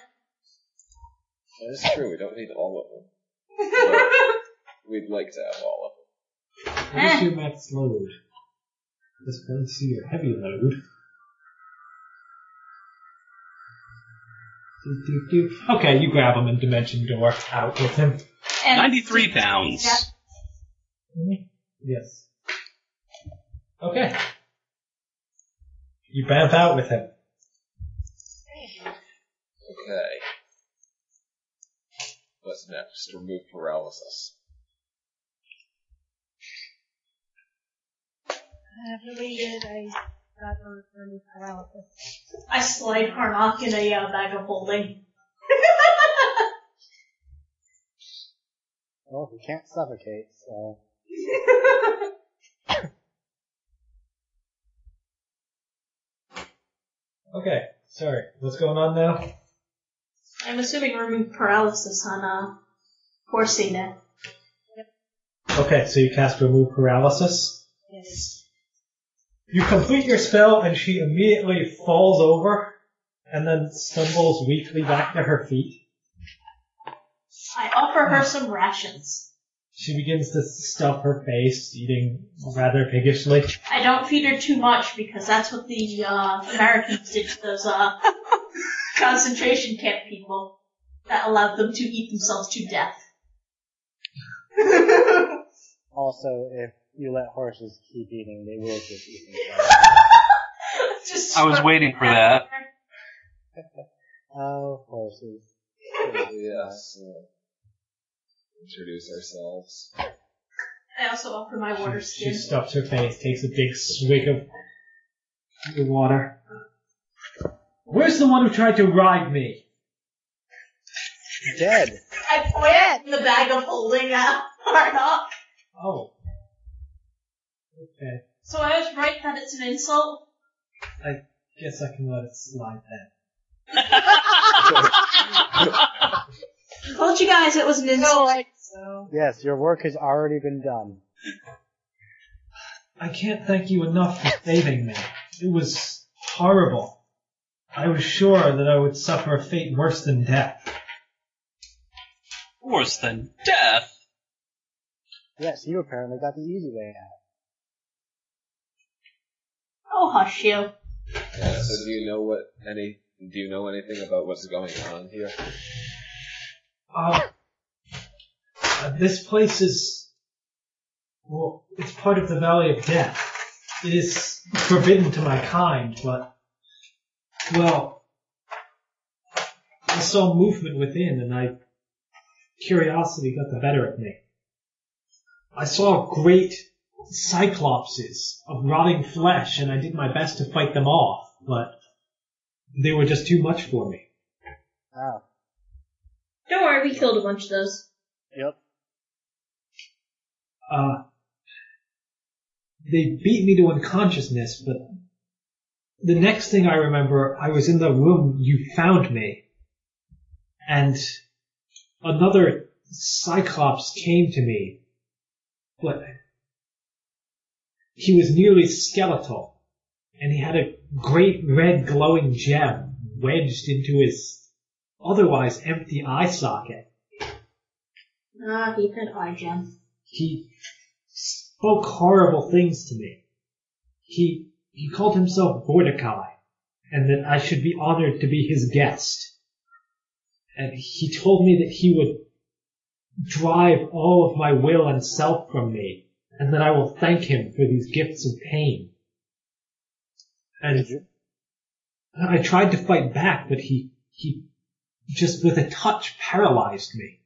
Speaker 8: That is true, we don't need all of them. We'd like to have all of them.
Speaker 3: What is your max load? Let's go and see your heavy load. Doop, doop, doop. Okay, you grab him and dimension door out with him.
Speaker 6: and
Speaker 4: 93 pounds.
Speaker 6: Yeah.
Speaker 3: Yes. Okay. You bamf out with him.
Speaker 8: Okay. What's next? Remove paralysis.
Speaker 7: I have related. I got her from paralysis.
Speaker 6: I slide Harnock in a uh, bag of *laughs* holding.
Speaker 5: Well, we can't suffocate, so.
Speaker 3: Okay, sorry. What's going on now?
Speaker 6: I'm assuming remove paralysis on uh, horsey neck.
Speaker 3: Okay, so you cast remove paralysis.
Speaker 7: Yes.
Speaker 3: You complete your spell and she immediately falls over and then stumbles weakly back to her feet.
Speaker 6: I offer her some rations.
Speaker 3: She begins to stuff her face, eating rather piggishly.
Speaker 6: I don't feed her too much because that's what the uh, Americans did to those *laughs* uh, concentration camp people that allowed them to eat themselves to *laughs* death.
Speaker 5: Also, if you let horses keep eating, they will keep eating.
Speaker 6: Just
Speaker 10: I was waiting for that.
Speaker 5: oh, horses.
Speaker 8: Yes. uh, introduce ourselves.
Speaker 6: I also offer my water
Speaker 3: She, she
Speaker 6: skin.
Speaker 3: stuffs her face, takes a big swig of the water. Where's the one who tried to ride me?
Speaker 5: Dead.
Speaker 6: I point at the bag of holding uh, *laughs* up Hardock.
Speaker 3: Oh. Okay.
Speaker 6: So I was right that it's an insult.
Speaker 3: Guess I can let it slide then.
Speaker 6: I told you guys it was an insult.
Speaker 7: So
Speaker 5: Yes, your work has already been done.
Speaker 3: I can't thank you enough for saving me. It was horrible. I was sure that I would suffer a fate worse than death.
Speaker 10: Worse than death.
Speaker 5: Yes, you apparently got the easy way out.
Speaker 6: Oh, hush you.
Speaker 8: Yeah, so do you know what any? Do you know anything about what's going on here?
Speaker 3: Uh, uh, this place is, well, it's part of the Valley of Death. It is forbidden to my kind, but, well, I saw movement within and I, curiosity got the better of me. I saw great cyclopses of rotting flesh and I did my best to fight them off, but they were just too much for me.
Speaker 5: Wow.
Speaker 6: Don't worry, we killed a bunch of those.
Speaker 5: Yep.
Speaker 3: uh, they beat me to unconsciousness, but the next thing I remember, I was in the room you found me, and another cyclops came to me, but he was nearly skeletal, and he had a great red glowing gem wedged into his otherwise empty eye socket.
Speaker 6: Ah, he had eye gem.
Speaker 3: He spoke horrible things to me. He he called himself Mordecai, and that I should be honored to be his guest. And he told me that he would drive all of my will and self from me, and that I will thank him for these gifts of pain. And
Speaker 5: Did you?
Speaker 3: I tried to fight back, but he he just with a touch paralyzed me.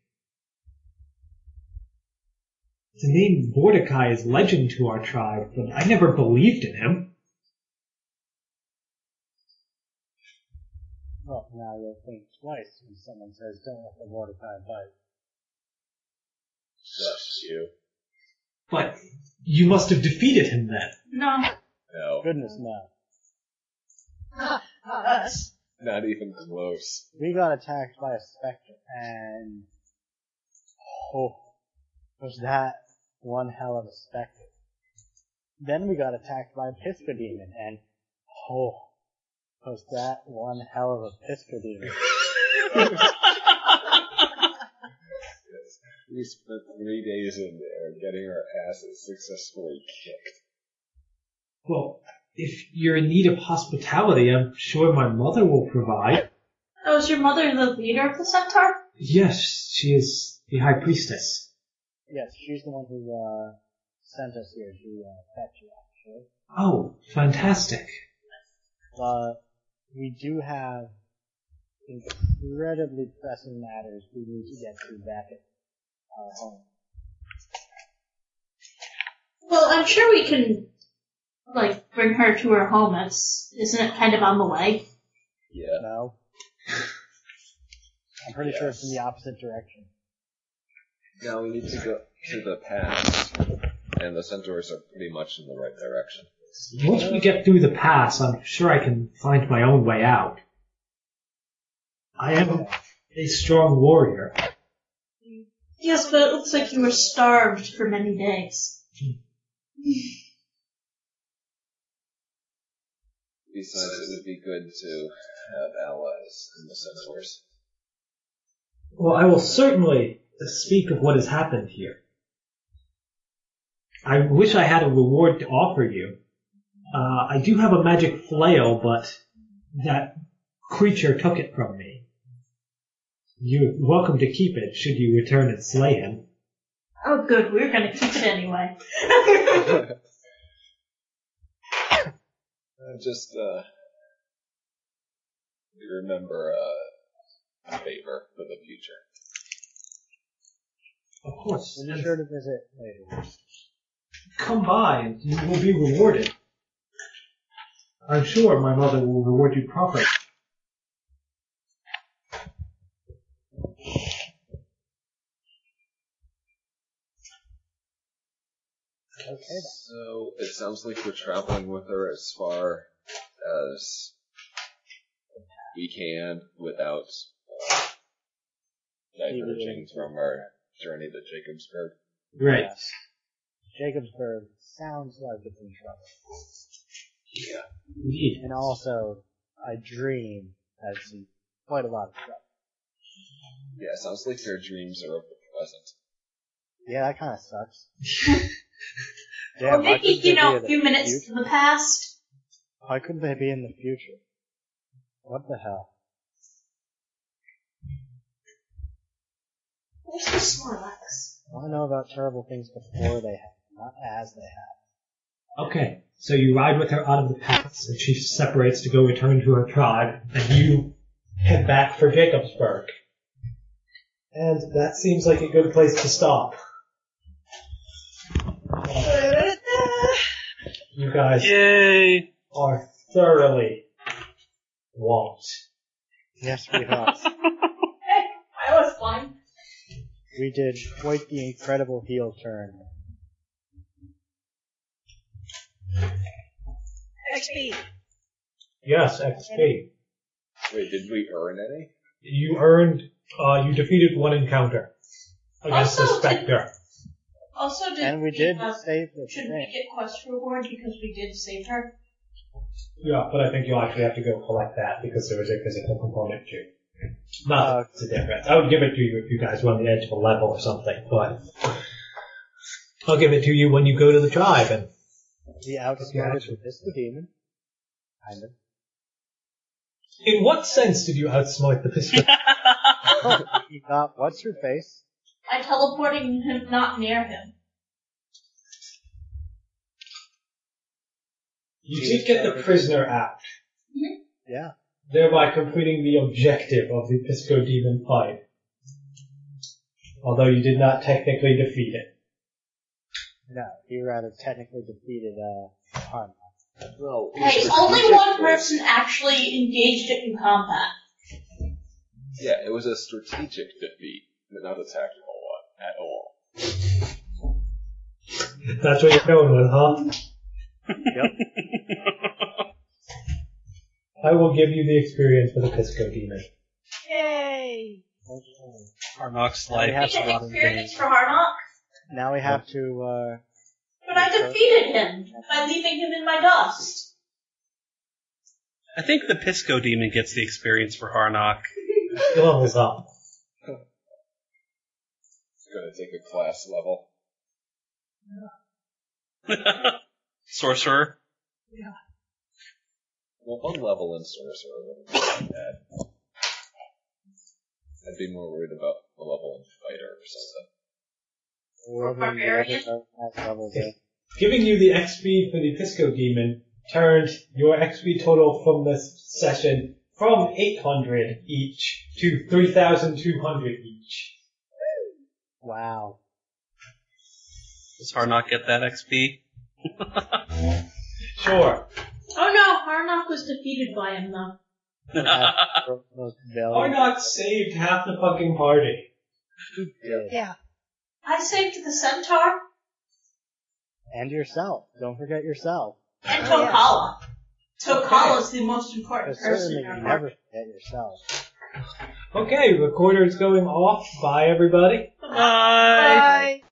Speaker 3: The name Mordecai is legend to our tribe, but I never believed in him.
Speaker 5: Well, now you'll think twice when someone says, don't let the Mordecai bite.
Speaker 8: That's you.
Speaker 3: But you must have defeated him then.
Speaker 6: No.
Speaker 8: No,
Speaker 5: Goodness no.
Speaker 7: us.
Speaker 8: not even close.
Speaker 5: We got attacked by a specter and... Oh. Was that one hell of a specter. Then we got attacked by a Pisca demon and... Oh. Was that one hell of a Pisca demon.
Speaker 8: We spent three days in there getting our asses successfully kicked.
Speaker 3: Well, if you're in need of hospitality, I'm sure my mother will provide.
Speaker 6: Oh, is your mother the leader of the centaur?
Speaker 3: Yes, she is the high priestess.
Speaker 5: Yes, she's the one who uh, sent us here to uh, fetch you, actually.
Speaker 3: Oh, fantastic.
Speaker 5: But we do have incredibly pressing matters we need to get to back at our home.
Speaker 6: Well, I'm sure we can, like, bring her to her home. It's, isn't it kind of on the way?
Speaker 8: Yeah.
Speaker 5: No? I'm pretty sure it's in the opposite direction.
Speaker 8: Now we need to go to the pass, and the centaurs are pretty much in the right direction.
Speaker 3: Once we get through the pass, I'm sure I can find my own way out. I am a strong warrior.
Speaker 6: Yes, but it looks like you were starved for many days.
Speaker 8: Besides, it would be good to have allies in the centaurs.
Speaker 3: Well, I will certainly speak of what has happened here. I wish I had a reward to offer you. Uh, I do have a magic flail, but that creature took it from me. You're welcome to keep it should you return and slay him.
Speaker 6: Oh, good. We were going to keep it anyway. *laughs*
Speaker 8: Uh, Just, uh, you remember, uh, a favor for the future.
Speaker 2: Of course.
Speaker 5: We'll be sure to visit later.
Speaker 2: Come by and you will be rewarded. I'm sure my mother will reward you properly.
Speaker 5: Okay.
Speaker 8: So it sounds like we're traveling with her as far as we can without uh, diverging from our journey to Jacobsburg.
Speaker 2: Right.
Speaker 5: Jacobsburg sounds like it's in trouble.
Speaker 2: Indeed.
Speaker 5: And also, I dream has quite a lot of trouble.
Speaker 8: Yeah, it sounds like their dreams are of the present.
Speaker 5: Yeah, that kind of
Speaker 6: *laughs*
Speaker 5: sucks.
Speaker 6: Or
Speaker 5: Damn, why
Speaker 6: maybe,
Speaker 5: couldn't
Speaker 6: you
Speaker 5: they
Speaker 6: know,
Speaker 5: be
Speaker 6: a
Speaker 5: in
Speaker 6: few
Speaker 5: the
Speaker 6: minutes
Speaker 5: future?
Speaker 6: to the past.
Speaker 5: Why couldn't they be in the future? What the hell?
Speaker 6: We're so smart, Alex.
Speaker 5: I know about terrible things before they happen, not as they
Speaker 6: *laughs*
Speaker 5: happen.
Speaker 2: Okay, so you ride with her out of the pass, and she separates to go return to her tribe, and you head back for Jacobsburg.
Speaker 3: And that seems like a good place to stop. You guys
Speaker 10: Yay!
Speaker 3: are thoroughly walled.
Speaker 5: Yes, we have.
Speaker 6: Hey, I was fine.
Speaker 5: we did quite the incredible heel turn.
Speaker 7: XP.
Speaker 3: Yes, XP.
Speaker 8: Wait, did we earn any?
Speaker 3: You earned, uh, you defeated one encounter against the
Speaker 6: Also, did-
Speaker 3: Spectre.
Speaker 6: Also, did
Speaker 5: And we did
Speaker 6: uh,
Speaker 5: save the
Speaker 6: should we
Speaker 5: thing.
Speaker 6: get quest reward because we did save her?
Speaker 3: Yeah, but I think you'll actually have to go collect that because there is a physical component to it. Not that
Speaker 5: Uh,
Speaker 3: it's a difference. I would give it to you if you guys were on the edge of a level or something, but I'll give it to you when you go to the tribe and
Speaker 5: The outsmarted with this demon. Kind of.
Speaker 3: In what sense did you outsmart the pistol?
Speaker 5: You got what's her face?
Speaker 6: I teleporting him not near him.
Speaker 3: you did get the prisoner out,
Speaker 5: Yeah.
Speaker 3: thereby completing the objective of the Pisco Demon fight. Although you did not technically defeat it.
Speaker 5: No, he rather technically defeated uh Harm.
Speaker 8: Well,
Speaker 6: Hey, only one person actually engaged it in combat.
Speaker 8: Yeah, it was a strategic defeat, but not a tactical one at all.
Speaker 3: That's what you're going with, huh? I will give you the experience for the Pisco Demon.
Speaker 7: Yay!
Speaker 10: Harnock's
Speaker 5: Now we
Speaker 10: life
Speaker 5: have
Speaker 10: is
Speaker 6: We
Speaker 5: to
Speaker 6: get
Speaker 10: not
Speaker 6: experience for Harnock,
Speaker 5: now we have to uh
Speaker 6: but I defeated him by leaving him in my dust.
Speaker 4: I think the Pisco demon gets the experience for Harnock.
Speaker 3: It levels up.
Speaker 8: It's gonna take a class level.
Speaker 4: Sorcerer.
Speaker 8: Well, one level in sorcerer wouldn't be that bad. I'd be more worried about the level in fighter or
Speaker 5: whoever
Speaker 8: something.
Speaker 6: Barbarian.
Speaker 5: whoever that level is.
Speaker 3: Giving you the XP for the Pisco Demon turned your XP total from this session from 800 each to 3,200 each.
Speaker 5: Wow.
Speaker 4: Does Harnock get that XP?
Speaker 3: Sure.
Speaker 6: Oh no, Harnock was defeated by him though.
Speaker 5: That's the
Speaker 6: Oh,
Speaker 5: most valiant
Speaker 3: Arnott saved half the fucking party.
Speaker 5: bid.
Speaker 7: Yeah.
Speaker 6: I saved the centaur
Speaker 5: And yourself. Don't forget yourself.
Speaker 6: and
Speaker 7: Oh, yeah.
Speaker 6: Tokala. Tokala's the most important
Speaker 5: But
Speaker 6: person
Speaker 5: certainly
Speaker 6: in our
Speaker 5: you
Speaker 6: party.
Speaker 5: never forget yourself.
Speaker 3: Okay, recorder's going off. Bye everybody.
Speaker 6: Come on.
Speaker 10: Bye!
Speaker 7: Bye.